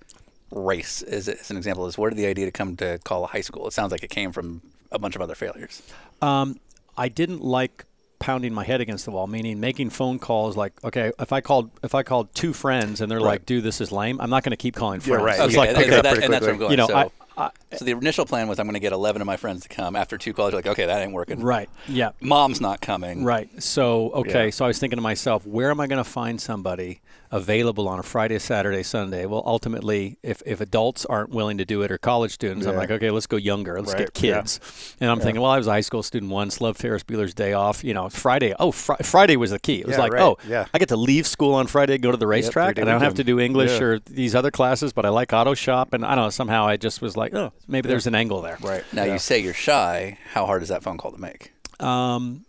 [SPEAKER 1] race as, as an example. Is where did the idea to come to call a high school? It sounds like it came from a bunch of other failures.
[SPEAKER 3] Um, I didn't like pounding my head against the wall, meaning making phone calls. Like, okay, if I called if I called two friends and they're like, "Dude, this is lame," I'm not going to keep calling friends.
[SPEAKER 2] right.
[SPEAKER 3] It's
[SPEAKER 2] Okay,
[SPEAKER 3] like,
[SPEAKER 1] and,
[SPEAKER 3] pick
[SPEAKER 1] and
[SPEAKER 3] it up
[SPEAKER 1] that-
[SPEAKER 3] pretty
[SPEAKER 1] and that's where I'm
[SPEAKER 2] quickly.
[SPEAKER 1] going.
[SPEAKER 3] you know,
[SPEAKER 1] so,
[SPEAKER 3] I,
[SPEAKER 1] so the initial plan was I'm going to get 11 of my friends to come. After two calls, you're like, okay, that ain't working.
[SPEAKER 3] Right. Yeah.
[SPEAKER 1] Mom's not coming.
[SPEAKER 3] Right. So okay.
[SPEAKER 2] Yeah.
[SPEAKER 3] So I was thinking to myself, where am I going to find somebody available on a Friday, Saturday, Sunday? Well, ultimately, if, if adults aren't willing to do it or college students, I'm
[SPEAKER 2] Yeah.
[SPEAKER 3] like, okay, let's go younger. Let's get
[SPEAKER 2] Right. Yeah.
[SPEAKER 3] kids. And I'm thinking, well, I was a high school student once. Loved Ferris Bueller's Day Off. You know, Friday. Oh, fr- Friday was the key. It was
[SPEAKER 2] Yeah,
[SPEAKER 3] like,
[SPEAKER 2] right.
[SPEAKER 3] oh,
[SPEAKER 2] Yeah.
[SPEAKER 3] I get to leave school on Friday, go to the racetrack,
[SPEAKER 2] three-day
[SPEAKER 3] and I don't have to
[SPEAKER 2] weekend.
[SPEAKER 3] do English
[SPEAKER 2] Yeah.
[SPEAKER 3] or these other classes. But I like auto shop, and I don't know. Somehow, I just was like, oh, maybe there's an angle there.
[SPEAKER 2] Right.
[SPEAKER 1] Now you say you're shy. How hard is that phone call to make?
[SPEAKER 3] Um,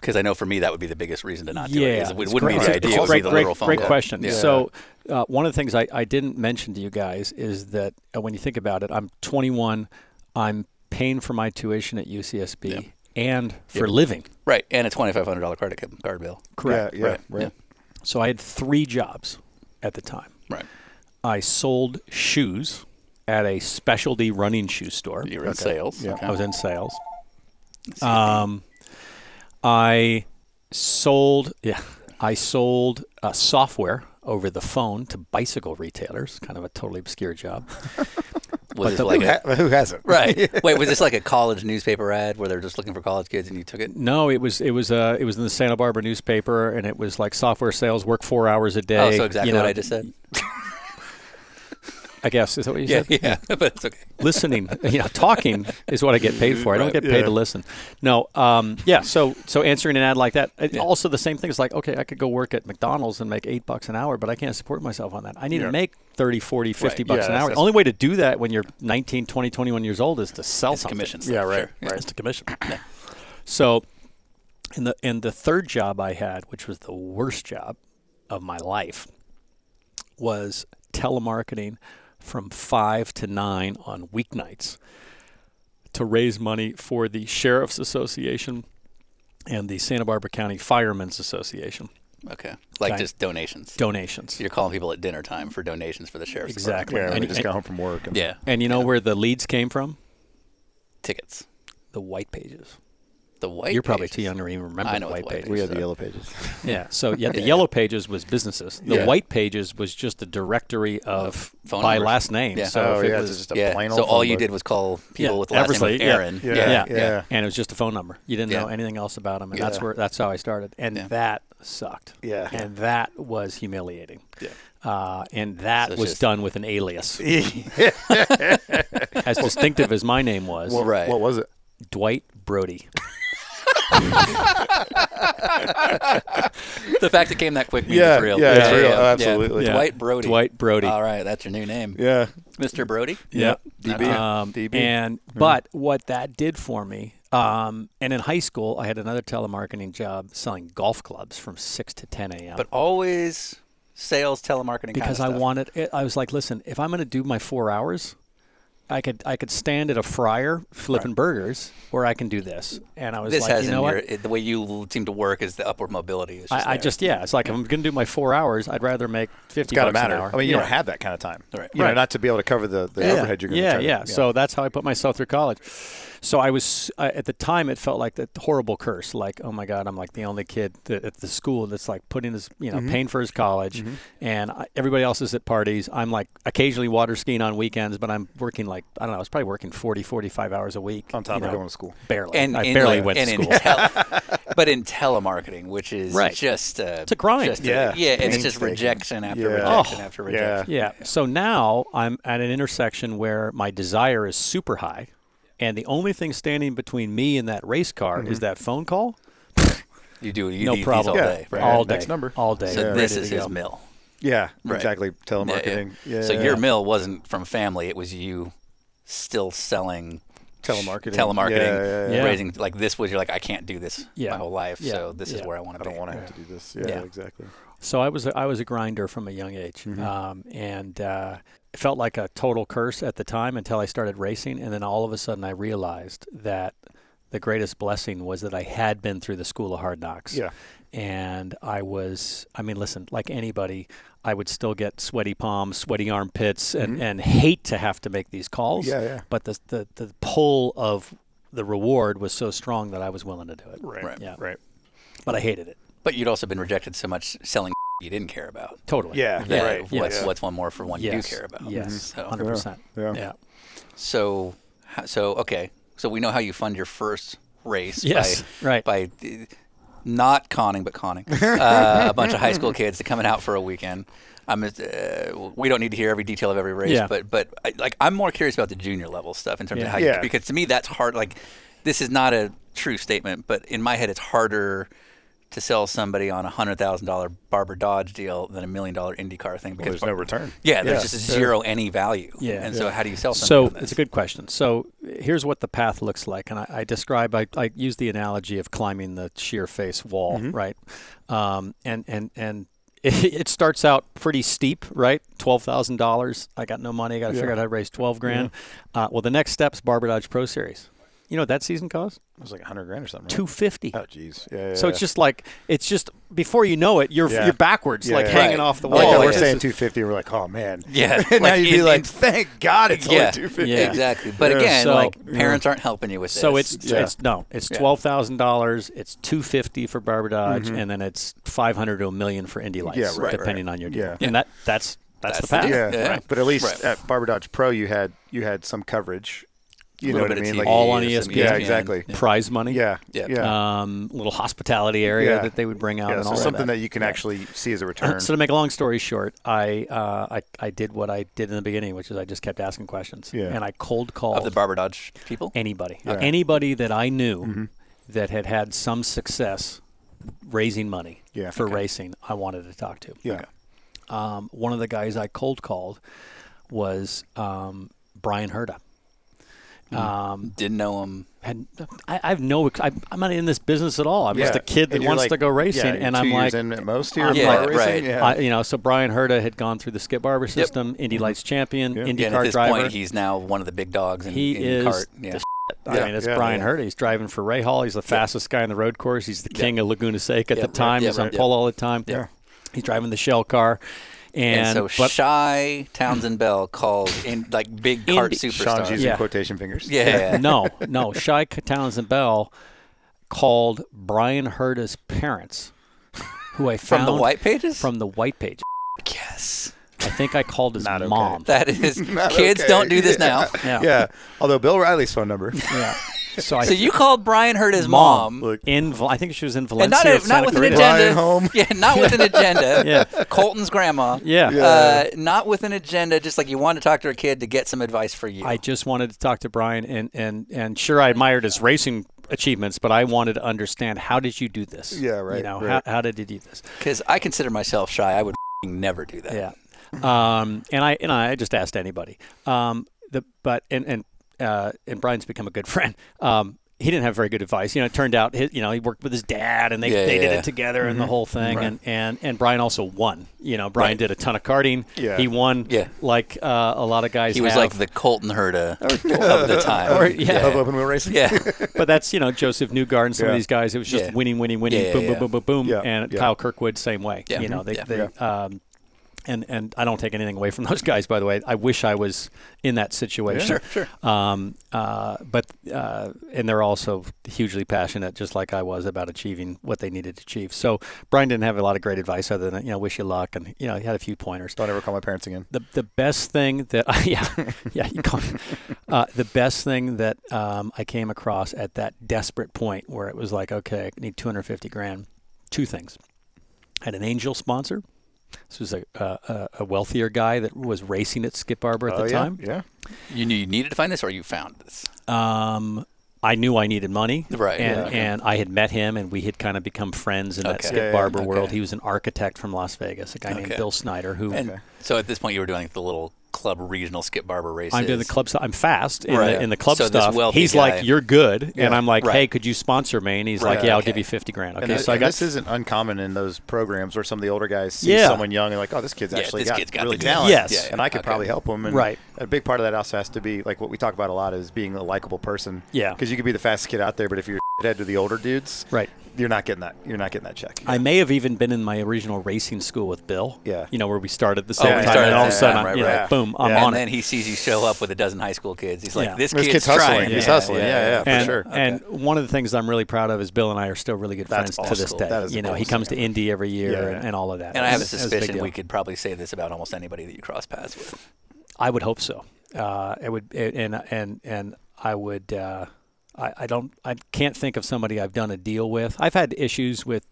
[SPEAKER 1] Because I know for me that would be the biggest reason to not do it.
[SPEAKER 3] yeah,
[SPEAKER 1] is It
[SPEAKER 3] it's
[SPEAKER 1] wouldn't be the
[SPEAKER 3] great- it's a
[SPEAKER 1] idea. It would be
[SPEAKER 3] Great,
[SPEAKER 1] the
[SPEAKER 3] great,
[SPEAKER 1] literal phone
[SPEAKER 3] great
[SPEAKER 1] call.
[SPEAKER 3] question.
[SPEAKER 1] Yeah.
[SPEAKER 3] So, uh, one of the things I, I didn't mention to you guys is that uh, when you think about it, I'm 21. I'm paying for my tuition at UCSB and for living.
[SPEAKER 1] right, and a twenty-five hundred dollar credit ca- card bill.
[SPEAKER 2] Yeah, yeah,
[SPEAKER 1] Right.
[SPEAKER 2] right.
[SPEAKER 1] Yeah.
[SPEAKER 3] So I had three jobs at the time.
[SPEAKER 1] Right.
[SPEAKER 3] I sold shoes at a specialty running shoe store.
[SPEAKER 1] You were in sales. Okay.
[SPEAKER 3] I was in sales. Um, I sold yeah, I sold uh, software over the phone to bicycle retailers. Kind of a totally obscure job.
[SPEAKER 1] Was this like a,
[SPEAKER 2] Who hasn't?
[SPEAKER 1] right? Wait, was this like a college newspaper ad where they're just looking for college kids and you took it?
[SPEAKER 3] No, it was it was uh, it was in the Santa Barbara newspaper, and it was like software sales work four hours a day.
[SPEAKER 1] Oh, so exactly
[SPEAKER 3] you know,
[SPEAKER 1] what I just said.
[SPEAKER 3] I guess is that what you
[SPEAKER 1] Yeah,
[SPEAKER 3] said?
[SPEAKER 1] yeah, but it's okay.
[SPEAKER 3] listening, you know, talking is what I get paid for. I don't get paid to listen. No, um, yeah. So, so answering an ad like that. and Also, the same thing is like, okay, I could go work at McDonald's and make eight bucks an hour, but I can't support myself on that. I need to make 30, 40, 50
[SPEAKER 1] Right.
[SPEAKER 3] bucks
[SPEAKER 2] Yeah,
[SPEAKER 3] an hour.
[SPEAKER 2] that's-
[SPEAKER 3] The only way to do that when you're 19, 20, 21 years old is to sell something.
[SPEAKER 1] Commissions.
[SPEAKER 2] Yeah, right,
[SPEAKER 1] Sure.
[SPEAKER 3] It's to commission. So, and the and the third job I had, which was the worst job of my life, was telemarketing from five to nine on weeknights to raise money for the Sheriff's Association and the Santa Barbara County Firemen's Association
[SPEAKER 1] Okay. Like
[SPEAKER 3] Okay.
[SPEAKER 1] just donations.
[SPEAKER 3] donations.
[SPEAKER 1] You're calling people at dinner time for donations for the sheriff's department.
[SPEAKER 3] Exactly.
[SPEAKER 2] Yeah, we
[SPEAKER 3] and,
[SPEAKER 2] just
[SPEAKER 3] and-
[SPEAKER 2] got home from work. And,
[SPEAKER 1] Yeah.
[SPEAKER 3] and you know where the leads came from?
[SPEAKER 1] Tickets.
[SPEAKER 3] The white pages.
[SPEAKER 1] The white.
[SPEAKER 3] You're probably too
[SPEAKER 1] pages.
[SPEAKER 3] young to even remember
[SPEAKER 1] I
[SPEAKER 3] the
[SPEAKER 1] know what
[SPEAKER 3] white,
[SPEAKER 1] the white
[SPEAKER 3] pages.
[SPEAKER 2] We had the yellow pages.
[SPEAKER 3] Yeah. So yeah, the yellow pages was businesses. The
[SPEAKER 2] Yeah.
[SPEAKER 3] white pages was just a directory of
[SPEAKER 1] phone
[SPEAKER 3] by
[SPEAKER 1] numbers.
[SPEAKER 3] last name.
[SPEAKER 1] Yeah.
[SPEAKER 3] So
[SPEAKER 2] oh,
[SPEAKER 3] if it
[SPEAKER 2] yeah,
[SPEAKER 3] was,
[SPEAKER 2] it's just a
[SPEAKER 1] Yeah.
[SPEAKER 2] plain old
[SPEAKER 1] so all
[SPEAKER 2] phone
[SPEAKER 1] you
[SPEAKER 2] book.
[SPEAKER 1] did was call people
[SPEAKER 3] Yeah.
[SPEAKER 1] with the last
[SPEAKER 3] Eversley,
[SPEAKER 1] name of
[SPEAKER 3] yeah.
[SPEAKER 1] Aaron.
[SPEAKER 2] Yeah.
[SPEAKER 3] yeah,
[SPEAKER 2] Yeah.
[SPEAKER 3] and it was just a phone number. You didn't know
[SPEAKER 1] Oh, Yeah.
[SPEAKER 3] anything else about him, and that's
[SPEAKER 2] Yeah.
[SPEAKER 3] where that's how I started, and
[SPEAKER 1] Yeah.
[SPEAKER 3] that sucked.
[SPEAKER 2] Yeah.
[SPEAKER 3] and that was humiliating. Yeah. Uh, and that
[SPEAKER 1] So it's
[SPEAKER 3] was
[SPEAKER 1] just-
[SPEAKER 3] done with an alias, as distinctive as my name was,
[SPEAKER 2] What-
[SPEAKER 1] Right.
[SPEAKER 2] What was it?
[SPEAKER 3] Dwight Brody.
[SPEAKER 1] The fact it came that quick means
[SPEAKER 2] Yeah,
[SPEAKER 1] it's real.
[SPEAKER 2] yeah, it's real. Absolutely.
[SPEAKER 3] Yeah.
[SPEAKER 1] Dwight Brody.
[SPEAKER 3] Dwight Brody.
[SPEAKER 1] All right, that's your new name.
[SPEAKER 2] Yeah.
[SPEAKER 1] Mr. Brody.
[SPEAKER 3] Yeah.
[SPEAKER 2] DB.
[SPEAKER 3] Um,
[SPEAKER 2] DB.
[SPEAKER 3] And but what that did for me, um, and in high school, I had another telemarketing job selling golf clubs from six to ten a.m.
[SPEAKER 1] But always sales, telemarketing.
[SPEAKER 3] because I
[SPEAKER 1] kind of stuff.
[SPEAKER 3] wanted, it, I was like, listen, if I'm going to do my four hours, I could I could stand at a fryer flipping burgers, or I can do this. And I was
[SPEAKER 1] This
[SPEAKER 3] like,
[SPEAKER 1] has
[SPEAKER 3] you
[SPEAKER 1] in
[SPEAKER 3] know
[SPEAKER 1] your,
[SPEAKER 3] what?
[SPEAKER 1] it- the way you seem to work is the upward mobility. It's
[SPEAKER 3] I, I
[SPEAKER 1] there.
[SPEAKER 3] just yeah, it's like if I'm going to do my four hours, I'd rather make fifty
[SPEAKER 2] gotta
[SPEAKER 3] bucks
[SPEAKER 2] matter.
[SPEAKER 3] an hour.
[SPEAKER 2] I mean, you
[SPEAKER 3] yeah.
[SPEAKER 2] don't have that kind of time.
[SPEAKER 1] Right.
[SPEAKER 2] You
[SPEAKER 3] Right.
[SPEAKER 2] know, not to be able to cover the, the overhead you're going
[SPEAKER 3] yeah,
[SPEAKER 2] to
[SPEAKER 3] yeah. So that's how I put myself through college. So I was uh, at the time it felt like that horrible curse. Like, oh my God, I'm like the only kid that, at the school that's like putting his, you
[SPEAKER 2] Mm-hmm.
[SPEAKER 3] know, paying for his college, and I, everybody else is at parties. I'm like occasionally water skiing on weekends, but I'm working like I don't know. I was probably working 40, 45 hours a week
[SPEAKER 2] on top
[SPEAKER 3] you
[SPEAKER 2] of
[SPEAKER 3] know,
[SPEAKER 2] going to school.
[SPEAKER 3] Barely,
[SPEAKER 1] and
[SPEAKER 3] I
[SPEAKER 1] in,
[SPEAKER 3] barely
[SPEAKER 1] like,
[SPEAKER 3] went
[SPEAKER 1] and
[SPEAKER 3] to
[SPEAKER 1] in
[SPEAKER 3] school.
[SPEAKER 1] tele- but in telemarketing, which is
[SPEAKER 3] Right.
[SPEAKER 1] just uh, it's
[SPEAKER 3] a grind.
[SPEAKER 2] Yeah.
[SPEAKER 1] yeah, it's just
[SPEAKER 2] Painstaking.
[SPEAKER 1] rejection after
[SPEAKER 2] Yeah.
[SPEAKER 1] rejection
[SPEAKER 3] Oh,
[SPEAKER 1] after
[SPEAKER 2] yeah.
[SPEAKER 1] rejection.
[SPEAKER 3] Yeah. So now I'm at an intersection where my desire is super high, and the only thing standing between me and that race car
[SPEAKER 2] Mm-hmm.
[SPEAKER 3] is that phone call.
[SPEAKER 1] You do you
[SPEAKER 3] No
[SPEAKER 1] do
[SPEAKER 3] problem.
[SPEAKER 1] these all
[SPEAKER 2] Yeah.
[SPEAKER 1] day.
[SPEAKER 2] Right.
[SPEAKER 3] All day.
[SPEAKER 2] Next number.
[SPEAKER 3] All day.
[SPEAKER 1] So
[SPEAKER 3] Ready
[SPEAKER 1] this
[SPEAKER 3] to
[SPEAKER 1] is his
[SPEAKER 3] go.
[SPEAKER 1] mill.
[SPEAKER 2] Yeah,
[SPEAKER 1] Right.
[SPEAKER 2] exactly.
[SPEAKER 1] Yeah, yeah.
[SPEAKER 2] Telemarketing. Yeah.
[SPEAKER 1] So your mill wasn't from family; it was you still selling
[SPEAKER 2] Telemarketing.
[SPEAKER 1] telemarketing,
[SPEAKER 2] Yeah, yeah,
[SPEAKER 3] yeah.
[SPEAKER 1] raising like this was you're like I can't do this
[SPEAKER 3] Yeah.
[SPEAKER 1] my whole life,
[SPEAKER 3] Yeah.
[SPEAKER 1] so this is
[SPEAKER 3] Yeah.
[SPEAKER 1] where I want
[SPEAKER 2] I
[SPEAKER 1] to be.
[SPEAKER 2] don't want to have to do this. Yeah,
[SPEAKER 3] Yeah.
[SPEAKER 2] exactly.
[SPEAKER 3] So I was a, I was a grinder from a young age,
[SPEAKER 2] Mm-hmm.
[SPEAKER 3] um, and uh, it felt like a total curse at the time until I started racing, and then all of a sudden I realized that the greatest blessing was that I had been through the school of hard knocks.
[SPEAKER 2] Yeah.
[SPEAKER 3] And I was, I mean, listen, like anybody, I would still get sweaty palms, sweaty armpits, and, and hate to have to make these calls.
[SPEAKER 2] Mm-hmm. Yeah, yeah.
[SPEAKER 3] But the, the, the pull of the reward was so strong that I was willing to do it.
[SPEAKER 2] Right.
[SPEAKER 1] Right.
[SPEAKER 3] Yeah.
[SPEAKER 2] Right.
[SPEAKER 3] But I hated it.
[SPEAKER 1] But you'd also been rejected so much selling. you didn't care about.
[SPEAKER 3] Totally.
[SPEAKER 2] Yeah,
[SPEAKER 1] Yeah,
[SPEAKER 2] right.
[SPEAKER 1] What's,
[SPEAKER 2] yeah.
[SPEAKER 1] what's one more for one you
[SPEAKER 3] Yes.
[SPEAKER 1] do care about?
[SPEAKER 3] Yes.
[SPEAKER 1] So-
[SPEAKER 3] Hundred percent.
[SPEAKER 2] Mm-hmm. Yeah.
[SPEAKER 3] Yeah.
[SPEAKER 1] So, ho- so okay. So we know how you fund your first race.
[SPEAKER 3] Yes,
[SPEAKER 1] by,
[SPEAKER 3] right.
[SPEAKER 1] By uh, not conning, but conning uh, a bunch of high school kids to coming out for a weekend. I'm. Uh, we don't need to hear every detail of every race,
[SPEAKER 3] Yeah.
[SPEAKER 1] but but I, like I'm more curious about the junior level stuff in terms
[SPEAKER 3] Yeah.
[SPEAKER 1] of how
[SPEAKER 2] Yeah.
[SPEAKER 1] you because to me that's hard. Like this is not a true statement, but in my head it's harder. To sell somebody on a hundred thousand dollar Barber Dodge deal than a million dollar IndyCar thing because
[SPEAKER 2] There's no return.
[SPEAKER 1] yeah, there's
[SPEAKER 2] Yeah.
[SPEAKER 1] just zero any value.
[SPEAKER 3] Yeah.
[SPEAKER 1] and so how do you sell something?
[SPEAKER 3] So
[SPEAKER 1] on this?
[SPEAKER 3] it's a good question. So here's what the path looks like, and I, I describe. I, I use the analogy of climbing the sheer face wall,
[SPEAKER 2] Mm-hmm.
[SPEAKER 3] right? Um, and and and it, it starts out pretty steep, right? Twelve thousand dollars. I got no money. I got to figure out how to raise twelve grand. Uh, well, the next step's Barber Dodge Pro Series. You know what that season cost?
[SPEAKER 2] It was like 100 grand or something. Right?
[SPEAKER 3] Two fifty.
[SPEAKER 2] Oh, jeez. Yeah, yeah,
[SPEAKER 3] So it's
[SPEAKER 2] yeah.
[SPEAKER 3] just like it's just before you know it, you're
[SPEAKER 2] Yeah.
[SPEAKER 3] you're backwards,
[SPEAKER 2] Yeah,
[SPEAKER 3] like
[SPEAKER 2] yeah.
[SPEAKER 3] hanging
[SPEAKER 1] Right.
[SPEAKER 3] off the
[SPEAKER 1] I
[SPEAKER 2] I like
[SPEAKER 3] wall.
[SPEAKER 1] Oh,
[SPEAKER 2] how we're
[SPEAKER 1] yeah.
[SPEAKER 2] saying 250 and we're like, oh, man.
[SPEAKER 1] Yeah,
[SPEAKER 2] and now
[SPEAKER 1] like
[SPEAKER 2] you'd be
[SPEAKER 1] in-
[SPEAKER 2] like,
[SPEAKER 1] in-
[SPEAKER 2] thank God it's only 250.
[SPEAKER 3] Yeah.
[SPEAKER 1] Exactly. But
[SPEAKER 2] Yeah.
[SPEAKER 1] again,
[SPEAKER 3] So-
[SPEAKER 1] like parents aren't helping you with this.
[SPEAKER 3] So it's
[SPEAKER 2] Yeah.
[SPEAKER 3] it's no, it's
[SPEAKER 1] Yeah.
[SPEAKER 3] twelve thousand dollars. It's two fifty for Barber Dodge, and then it's five hundred to a million for Indy Lights,
[SPEAKER 2] Mm-hmm. Yeah, right,
[SPEAKER 3] depending
[SPEAKER 2] right.
[SPEAKER 3] on your deal.
[SPEAKER 2] Yeah.
[SPEAKER 3] And that that's
[SPEAKER 1] That's
[SPEAKER 3] that's, the path.
[SPEAKER 1] the
[SPEAKER 2] Yeah,
[SPEAKER 1] deal. Yeah.
[SPEAKER 2] but at least
[SPEAKER 1] Right.
[SPEAKER 2] at Barber Dodge Pro, you had you had some coverage. You know
[SPEAKER 1] Little
[SPEAKER 2] what I
[SPEAKER 1] bit of
[SPEAKER 2] mean?
[SPEAKER 1] TV,
[SPEAKER 3] All on E
[SPEAKER 1] some
[SPEAKER 3] ESPN.
[SPEAKER 2] yeah, exactly. Yeah,
[SPEAKER 3] Prize money.
[SPEAKER 2] yeah,
[SPEAKER 1] Yeah.
[SPEAKER 3] Um, little hospitality area
[SPEAKER 2] Yeah.
[SPEAKER 3] that they would bring out
[SPEAKER 2] Yeah,
[SPEAKER 3] and
[SPEAKER 2] so
[SPEAKER 3] all
[SPEAKER 2] something
[SPEAKER 3] of
[SPEAKER 2] that. you can actually see as a return.
[SPEAKER 3] So to make a long story short, I, uh, I I did what I did in the beginning, which is I just kept asking questions,
[SPEAKER 2] Yeah.
[SPEAKER 3] and I cold called
[SPEAKER 1] of the Barber Dodge people.
[SPEAKER 3] anybody, Uh, anybody that I knew
[SPEAKER 2] Mm-hmm.
[SPEAKER 3] that had had some success raising money
[SPEAKER 2] Yeah.
[SPEAKER 3] for
[SPEAKER 2] Okay.
[SPEAKER 3] racing, I wanted to talk to.
[SPEAKER 2] yeah,
[SPEAKER 3] Um, one of the guys I cold called was um, Brian Herda. Um,
[SPEAKER 1] Didn't know him.
[SPEAKER 3] had, I, I have no, ex- I, I'm not in this business at all. I'm just
[SPEAKER 2] Yeah.
[SPEAKER 3] a kid that
[SPEAKER 2] And you're
[SPEAKER 3] wants
[SPEAKER 2] like,
[SPEAKER 3] to go racing,
[SPEAKER 2] yeah,
[SPEAKER 3] and
[SPEAKER 2] two
[SPEAKER 3] I'm
[SPEAKER 2] years
[SPEAKER 3] like,
[SPEAKER 2] in at most here,
[SPEAKER 3] I'm
[SPEAKER 2] yeah,
[SPEAKER 3] like-
[SPEAKER 2] racing.
[SPEAKER 1] right.
[SPEAKER 2] Yeah, Mm-hmm.
[SPEAKER 3] I, you know, so Brian Herda had gone through the Skip Barber system, Indy Lights champion, IndyCar
[SPEAKER 1] Yeah, and at this
[SPEAKER 3] driver.
[SPEAKER 1] point, he's now one of the big dogs in,
[SPEAKER 3] He
[SPEAKER 1] in
[SPEAKER 3] is
[SPEAKER 1] cart. Yeah.
[SPEAKER 3] the
[SPEAKER 2] Yeah,
[SPEAKER 3] I mean, it's
[SPEAKER 2] yeah,
[SPEAKER 3] Brian
[SPEAKER 2] yeah.
[SPEAKER 3] Hurd. He's driving for Ray Hall. He's the fastest guy on the road course. He's the king of Laguna Seca
[SPEAKER 1] Yep,
[SPEAKER 3] at the
[SPEAKER 1] right,
[SPEAKER 3] time.
[SPEAKER 1] yeah,
[SPEAKER 3] He's on
[SPEAKER 1] right, yeah.
[SPEAKER 3] pole all the time.
[SPEAKER 1] Yeah.
[SPEAKER 3] He's driving the shell car. And,
[SPEAKER 1] and, so
[SPEAKER 3] but
[SPEAKER 1] shy Townsend Bell called in like big cart
[SPEAKER 3] Indy-
[SPEAKER 2] Sean's
[SPEAKER 1] superstars.
[SPEAKER 2] using
[SPEAKER 3] Yeah.
[SPEAKER 2] quotation fingers.
[SPEAKER 1] Yeah.
[SPEAKER 3] no, no. Shy Townsend Bell called Brian Herda's parents, who I
[SPEAKER 1] From
[SPEAKER 3] found
[SPEAKER 1] the white pages?
[SPEAKER 3] from the white page.
[SPEAKER 1] yes.
[SPEAKER 3] I think I called his
[SPEAKER 2] Not okay.
[SPEAKER 3] mom.
[SPEAKER 1] That is
[SPEAKER 2] Not
[SPEAKER 1] kids
[SPEAKER 2] okay.
[SPEAKER 1] don't do this now.
[SPEAKER 3] Yeah.
[SPEAKER 2] yeah. Although Bill Riley's phone number,
[SPEAKER 3] Yeah. So I
[SPEAKER 1] So you called Brian Hurt his mom.
[SPEAKER 2] look,
[SPEAKER 3] in Val- I think she was in Valencia.
[SPEAKER 1] and not,
[SPEAKER 3] or
[SPEAKER 1] a, not
[SPEAKER 3] Santa
[SPEAKER 1] with an
[SPEAKER 3] Clarita.
[SPEAKER 1] agenda.
[SPEAKER 2] Brian home.
[SPEAKER 1] Yeah, not with an agenda.
[SPEAKER 3] Yeah.
[SPEAKER 1] Colton's grandma.
[SPEAKER 3] Yeah.
[SPEAKER 1] Uh, not with an agenda, just like you wanted to talk to a kid to get some advice for you.
[SPEAKER 3] I just wanted to talk to Brian, and and and sure, I admired his racing achievements, but I wanted to understand how did you do this?
[SPEAKER 2] Yeah, right,
[SPEAKER 3] You know,
[SPEAKER 2] right.
[SPEAKER 3] How, how did you do this?
[SPEAKER 1] Because I consider myself shy. I would f***ing never do that.
[SPEAKER 3] Yeah. Um, and I and I just asked anybody. Um, the but and and uh, and Brian's become a good friend. Um, he didn't have very good advice. You know, it turned out his, you know he worked with his dad, and they,
[SPEAKER 1] Yeah,
[SPEAKER 3] they did
[SPEAKER 1] yeah.
[SPEAKER 3] it together and the whole thing. And, and and Brian also won. You know, Brian
[SPEAKER 1] Right.
[SPEAKER 3] did a ton of karting.
[SPEAKER 2] Yeah.
[SPEAKER 3] He won.
[SPEAKER 1] Yeah.
[SPEAKER 3] Like uh, a lot of guys.
[SPEAKER 1] He was
[SPEAKER 3] have.
[SPEAKER 1] like the Colton Herta of the time.
[SPEAKER 3] yeah.
[SPEAKER 2] of open wheel racing.
[SPEAKER 1] yeah.
[SPEAKER 3] but that's you know Joseph Newgarden, some of
[SPEAKER 2] Yeah.
[SPEAKER 3] these guys. It was just
[SPEAKER 1] Yeah.
[SPEAKER 3] winning, winning, winning,
[SPEAKER 1] Yeah, yeah,
[SPEAKER 3] boom,
[SPEAKER 1] yeah.
[SPEAKER 3] boom, boom, boom, boom,
[SPEAKER 2] Yeah,
[SPEAKER 3] and
[SPEAKER 2] yeah.
[SPEAKER 3] Kyle Kirkwood, same way.
[SPEAKER 1] Yeah.
[SPEAKER 3] You know, they,
[SPEAKER 1] Yeah.
[SPEAKER 3] they um, and and I don't take anything away from those guys. By the way, I wish I was in that situation.
[SPEAKER 1] Sure,
[SPEAKER 3] sure. Um, uh, but uh, and they're also hugely passionate, just like I was about achieving what they needed to achieve. So Brian didn't have a lot of great advice other than you know wish you luck and you know he had a few pointers
[SPEAKER 2] Don't ever call my parents again.
[SPEAKER 3] the the best thing that I, yeah yeah you call uh, the best thing that um, I came across at that desperate point where it was like okay I need 250 grand two things I had an angel sponsor this was a uh, a- a wealthier guy that was racing at Skip Arbor at
[SPEAKER 2] Oh,
[SPEAKER 3] the
[SPEAKER 2] yeah,
[SPEAKER 3] time
[SPEAKER 2] yeah.
[SPEAKER 1] You knew you needed to find this or you found this.
[SPEAKER 3] um, I knew I needed money,
[SPEAKER 1] Right,
[SPEAKER 3] And
[SPEAKER 1] yeah, okay.
[SPEAKER 3] and I had met him, and we had kind of become friends in that
[SPEAKER 1] Okay.
[SPEAKER 3] Skip
[SPEAKER 1] Yeah, yeah,
[SPEAKER 3] Barber
[SPEAKER 1] okay.
[SPEAKER 3] world. He was an architect from Las Vegas, a guy named
[SPEAKER 1] Okay.
[SPEAKER 3] Bill Snyder, who
[SPEAKER 1] And so at this point, you were doing like, the little club regional Skip Barber races.
[SPEAKER 3] I'm doing the club stuff. I'm fast in,
[SPEAKER 1] Right.
[SPEAKER 3] the, in the club
[SPEAKER 1] So this
[SPEAKER 3] stuff.
[SPEAKER 1] wealthy
[SPEAKER 3] He's
[SPEAKER 1] guy-
[SPEAKER 3] like, "You're good," and I'm like,
[SPEAKER 1] Right.
[SPEAKER 3] "Hey, could you sponsor me?" And he's like,
[SPEAKER 1] Right.
[SPEAKER 3] "Yeah, I'll
[SPEAKER 1] Okay.
[SPEAKER 3] give you fifty grand." Okay,
[SPEAKER 2] And this,
[SPEAKER 3] so I
[SPEAKER 2] and
[SPEAKER 3] got
[SPEAKER 2] this isn't uncommon in those programs where some of the older guys see
[SPEAKER 3] Yeah.
[SPEAKER 2] someone young and like, oh, this kid's
[SPEAKER 1] Yeah,
[SPEAKER 2] actually
[SPEAKER 1] this
[SPEAKER 2] got
[SPEAKER 1] kid's got
[SPEAKER 2] really
[SPEAKER 1] the good
[SPEAKER 2] talent.
[SPEAKER 3] Yes. Yeah,
[SPEAKER 2] and I could
[SPEAKER 1] okay.
[SPEAKER 2] probably help him. And
[SPEAKER 3] Right.
[SPEAKER 2] A big part of that also has to be like what we talk about a lot is being a likable person.
[SPEAKER 3] Yeah.
[SPEAKER 2] Because you could be the fastest kid out there, but if you're a head to the older dudes,
[SPEAKER 3] Right.
[SPEAKER 2] you're not getting that. You're not getting that check.
[SPEAKER 3] I may have even been in my original racing school with Bill.
[SPEAKER 2] Yeah.
[SPEAKER 3] You know, where we started the same
[SPEAKER 1] Oh, we
[SPEAKER 3] time.
[SPEAKER 1] started
[SPEAKER 3] and
[SPEAKER 1] at
[SPEAKER 3] all
[SPEAKER 1] the
[SPEAKER 3] of a
[SPEAKER 1] same
[SPEAKER 3] sudden,
[SPEAKER 1] time,
[SPEAKER 3] I'm,
[SPEAKER 1] right,
[SPEAKER 3] you know,
[SPEAKER 1] right.
[SPEAKER 3] boom, I'm
[SPEAKER 2] Yeah.
[SPEAKER 3] on
[SPEAKER 1] and
[SPEAKER 3] it.
[SPEAKER 1] then he sees you show up with a dozen high school kids. He's like,
[SPEAKER 3] Yeah.
[SPEAKER 1] "This,
[SPEAKER 2] This kid's
[SPEAKER 1] trying.
[SPEAKER 2] hustling. He's hustling. Yeah, yeah, for
[SPEAKER 3] and,
[SPEAKER 2] sure.
[SPEAKER 3] and one of the things I'm really proud of is Bill and I are still really good
[SPEAKER 2] That's
[SPEAKER 3] friends to this
[SPEAKER 2] awesome.
[SPEAKER 3] day.
[SPEAKER 2] That is the
[SPEAKER 3] you know, he
[SPEAKER 2] coolest
[SPEAKER 3] comes to
[SPEAKER 2] thing
[SPEAKER 3] Indy every year
[SPEAKER 2] Yeah.
[SPEAKER 3] and, and all of that.
[SPEAKER 1] And I have a
[SPEAKER 3] It's- it's big
[SPEAKER 1] suspicion
[SPEAKER 3] deal.
[SPEAKER 1] we could probably say this about almost anybody that you cross paths with.
[SPEAKER 3] I would hope so. Uh, it would, it, and and and I would. Uh, I, I don't. I can't think of somebody I've done a deal with. I've had issues with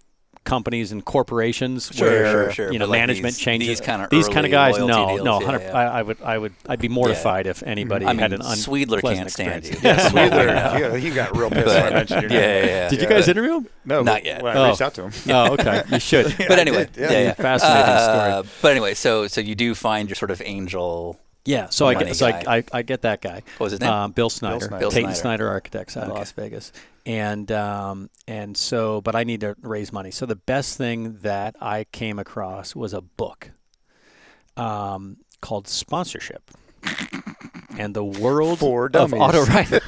[SPEAKER 3] companies and corporations
[SPEAKER 1] Sure,
[SPEAKER 3] where
[SPEAKER 1] sure, sure.
[SPEAKER 3] you know
[SPEAKER 1] But like
[SPEAKER 3] management
[SPEAKER 1] these-
[SPEAKER 3] changes.
[SPEAKER 1] these kinda early
[SPEAKER 3] guys.
[SPEAKER 1] loyalty
[SPEAKER 3] No,
[SPEAKER 1] deals,
[SPEAKER 3] no.
[SPEAKER 1] yeah,
[SPEAKER 3] 100
[SPEAKER 1] yeah. Mm-hmm.
[SPEAKER 3] I, I would. I would. I'd be mortified if anybody
[SPEAKER 1] I mean,
[SPEAKER 3] had an un-
[SPEAKER 1] Swedler can't stand
[SPEAKER 3] experience.
[SPEAKER 1] you.
[SPEAKER 2] yeah, Sweetler, you, you got real pissed when I mentioned your
[SPEAKER 1] yeah,
[SPEAKER 2] name.
[SPEAKER 1] yeah, yeah.
[SPEAKER 3] Did you guys interview him?
[SPEAKER 2] No,
[SPEAKER 1] Not yet.
[SPEAKER 2] When I
[SPEAKER 3] Oh.
[SPEAKER 2] reached out to him.
[SPEAKER 3] Oh, okay. You should.
[SPEAKER 1] but anyway,
[SPEAKER 2] did, yeah.
[SPEAKER 1] yeah, yeah. Uh,
[SPEAKER 3] Fascinating
[SPEAKER 1] But anyway, so so you do find your sort of angel.
[SPEAKER 3] Yeah, so I
[SPEAKER 1] Money
[SPEAKER 3] get, so
[SPEAKER 1] guy.
[SPEAKER 3] I, I, I get that guy.
[SPEAKER 1] What was his name?
[SPEAKER 3] Uh, Bill Snyder,
[SPEAKER 2] Snyder.
[SPEAKER 1] Bill
[SPEAKER 3] Peyton
[SPEAKER 1] Snyder.
[SPEAKER 3] Snyder. Architects out of Las Vegas, and um, and so, but I need to raise money. So the best thing that I came across was a book, um, called Sponsorship, and the world
[SPEAKER 2] For
[SPEAKER 3] of
[SPEAKER 2] dummies.
[SPEAKER 3] auto writing.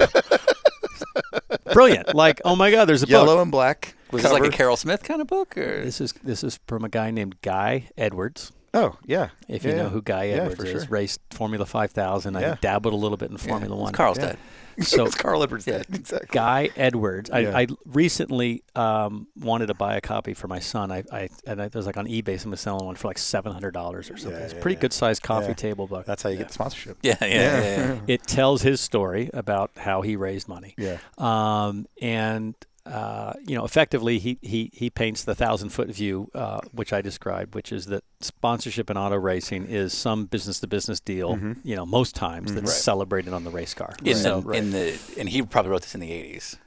[SPEAKER 3] Brilliant! Like, oh my God, there's a book.
[SPEAKER 2] Yellow and black.
[SPEAKER 1] Was
[SPEAKER 2] cover.
[SPEAKER 1] this like a Carol Smith kind of book, or
[SPEAKER 3] This is this is from a guy named Guy Edwards.
[SPEAKER 2] Oh, yeah.
[SPEAKER 3] If
[SPEAKER 2] yeah,
[SPEAKER 3] you know
[SPEAKER 2] yeah.
[SPEAKER 3] who Guy
[SPEAKER 2] Yeah,
[SPEAKER 3] Edwards
[SPEAKER 2] for
[SPEAKER 3] is,
[SPEAKER 2] sure.
[SPEAKER 3] raced Formula 5000.
[SPEAKER 2] Yeah.
[SPEAKER 3] I dabbled a little bit in Formula One.
[SPEAKER 1] Carl's dead?
[SPEAKER 3] So
[SPEAKER 2] It's Carl Edwards dead. Exactly.
[SPEAKER 3] Guy Edwards. I,
[SPEAKER 2] Yeah.
[SPEAKER 3] I recently um, wanted to buy a copy for my son. I, I and I, it was like on eBay, someone was selling one for like seven hundred dollars or something.
[SPEAKER 2] Yeah,
[SPEAKER 3] it's a
[SPEAKER 2] yeah,
[SPEAKER 3] pretty
[SPEAKER 2] yeah.
[SPEAKER 3] good sized coffee
[SPEAKER 2] Yeah.
[SPEAKER 3] table book.
[SPEAKER 2] That's how you get the sponsorship.
[SPEAKER 1] Yeah, yeah, yeah. yeah,
[SPEAKER 3] it tells his story about how he raised money.
[SPEAKER 2] Yeah.
[SPEAKER 3] Um, and uh, you know, effectively, he he he paints the thousand foot view, uh, which I described, which is that sponsorship in auto racing is some business to business deal.
[SPEAKER 2] Mm-hmm.
[SPEAKER 3] You know, most times that's celebrated on the race car.
[SPEAKER 1] In,
[SPEAKER 3] so,
[SPEAKER 1] the, in the and he probably wrote this in the eighties.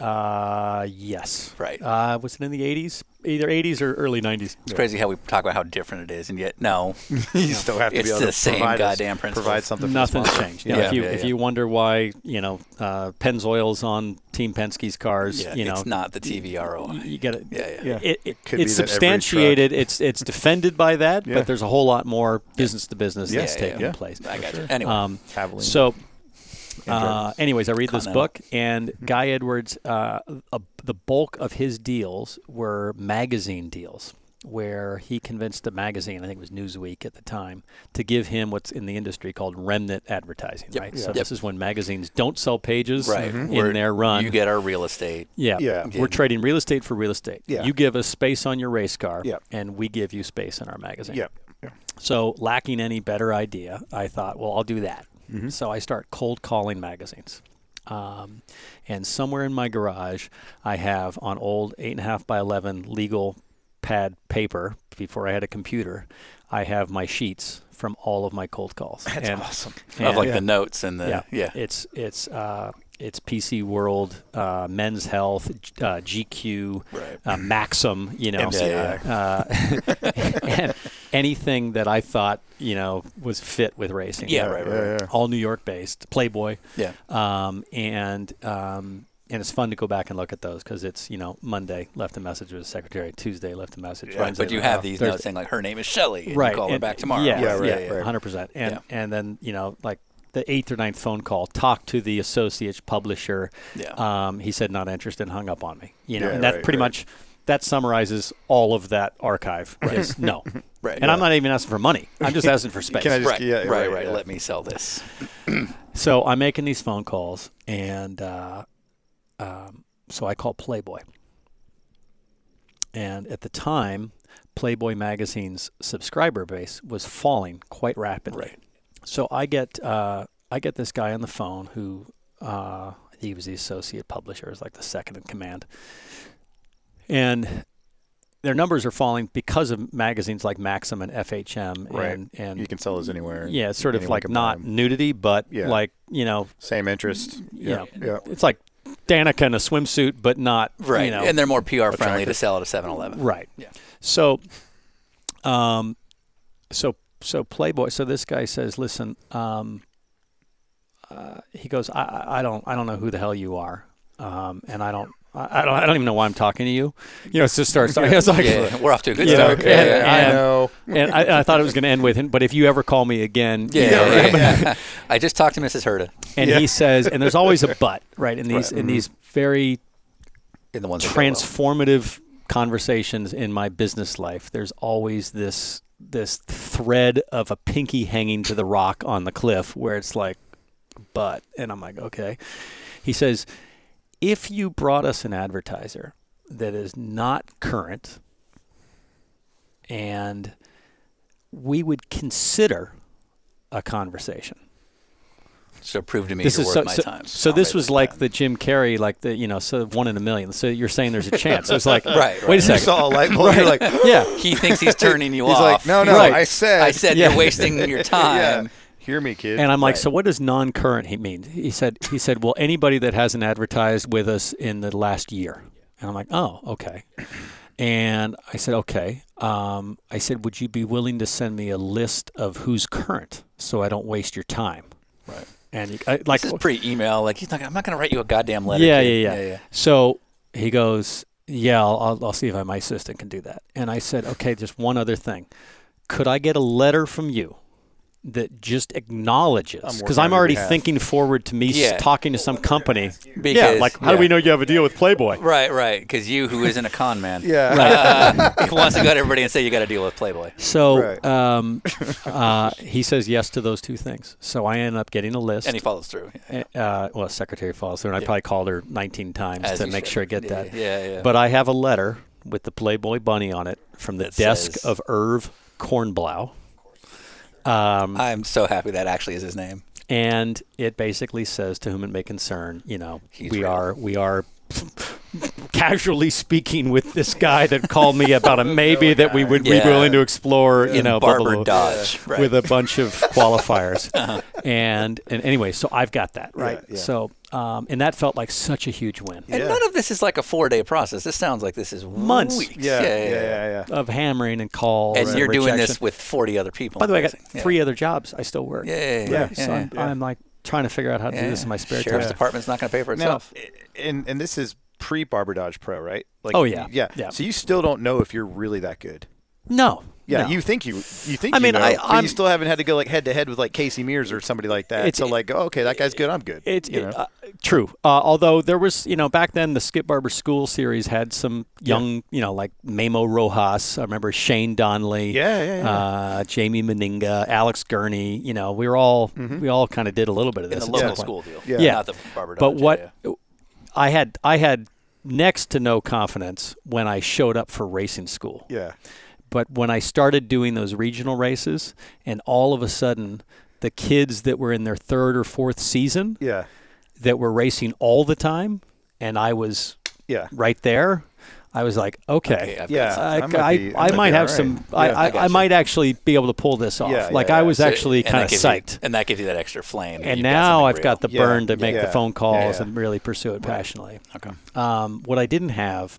[SPEAKER 3] Uh, yes.
[SPEAKER 1] Right.
[SPEAKER 3] Uh, was it in the 80s? Either 80s or early 90s.
[SPEAKER 1] It's crazy how we talk about how different it is, and yet no,
[SPEAKER 2] You still have to
[SPEAKER 1] It's
[SPEAKER 2] be able
[SPEAKER 1] the
[SPEAKER 2] to
[SPEAKER 1] same
[SPEAKER 2] provide us-
[SPEAKER 1] goddamn principles.
[SPEAKER 2] Provide something. for the
[SPEAKER 3] Nothing's
[SPEAKER 2] sponsor.
[SPEAKER 3] changed. You know,
[SPEAKER 1] Yeah.
[SPEAKER 3] if you
[SPEAKER 1] Yeah,
[SPEAKER 3] if
[SPEAKER 1] yeah.
[SPEAKER 3] you wonder why you know uh, Pennzoil's on Team Penske's cars, you know
[SPEAKER 1] it's not the TV ROI.
[SPEAKER 3] you got
[SPEAKER 1] Yeah, yeah.
[SPEAKER 3] It, it,
[SPEAKER 2] could
[SPEAKER 3] it's
[SPEAKER 2] be that every
[SPEAKER 3] substantiated. It's it's defended by that,
[SPEAKER 2] Yeah.
[SPEAKER 3] but there's a whole lot more business to business
[SPEAKER 2] Yeah,
[SPEAKER 3] that's
[SPEAKER 1] yeah,
[SPEAKER 3] taking
[SPEAKER 1] yeah.
[SPEAKER 3] place.
[SPEAKER 1] I got you. Anyway,
[SPEAKER 3] Um,
[SPEAKER 2] Traveling.
[SPEAKER 3] so, uh, anyways, I read this
[SPEAKER 1] Continental.
[SPEAKER 3] book, and
[SPEAKER 1] Mm-hmm.
[SPEAKER 3] Guy Edwards, uh, a, the bulk of his deals were magazine deals, where he convinced a magazine, I think it was Newsweek at the time, to give him what's in the industry called remnant advertising. Right. So
[SPEAKER 1] Yep.
[SPEAKER 3] this is when magazines don't sell pages
[SPEAKER 1] right
[SPEAKER 3] in
[SPEAKER 1] We're-
[SPEAKER 3] their run.
[SPEAKER 1] you get our real estate.
[SPEAKER 3] Yeah.
[SPEAKER 2] Yeah.
[SPEAKER 3] We're trading real estate for real estate.
[SPEAKER 2] Yeah.
[SPEAKER 3] You give us space on your race car,
[SPEAKER 2] Yeah.
[SPEAKER 3] and we give you space in our magazine.
[SPEAKER 2] Yeah. Yeah.
[SPEAKER 3] So, lacking any better idea, I thought, well, I'll do that. So, I start cold calling magazines. Um, and somewhere in my garage, I have on old 8.5 by 11 legal pad paper before I had a computer, I have my sheets from all of my cold calls. That's awesome.
[SPEAKER 1] of like the notes and the yeah,
[SPEAKER 3] yeah, It's it's uh, it's PC World, uh, Men's Health, G- uh, GQ,
[SPEAKER 1] Right.
[SPEAKER 3] uh, Maxim. You know,
[SPEAKER 1] MCI.
[SPEAKER 3] Uh, and anything that I thought you know was fit with racing.
[SPEAKER 1] Yeah, right, right,
[SPEAKER 2] right.
[SPEAKER 3] All New York based, Playboy.
[SPEAKER 1] Yeah.
[SPEAKER 3] Um, and um, and it's fun to go back and look at those because it's you know Monday left a message with the secretary, Tuesday left a message,
[SPEAKER 1] Right,
[SPEAKER 3] Wednesday
[SPEAKER 1] but you
[SPEAKER 3] left-
[SPEAKER 1] have these
[SPEAKER 3] Thursday-
[SPEAKER 1] notes saying like her name is Shelley, and
[SPEAKER 3] right.
[SPEAKER 1] you call her
[SPEAKER 3] and-
[SPEAKER 1] back tomorrow.
[SPEAKER 3] Yeah,
[SPEAKER 2] Yeah, right,
[SPEAKER 3] yeah,
[SPEAKER 2] right.
[SPEAKER 3] hundred percent. And
[SPEAKER 1] Yeah.
[SPEAKER 3] and then you know like the eighth or ninth phone call, talk to the associate publisher.
[SPEAKER 1] Yeah.
[SPEAKER 3] Um, he said not interested, and hung up on me. You know,
[SPEAKER 2] Yeah,
[SPEAKER 3] and that
[SPEAKER 2] right,
[SPEAKER 3] pretty
[SPEAKER 2] right.
[SPEAKER 3] much that summarizes all of that archive. Is no.
[SPEAKER 1] Right.
[SPEAKER 3] And I'm not even asking for money. I'm just asking for space.
[SPEAKER 2] Can I just-
[SPEAKER 1] Right,
[SPEAKER 2] Yeah,
[SPEAKER 1] right, right.
[SPEAKER 2] right, yeah.
[SPEAKER 1] Let me sell this.
[SPEAKER 3] So I'm making these phone calls, and uh, um, so I call Playboy. And at the time, Playboy magazine's subscriber base was falling quite rapidly.
[SPEAKER 1] Right.
[SPEAKER 3] So I get uh, I get this guy on the phone who uh, he was the associate publisher, is like the second in command, and their numbers are falling because of magazines like Maxim and FHM
[SPEAKER 2] Right.
[SPEAKER 3] and, and
[SPEAKER 2] You can sell those anywhere.
[SPEAKER 3] yeah, it's sort of
[SPEAKER 2] Anyone
[SPEAKER 3] like
[SPEAKER 2] can buy
[SPEAKER 3] not
[SPEAKER 2] 'em.
[SPEAKER 3] nudity, but
[SPEAKER 2] Yeah.
[SPEAKER 3] like you know,
[SPEAKER 2] Same interest.
[SPEAKER 3] yeah,
[SPEAKER 2] Yeah.
[SPEAKER 3] it's like Danica in a swimsuit, but not
[SPEAKER 1] Right.
[SPEAKER 3] You know,
[SPEAKER 1] and they're more PR friendly to sell at a 7 Eleven.
[SPEAKER 3] right. Yeah. So, um, so so Playboy. So this guy says, "Listen, um, uh, he goes, I- I, I don't, I don't know who the hell you are, um, and I don't." I I don't, I don't even know why I'm talking to you. You know, it just starts. It's like,
[SPEAKER 1] Yeah, we're off to a good
[SPEAKER 3] You know,
[SPEAKER 1] start.
[SPEAKER 3] okay.
[SPEAKER 1] Yeah, yeah,
[SPEAKER 3] Yeah.
[SPEAKER 2] I
[SPEAKER 3] and-
[SPEAKER 2] know.
[SPEAKER 3] and I, I thought it was going to end with him. But if you ever call me again, you
[SPEAKER 1] yeah,
[SPEAKER 3] know,
[SPEAKER 1] yeah, yeah, yeah. I just talked to Mrs. Herda.
[SPEAKER 3] and he says, and there's always a but, right? In these in these very
[SPEAKER 1] in the ones that go well.
[SPEAKER 3] transformative conversations in my business life there's always this this thread of a pinky hanging to the rock on the cliff where it's like but and i'm like okay he says if you brought us an advertiser that is not current and we would consider a conversation
[SPEAKER 1] So prove to me
[SPEAKER 3] this
[SPEAKER 1] you're worth
[SPEAKER 3] is so,
[SPEAKER 1] my
[SPEAKER 3] so,
[SPEAKER 1] time.
[SPEAKER 3] so
[SPEAKER 1] I'll
[SPEAKER 3] this
[SPEAKER 1] make
[SPEAKER 3] was
[SPEAKER 1] the
[SPEAKER 3] like
[SPEAKER 1] time.
[SPEAKER 3] the Jim Carrey, like the you know, so one in a million. So you're saying there's a chance. So it's like,
[SPEAKER 1] Right,
[SPEAKER 3] wait
[SPEAKER 1] right.
[SPEAKER 3] a
[SPEAKER 2] You
[SPEAKER 3] second,
[SPEAKER 2] saw a light bulb. You're like,
[SPEAKER 3] yeah,
[SPEAKER 1] he thinks he's turning you
[SPEAKER 2] He's
[SPEAKER 1] off.
[SPEAKER 2] like, no, no,
[SPEAKER 3] Right.
[SPEAKER 2] I said.
[SPEAKER 1] I said
[SPEAKER 3] Yeah.
[SPEAKER 1] you're wasting your time.
[SPEAKER 2] "Oh, Yeah. Hear me, kid.
[SPEAKER 3] and I'm like, so what does non-current he mean? He said, he said, well, anybody that hasn't advertised with us in the last year. And I'm like, oh, okay. And I said, okay. Um, I said, would you be willing to send me a list of who's current so I don't waste your time? Right. And he, I, like,
[SPEAKER 1] This is pre-email. Like he's not. gonna- I'm not going to write you a goddamn letter.
[SPEAKER 3] yeah,
[SPEAKER 1] kid.
[SPEAKER 3] yeah, yeah, So he goes, yeah, I'll, I'll, I'll see if my assistant can do that. And I said, okay, just one other thing. Could I get a letter from you that just acknowledges? Because
[SPEAKER 2] working on
[SPEAKER 3] I'm
[SPEAKER 2] your
[SPEAKER 3] already
[SPEAKER 2] behalf.
[SPEAKER 3] thinking forward to me s-
[SPEAKER 1] Yeah.
[SPEAKER 3] talking to some company.
[SPEAKER 1] Because-
[SPEAKER 3] yeah, like how do we know you have a deal with Playboy?
[SPEAKER 1] Right, right. Because you, who isn't a con man,
[SPEAKER 2] yeah.
[SPEAKER 1] uh, wants to go to everybody and say you got to deal with Playboy.
[SPEAKER 3] So
[SPEAKER 2] Right.
[SPEAKER 3] um, uh, he says yes to those two things. So I end up getting a list.
[SPEAKER 1] And he follows through.
[SPEAKER 3] uh, well, secretary falls through, and I probably called her 19 times
[SPEAKER 1] As
[SPEAKER 3] to
[SPEAKER 1] you
[SPEAKER 3] make
[SPEAKER 1] should.
[SPEAKER 3] sure I get
[SPEAKER 1] Yeah,
[SPEAKER 3] that.
[SPEAKER 1] yeah, yeah.
[SPEAKER 3] But I have a letter with the Playboy bunny on it from the desk
[SPEAKER 1] says-
[SPEAKER 3] of Irv Kornblau, Um,
[SPEAKER 1] I'm so happy that actually is his name.
[SPEAKER 3] and it basically says, "To whom it may concern, you know,
[SPEAKER 1] He's
[SPEAKER 3] we
[SPEAKER 1] real.
[SPEAKER 3] are we are." casually speaking with this guy that called me about a maybe that we would
[SPEAKER 1] Yeah.
[SPEAKER 3] be willing to explore, you know, blah, blah,
[SPEAKER 1] Barber
[SPEAKER 3] blah.
[SPEAKER 1] Dodge. Right. Uh-huh.
[SPEAKER 3] with a bunch of qualifiers. And and anyway, so I've got that right.
[SPEAKER 2] yeah.
[SPEAKER 3] So um, and that felt like such a huge win
[SPEAKER 1] and
[SPEAKER 2] Yeah.
[SPEAKER 1] none of this is like a four-day process. This sounds like this is
[SPEAKER 3] Months.
[SPEAKER 1] Weeks.
[SPEAKER 2] yeah, yeah, yeah, yeah,
[SPEAKER 3] of hammering and calls.
[SPEAKER 1] And you're doing
[SPEAKER 3] rejection.
[SPEAKER 1] this with 40 other people.
[SPEAKER 3] By the way, I got
[SPEAKER 1] Yeah.
[SPEAKER 3] three other jobs. I still work.
[SPEAKER 1] Yeah, yeah, yeah.
[SPEAKER 2] Yeah.
[SPEAKER 3] So I'm, I'm like trying to figure out how to do this in my spare
[SPEAKER 1] Sheriff's
[SPEAKER 3] time.
[SPEAKER 1] department's not going to pay for
[SPEAKER 2] Now,
[SPEAKER 1] itself.
[SPEAKER 2] and and this is pre Barber Dodge Pro, right? Like,
[SPEAKER 3] Oh, yeah.
[SPEAKER 2] yeah,
[SPEAKER 3] Yeah.
[SPEAKER 2] So you still don't know if you're really that good.
[SPEAKER 3] No.
[SPEAKER 2] Yeah,
[SPEAKER 3] no.
[SPEAKER 2] you think you you think
[SPEAKER 3] I mean,
[SPEAKER 2] you know,
[SPEAKER 3] I-
[SPEAKER 2] but
[SPEAKER 3] I'm-
[SPEAKER 2] you still haven't had to go like head to head with like Casey Mears or somebody like that.
[SPEAKER 3] It's-
[SPEAKER 2] so like, oh, okay, that guy's good, I'm good.
[SPEAKER 3] It's
[SPEAKER 2] you
[SPEAKER 3] it-
[SPEAKER 2] know?
[SPEAKER 3] uh, true. Uh, although there was, you know, back then the Skip Barber School series had some young, you know, like Mamo Rojas. I remember Shane Donnelly.
[SPEAKER 2] Yeah, yeah, yeah.
[SPEAKER 3] Uh, Jamie Meninga, Alex Gurney. You know, we were all
[SPEAKER 2] Mm-hmm.
[SPEAKER 3] we all kind of did a little bit of
[SPEAKER 1] In
[SPEAKER 3] this.
[SPEAKER 1] the
[SPEAKER 3] at some
[SPEAKER 1] local
[SPEAKER 3] point.
[SPEAKER 1] school deal.
[SPEAKER 2] Yeah.
[SPEAKER 3] Yeah.
[SPEAKER 1] Not the Barber
[SPEAKER 3] But
[SPEAKER 1] Dodge, yeah,
[SPEAKER 3] what
[SPEAKER 1] yeah.
[SPEAKER 3] I had, I had next to no confidence when I showed up for racing school.
[SPEAKER 2] yeah,
[SPEAKER 3] but when I started doing those regional races, and all of a sudden, the kids that were in their third or fourth season
[SPEAKER 2] yeah,
[SPEAKER 3] that were racing all the time, and I was
[SPEAKER 2] yeah.
[SPEAKER 3] right there, I was like, okay.
[SPEAKER 1] Okay, I've got
[SPEAKER 2] Yeah.
[SPEAKER 1] something.
[SPEAKER 3] I,
[SPEAKER 2] I'm gonna
[SPEAKER 3] I,
[SPEAKER 2] be- I'm
[SPEAKER 3] I
[SPEAKER 2] gonna
[SPEAKER 3] might
[SPEAKER 2] be
[SPEAKER 3] have
[SPEAKER 2] all
[SPEAKER 3] some.
[SPEAKER 2] right.
[SPEAKER 3] I,
[SPEAKER 2] Yeah.
[SPEAKER 1] I
[SPEAKER 3] I, I,
[SPEAKER 1] got you.
[SPEAKER 3] might actually be able to pull this off.
[SPEAKER 2] Yeah,
[SPEAKER 3] like
[SPEAKER 2] yeah,
[SPEAKER 3] I
[SPEAKER 2] yeah.
[SPEAKER 3] was
[SPEAKER 1] So-
[SPEAKER 3] actually
[SPEAKER 1] and
[SPEAKER 3] kind
[SPEAKER 1] that
[SPEAKER 3] of
[SPEAKER 1] gives you-
[SPEAKER 3] psyched.
[SPEAKER 1] and that gives you that extra flame. that
[SPEAKER 3] and
[SPEAKER 1] you've got
[SPEAKER 3] now
[SPEAKER 1] something
[SPEAKER 3] I've
[SPEAKER 1] real.
[SPEAKER 3] got the
[SPEAKER 2] Yeah,
[SPEAKER 3] burn to make
[SPEAKER 2] yeah,
[SPEAKER 3] the phone
[SPEAKER 2] yeah,
[SPEAKER 3] calls
[SPEAKER 2] yeah.
[SPEAKER 3] and really pursue it passionately.
[SPEAKER 1] Okay.
[SPEAKER 3] Um, what I didn't have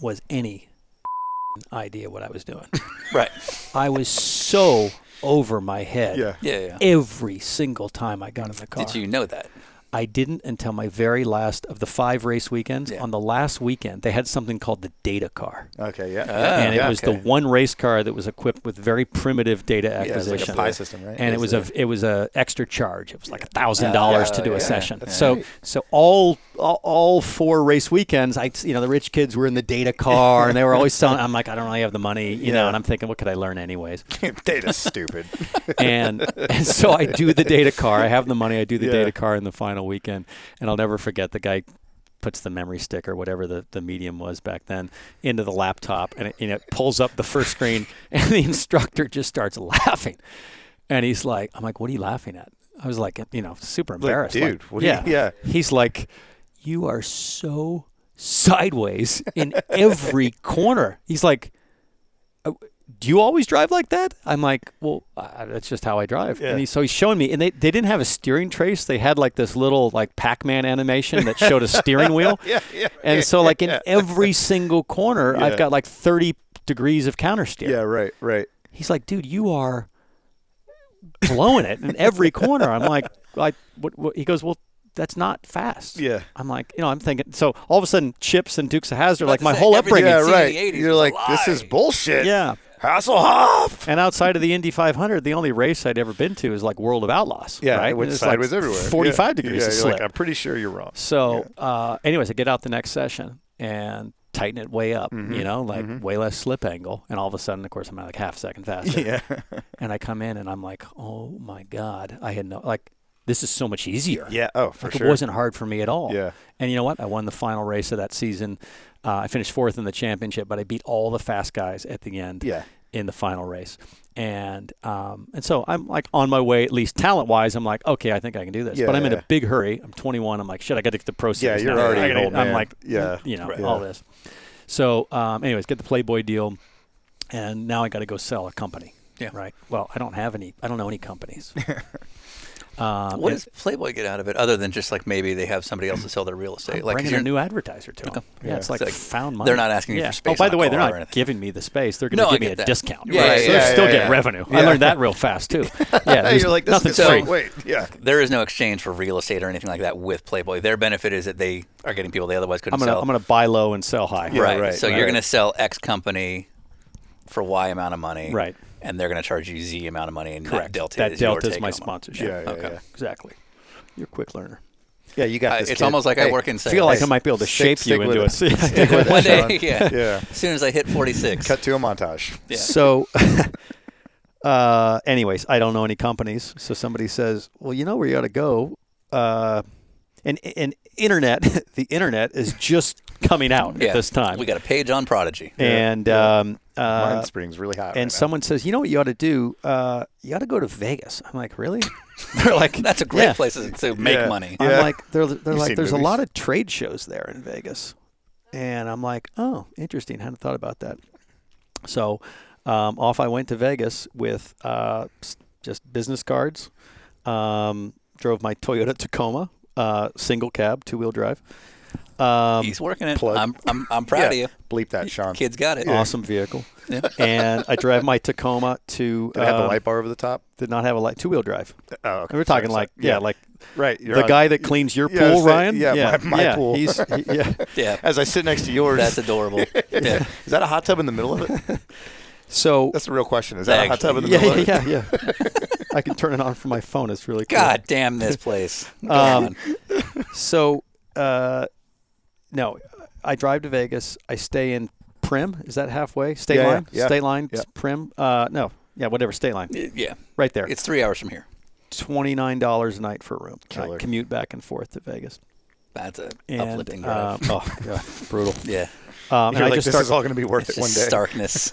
[SPEAKER 3] was any idea what I was doing.
[SPEAKER 1] Right.
[SPEAKER 3] I was so over my head
[SPEAKER 2] Yeah.
[SPEAKER 1] Yeah, yeah.
[SPEAKER 3] every single time I got in the car.
[SPEAKER 1] Did you know that?
[SPEAKER 3] I didn't until my very last of the five race weekends.
[SPEAKER 1] Yeah.
[SPEAKER 3] On the last weekend, they had something called the data car.
[SPEAKER 2] Okay, yeah.
[SPEAKER 3] and it was the
[SPEAKER 1] okay.
[SPEAKER 3] one race car that was equipped with very primitive data
[SPEAKER 2] it was
[SPEAKER 3] acquisition.
[SPEAKER 2] like a pie system, right?
[SPEAKER 3] And it was a it was a extra charge. It was like a thousand dollars to do a session.
[SPEAKER 2] that's
[SPEAKER 3] So
[SPEAKER 2] right.
[SPEAKER 3] so all, all all four race weekends, I you know the rich kids were in the data car and they were always selling. I'm like I don't really have the money, you know.
[SPEAKER 2] Yeah.
[SPEAKER 3] And I'm thinking, what could I learn anyways?
[SPEAKER 2] data's stupid.
[SPEAKER 3] and, and so I do the data car. I have the money. I do the
[SPEAKER 2] Yeah.
[SPEAKER 3] data car in the final weekend, and I'll never forget the guy puts the memory stick or whatever the, the medium was back then into the laptop, and it, and it pulls up the first screen, and the instructor just starts laughing, and he's like, "I'm like, what are you laughing at?" I was like, you know, super embarrassed.
[SPEAKER 2] dude, what are you- yeah.
[SPEAKER 3] He's like, "You are so." sideways in every corner. He's like, do you always drive like that? I'm like, well, uh, that's just how I drive. And he, so he's showing me, and they, they didn't have a steering trace. They had like this little like Pac-Man animation that showed a steering wheel.
[SPEAKER 2] Yeah, yeah,
[SPEAKER 3] And
[SPEAKER 2] yeah,
[SPEAKER 3] so like in
[SPEAKER 2] yeah.
[SPEAKER 3] every single corner,
[SPEAKER 2] Yeah.
[SPEAKER 3] I've got like 30 degrees of counter steer.
[SPEAKER 2] yeah, right, right.
[SPEAKER 3] He's like, dude, you are blowing it in every corner. I'm like, like what, what? He goes, well, that's not fast.
[SPEAKER 2] Yeah.
[SPEAKER 3] I'm like, you know, I'm thinking. So all of a sudden, chips and Dukes of Hazard, like
[SPEAKER 1] to
[SPEAKER 3] my
[SPEAKER 1] say,
[SPEAKER 3] whole
[SPEAKER 1] everything-
[SPEAKER 3] upbringing.
[SPEAKER 2] Yeah,
[SPEAKER 1] Bringing it to
[SPEAKER 2] right.
[SPEAKER 1] the 80s
[SPEAKER 2] You're
[SPEAKER 1] was a
[SPEAKER 2] like, this is
[SPEAKER 1] lie.
[SPEAKER 2] bullshit.
[SPEAKER 3] Yeah.
[SPEAKER 2] Hasselhoff.
[SPEAKER 3] And outside of the Indy 500, the only race I'd ever been to is like World of Outlaws.
[SPEAKER 2] Yeah,
[SPEAKER 3] right?
[SPEAKER 2] it went
[SPEAKER 3] And it's like
[SPEAKER 2] sideways everywhere.
[SPEAKER 3] 45
[SPEAKER 2] Yeah.
[SPEAKER 3] degrees
[SPEAKER 2] Yeah,
[SPEAKER 3] of
[SPEAKER 2] you're
[SPEAKER 3] slip.
[SPEAKER 2] Like, I'm pretty sure you're wrong.
[SPEAKER 3] so, uh, anyways, I get out the next session, and tighten it way up,
[SPEAKER 2] Mm-hmm.
[SPEAKER 3] you know, like way less slip angle. And all of a sudden, of course, I'm at like half a second faster.
[SPEAKER 2] Yeah.
[SPEAKER 3] And I come in and I'm like, oh my God, I had no, like, this is so much easier.
[SPEAKER 2] Yeah. Oh, for
[SPEAKER 3] Like,
[SPEAKER 2] sure.
[SPEAKER 3] It wasn't hard for me at all.
[SPEAKER 2] Yeah.
[SPEAKER 3] And you know what? I won the final race of that season. Uh, I finished fourth in the championship, but I beat all the fast guys at the end
[SPEAKER 2] Yeah.
[SPEAKER 3] in the final race. And um, and so I'm like on my way, at least talent wise. I'm like, okay, I think I can do this. but I'm in
[SPEAKER 2] Yeah.
[SPEAKER 3] a big hurry. I'm 21. I'm like, shit, I got to get the proceeds.
[SPEAKER 2] Yeah, you're
[SPEAKER 3] now.
[SPEAKER 2] already
[SPEAKER 3] I
[SPEAKER 2] an
[SPEAKER 3] gotta-
[SPEAKER 2] old
[SPEAKER 3] I'm
[SPEAKER 2] man.
[SPEAKER 3] like,
[SPEAKER 2] Yeah.
[SPEAKER 3] you know,
[SPEAKER 2] Right.
[SPEAKER 3] all
[SPEAKER 2] Yeah.
[SPEAKER 3] this. So, um, anyways, get the Playboy deal, and now I got to go sell a company.
[SPEAKER 1] Yeah.
[SPEAKER 3] Right. Well, I don't have any. I don't know any companies. um,
[SPEAKER 1] What
[SPEAKER 3] and-
[SPEAKER 1] does Playboy get out of it other than just like maybe they have somebody else to sell their real estate? Like 'cause
[SPEAKER 3] bringing
[SPEAKER 1] you're-
[SPEAKER 3] a new advertiser to 'em. Yeah, it's like,
[SPEAKER 1] It's like
[SPEAKER 3] found money.
[SPEAKER 1] they're not asking you for
[SPEAKER 3] Yeah.
[SPEAKER 1] space
[SPEAKER 3] Oh, by
[SPEAKER 1] on
[SPEAKER 3] the
[SPEAKER 1] a
[SPEAKER 3] way, they're
[SPEAKER 1] car or
[SPEAKER 3] not
[SPEAKER 1] anything.
[SPEAKER 3] giving me the space. They're going
[SPEAKER 1] No,
[SPEAKER 3] to
[SPEAKER 1] I
[SPEAKER 3] give me
[SPEAKER 1] get
[SPEAKER 3] a
[SPEAKER 1] that.
[SPEAKER 3] discount.
[SPEAKER 1] Yeah,
[SPEAKER 3] right.
[SPEAKER 1] yeah,
[SPEAKER 3] so
[SPEAKER 1] yeah,
[SPEAKER 3] they still
[SPEAKER 2] yeah,
[SPEAKER 3] get
[SPEAKER 2] yeah.
[SPEAKER 3] revenue.
[SPEAKER 2] Yeah.
[SPEAKER 3] I learned that real fast too. Yeah, there's
[SPEAKER 2] you're like this
[SPEAKER 3] nothing's
[SPEAKER 2] is
[SPEAKER 1] free.
[SPEAKER 2] great. Wait. Yeah.
[SPEAKER 1] there is no exchange for real estate or anything like that with Playboy. Their benefit is that they are getting people they otherwise couldn't
[SPEAKER 3] I'm gonna
[SPEAKER 1] sell.
[SPEAKER 3] I'm gonna buy low and sell high.
[SPEAKER 2] Yeah.
[SPEAKER 1] right.
[SPEAKER 2] right,
[SPEAKER 1] So
[SPEAKER 2] right,
[SPEAKER 1] you're
[SPEAKER 2] right.
[SPEAKER 1] gonna sell X company for Y amount of money.
[SPEAKER 3] Right.
[SPEAKER 1] And they're gonna charge you Z amount of money. And
[SPEAKER 3] Correct.
[SPEAKER 1] That delta
[SPEAKER 3] that
[SPEAKER 1] is your
[SPEAKER 3] delta is
[SPEAKER 1] take
[SPEAKER 3] my
[SPEAKER 1] home.
[SPEAKER 3] sponsorship.
[SPEAKER 2] Yeah. Yeah.
[SPEAKER 1] Okay.
[SPEAKER 2] Yeah.
[SPEAKER 3] Exactly. You're a quick learner.
[SPEAKER 2] Yeah, You got
[SPEAKER 1] I-
[SPEAKER 2] this.
[SPEAKER 1] it's
[SPEAKER 2] kid.
[SPEAKER 1] almost like I
[SPEAKER 2] Hey,
[SPEAKER 1] work in
[SPEAKER 3] I feel like I
[SPEAKER 1] sales.
[SPEAKER 3] might be able to
[SPEAKER 2] Stick-
[SPEAKER 3] shape
[SPEAKER 2] stick
[SPEAKER 3] you
[SPEAKER 2] with
[SPEAKER 3] into
[SPEAKER 2] it.
[SPEAKER 3] a.
[SPEAKER 2] Stick with
[SPEAKER 1] One
[SPEAKER 2] it, Sean.
[SPEAKER 1] day, yeah.
[SPEAKER 2] Yeah.
[SPEAKER 1] As soon as I hit 46,
[SPEAKER 2] Cut to a montage.
[SPEAKER 1] Yeah.
[SPEAKER 3] So, uh, anyways, I don't know any companies. So somebody says, "Well, you know where you ought to go." Uh, and and internet, the internet is just coming out
[SPEAKER 1] yeah,
[SPEAKER 3] at this time.
[SPEAKER 1] we got a page on Prodigy.
[SPEAKER 3] and Um, uh,
[SPEAKER 2] Mine springs really hot.
[SPEAKER 3] and
[SPEAKER 2] right now.
[SPEAKER 3] someone says, "You know what you ought to do? Uh, you ought to go to Vegas." I'm like, "Really?" They're like,
[SPEAKER 1] That's a great
[SPEAKER 3] "Yeah."
[SPEAKER 1] place to- to make money.
[SPEAKER 3] I'm
[SPEAKER 2] Yeah.
[SPEAKER 3] like, they're, they're
[SPEAKER 2] You've
[SPEAKER 3] like,
[SPEAKER 2] seen
[SPEAKER 3] there's a
[SPEAKER 2] movies.
[SPEAKER 3] lot of trade shows there in Vegas, and I'm like, oh, interesting. Hadn't thought about that. So, um, off I went to Vegas with uh, s- just business cards. Um, drove my Toyota Tacoma, uh, single cab, two wheel drive. Um,
[SPEAKER 1] He's working it.
[SPEAKER 2] Plug.
[SPEAKER 1] I'm, I'm, I'm proud
[SPEAKER 2] Yeah.
[SPEAKER 1] of
[SPEAKER 2] Bleep
[SPEAKER 1] you.
[SPEAKER 2] that, Sean.
[SPEAKER 1] Kids got it.
[SPEAKER 3] awesome vehicle. and I drive my Tacoma to.
[SPEAKER 2] Did it have the
[SPEAKER 3] um,
[SPEAKER 2] light bar over the top?
[SPEAKER 3] Did not have a light two wheel drive.
[SPEAKER 2] Oh, okay.
[SPEAKER 3] And we're talking
[SPEAKER 2] Sorry,
[SPEAKER 3] like
[SPEAKER 2] sorry.
[SPEAKER 3] yeah, like
[SPEAKER 2] right. you're
[SPEAKER 3] the
[SPEAKER 2] on-
[SPEAKER 3] guy that cleans your
[SPEAKER 2] Yeah, I was
[SPEAKER 3] pool,
[SPEAKER 2] saying-
[SPEAKER 3] Ryan.
[SPEAKER 2] yeah, my- my pool.
[SPEAKER 3] He's he- yeah.
[SPEAKER 1] Yeah.
[SPEAKER 2] As I sit next to yours,
[SPEAKER 1] That's adorable. Yeah.
[SPEAKER 2] is that a hot tub in the middle of it?
[SPEAKER 3] So
[SPEAKER 2] That's the real question. Is that a hot tub in the
[SPEAKER 3] yeah,
[SPEAKER 2] middle
[SPEAKER 3] yeah,
[SPEAKER 2] of it?
[SPEAKER 3] yeah, yeah. I can turn it on from my phone. It's really cool. Um,
[SPEAKER 1] God damn this place.
[SPEAKER 3] Uh,
[SPEAKER 1] Go on.
[SPEAKER 3] So, uh, no, I drive to Vegas. I stay in Prim. Is that halfway? State
[SPEAKER 2] Yeah, yeah,
[SPEAKER 3] line.
[SPEAKER 2] yeah.
[SPEAKER 3] State line.
[SPEAKER 2] Yeah.
[SPEAKER 3] Prim. Uh, no. Yeah, whatever. State line.
[SPEAKER 1] Yeah.
[SPEAKER 3] Right there.
[SPEAKER 1] It's three hours from here.
[SPEAKER 3] twenty nine dollars a night for a room. I
[SPEAKER 2] Killer.
[SPEAKER 3] commute back and forth to Vegas.
[SPEAKER 1] That's a
[SPEAKER 3] And,
[SPEAKER 1] uplifting
[SPEAKER 3] uh,
[SPEAKER 1] drive.
[SPEAKER 3] oh, yeah, brutal.
[SPEAKER 1] yeah.
[SPEAKER 3] Um, and
[SPEAKER 2] You're
[SPEAKER 3] I
[SPEAKER 2] like,
[SPEAKER 3] just
[SPEAKER 2] this
[SPEAKER 3] start
[SPEAKER 2] is all going to be worth
[SPEAKER 1] It's
[SPEAKER 2] it one
[SPEAKER 1] just
[SPEAKER 2] day.
[SPEAKER 1] starkness.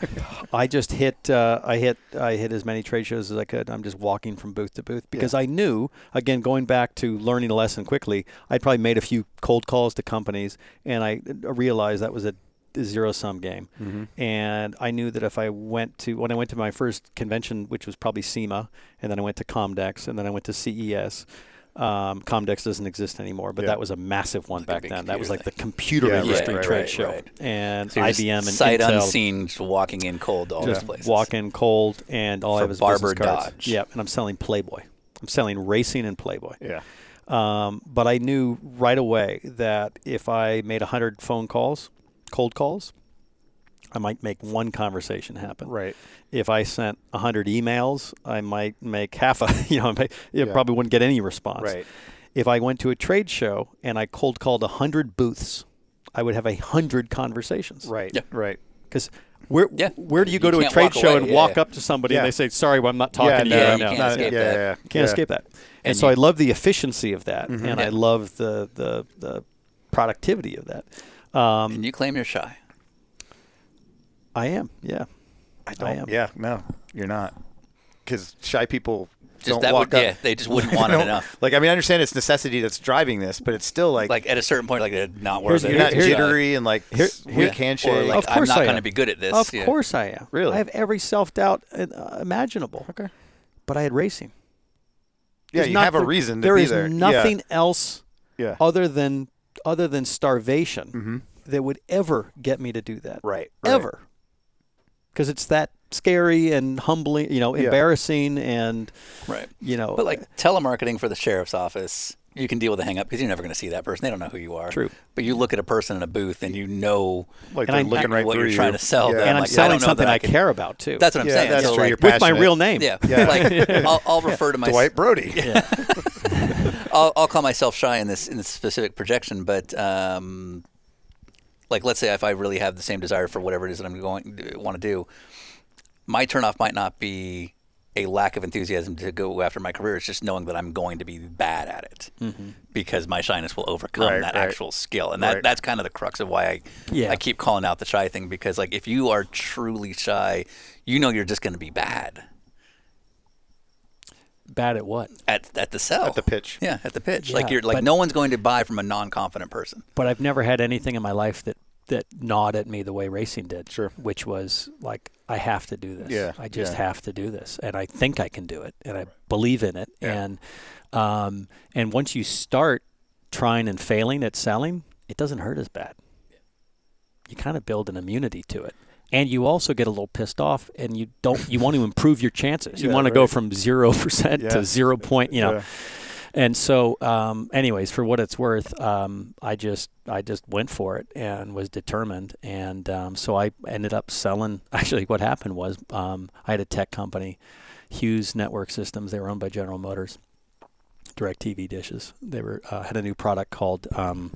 [SPEAKER 3] I just hit uh, I hit I hit as many trade shows as I could. I'm just walking from booth to booth because I knew again going back to learning a lesson quickly. I'd probably made a few cold calls to companies, and I realized that was a zero sum game. And I knew that if I went to when I went to my first convention, which was probably SEMA, and then I went to Comdex, and then I went to CES. Um, Comdex doesn't exist anymore, but
[SPEAKER 2] Yeah.
[SPEAKER 3] that was a massive one back
[SPEAKER 1] big
[SPEAKER 3] then. That was like
[SPEAKER 1] computer
[SPEAKER 3] the computer
[SPEAKER 2] Yeah, right,
[SPEAKER 3] industry
[SPEAKER 1] right,
[SPEAKER 3] trade
[SPEAKER 1] right,
[SPEAKER 3] show,
[SPEAKER 1] right.
[SPEAKER 3] and
[SPEAKER 1] So you're just
[SPEAKER 3] IBM and
[SPEAKER 1] sight
[SPEAKER 3] Intel
[SPEAKER 1] unseen, just walking in cold to all these
[SPEAKER 3] just
[SPEAKER 1] places.
[SPEAKER 3] walk in cold and all I
[SPEAKER 1] For
[SPEAKER 3] have is
[SPEAKER 1] Barber
[SPEAKER 3] business cards.
[SPEAKER 1] Dodge.
[SPEAKER 3] Yeah, and I'm selling Playboy. I'm selling racing and Playboy.
[SPEAKER 2] Yeah.
[SPEAKER 3] Um, but I knew right away that if I made 100 phone calls, cold calls, I might make one conversation happen.
[SPEAKER 2] Right.
[SPEAKER 3] If I sent 100 emails, I might make half a, you know, I might- it probably wouldn't get any response.
[SPEAKER 2] Right.
[SPEAKER 3] If I went to a trade show and I cold called 100 booths, I would have 100 conversations
[SPEAKER 2] Right.
[SPEAKER 1] Yeah.
[SPEAKER 2] Right.
[SPEAKER 3] because where
[SPEAKER 1] Yeah.
[SPEAKER 3] where do you go
[SPEAKER 1] You
[SPEAKER 3] to a
[SPEAKER 1] can't
[SPEAKER 3] trade
[SPEAKER 1] walk
[SPEAKER 3] show
[SPEAKER 1] away.
[SPEAKER 3] and
[SPEAKER 1] Yeah,
[SPEAKER 3] walk
[SPEAKER 1] yeah.
[SPEAKER 3] up to somebody
[SPEAKER 2] Yeah.
[SPEAKER 3] and they say, "Sorry, well, I'm not talking to you
[SPEAKER 1] no,
[SPEAKER 3] right
[SPEAKER 1] you
[SPEAKER 3] now."
[SPEAKER 1] can't
[SPEAKER 2] no,
[SPEAKER 1] escape
[SPEAKER 2] yeah,
[SPEAKER 1] that.
[SPEAKER 2] Yeah, yeah, Mm-hmm.
[SPEAKER 3] Can't
[SPEAKER 2] yeah.
[SPEAKER 3] escape that. And,
[SPEAKER 1] And
[SPEAKER 3] so
[SPEAKER 1] you-
[SPEAKER 3] I love the efficiency of that, and
[SPEAKER 1] Yeah.
[SPEAKER 3] I love the the the productivity of that. Um,
[SPEAKER 1] And you claim you're shy.
[SPEAKER 3] I am, yeah, I, am.
[SPEAKER 2] Yeah, no, you're not. Because shy people
[SPEAKER 1] Just
[SPEAKER 2] don't
[SPEAKER 1] that
[SPEAKER 2] walk
[SPEAKER 1] would-
[SPEAKER 2] up.
[SPEAKER 1] yeah, they just wouldn't want it
[SPEAKER 2] Don't-
[SPEAKER 1] enough.
[SPEAKER 2] Like, I mean, I understand it's necessity that's driving this, but it's still like,
[SPEAKER 1] Like at a certain point, like they're not worth
[SPEAKER 3] Here's-
[SPEAKER 1] it.
[SPEAKER 2] you're not
[SPEAKER 1] It's
[SPEAKER 3] here-
[SPEAKER 1] shy.
[SPEAKER 2] jittery and like
[SPEAKER 3] here-
[SPEAKER 2] s- weak
[SPEAKER 3] yeah.
[SPEAKER 2] handshake.
[SPEAKER 1] Or like
[SPEAKER 3] Of course
[SPEAKER 1] I'm not
[SPEAKER 3] I
[SPEAKER 1] going to
[SPEAKER 3] am.
[SPEAKER 1] be good at this.
[SPEAKER 3] Of
[SPEAKER 1] Yeah.
[SPEAKER 3] course I am.
[SPEAKER 2] Really?
[SPEAKER 3] I have every self doubt uh, imaginable.
[SPEAKER 2] Okay.
[SPEAKER 3] but I had racing.
[SPEAKER 2] yeah,
[SPEAKER 3] There's
[SPEAKER 2] you
[SPEAKER 3] not-
[SPEAKER 2] have a reason to
[SPEAKER 3] there
[SPEAKER 2] be
[SPEAKER 3] is
[SPEAKER 2] there.
[SPEAKER 3] nothing else
[SPEAKER 2] Yeah. yeah.
[SPEAKER 3] other than other than starvation that would ever get me to do that.
[SPEAKER 2] Right, right.
[SPEAKER 3] Ever. Because it's that scary and humbling, you know,
[SPEAKER 2] Yeah.
[SPEAKER 3] embarrassing and
[SPEAKER 1] Right.
[SPEAKER 3] you know.
[SPEAKER 1] But like telemarketing for the sheriff's office, you can deal with a hang up because you're never going to see that person. They don't know who you are.
[SPEAKER 3] True.
[SPEAKER 1] But you look at a person in a booth and you know
[SPEAKER 2] Like they're
[SPEAKER 3] and I'm-
[SPEAKER 2] looking right
[SPEAKER 1] what
[SPEAKER 2] through
[SPEAKER 1] you're
[SPEAKER 2] you.
[SPEAKER 1] trying to sell.
[SPEAKER 2] Yeah.
[SPEAKER 1] them.
[SPEAKER 3] and I'm
[SPEAKER 1] like, I
[SPEAKER 3] selling
[SPEAKER 1] don't know that
[SPEAKER 3] something I,
[SPEAKER 1] can-
[SPEAKER 3] care about too.
[SPEAKER 1] That's what I'm
[SPEAKER 2] Yeah,
[SPEAKER 1] saying.
[SPEAKER 2] that's
[SPEAKER 1] So,
[SPEAKER 2] true.
[SPEAKER 1] like,
[SPEAKER 2] You're
[SPEAKER 3] with my
[SPEAKER 2] passionate.
[SPEAKER 3] real name.
[SPEAKER 1] yeah, like I'll, I'll refer to myself.
[SPEAKER 2] Dwight Brody.
[SPEAKER 1] I'll, I'll call myself shy in this in this specific projection, but um, Like, let's say if I really have the same desire for whatever it is that I'm going want to do, my turnoff might not be a lack of enthusiasm to go after my career. It's just knowing that I'm going to be bad at it because my shyness will overcome
[SPEAKER 2] Mm-hmm. Right,
[SPEAKER 1] that
[SPEAKER 2] right.
[SPEAKER 1] actual skill, and that,
[SPEAKER 2] Right.
[SPEAKER 1] that's kind of the crux of why I
[SPEAKER 3] Yeah.
[SPEAKER 1] I keep calling out the shy thing because like if you are truly shy, you know you're just going to be bad
[SPEAKER 3] Bad at what?
[SPEAKER 1] at at the sell at
[SPEAKER 2] the pitch.
[SPEAKER 1] Yeah, at the pitch. like
[SPEAKER 3] Yeah,
[SPEAKER 1] you're like
[SPEAKER 3] but-
[SPEAKER 1] no one's going to buy from a non-confident person.
[SPEAKER 3] But I've never had anything in my life that that gnawed at me the way racing did.
[SPEAKER 2] Sure.
[SPEAKER 3] Which was like I have to do this.
[SPEAKER 2] Yeah,
[SPEAKER 3] I just
[SPEAKER 2] yeah.
[SPEAKER 3] have to do this, and I think I can do it, and I believe in it. And um, and once you start trying and failing at selling, it doesn't hurt as bad. You kind of build an immunity to it. And you also get a little pissed off, and you don't. You want to improve your chances. You
[SPEAKER 2] Yeah,
[SPEAKER 3] want to go
[SPEAKER 2] right.
[SPEAKER 3] from zero percent
[SPEAKER 2] Yeah.
[SPEAKER 3] to zero point. You know,
[SPEAKER 2] Yeah.
[SPEAKER 3] and so, um, anyways, for what it's worth, um, I just I just went for it and was determined, and um, so I ended up selling. Actually, what happened was um, I had a tech company, Hughes Network Systems. They were owned by General Motors, Direct TV dishes. They were uh, had a new product called um,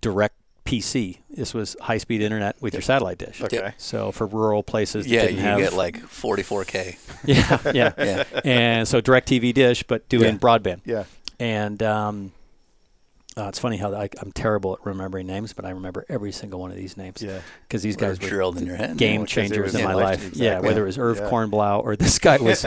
[SPEAKER 3] Direct PC. This was high speed internet with your satellite dish.
[SPEAKER 2] Okay.
[SPEAKER 3] So for rural places, that
[SPEAKER 1] Yeah,
[SPEAKER 3] didn't
[SPEAKER 1] you
[SPEAKER 3] have,
[SPEAKER 1] get like 44k.
[SPEAKER 3] yeah,
[SPEAKER 1] Yeah.
[SPEAKER 3] yeah, and so Direct TV dish, but doing
[SPEAKER 2] Yeah.
[SPEAKER 3] broadband.
[SPEAKER 2] Yeah.
[SPEAKER 3] And um, uh, it's funny how I, I'm terrible at remembering names, but I remember every single one of these names.
[SPEAKER 2] Yeah.
[SPEAKER 3] Because these
[SPEAKER 1] Guys
[SPEAKER 3] guys were
[SPEAKER 1] drilled in your head.
[SPEAKER 3] game
[SPEAKER 2] well, 'cause it
[SPEAKER 3] changers
[SPEAKER 2] was
[SPEAKER 3] in
[SPEAKER 2] in
[SPEAKER 3] my
[SPEAKER 2] life,
[SPEAKER 3] life.
[SPEAKER 2] exactly.
[SPEAKER 3] Yeah, whether it was Irv
[SPEAKER 2] Yeah.
[SPEAKER 3] Kornblau or this guy was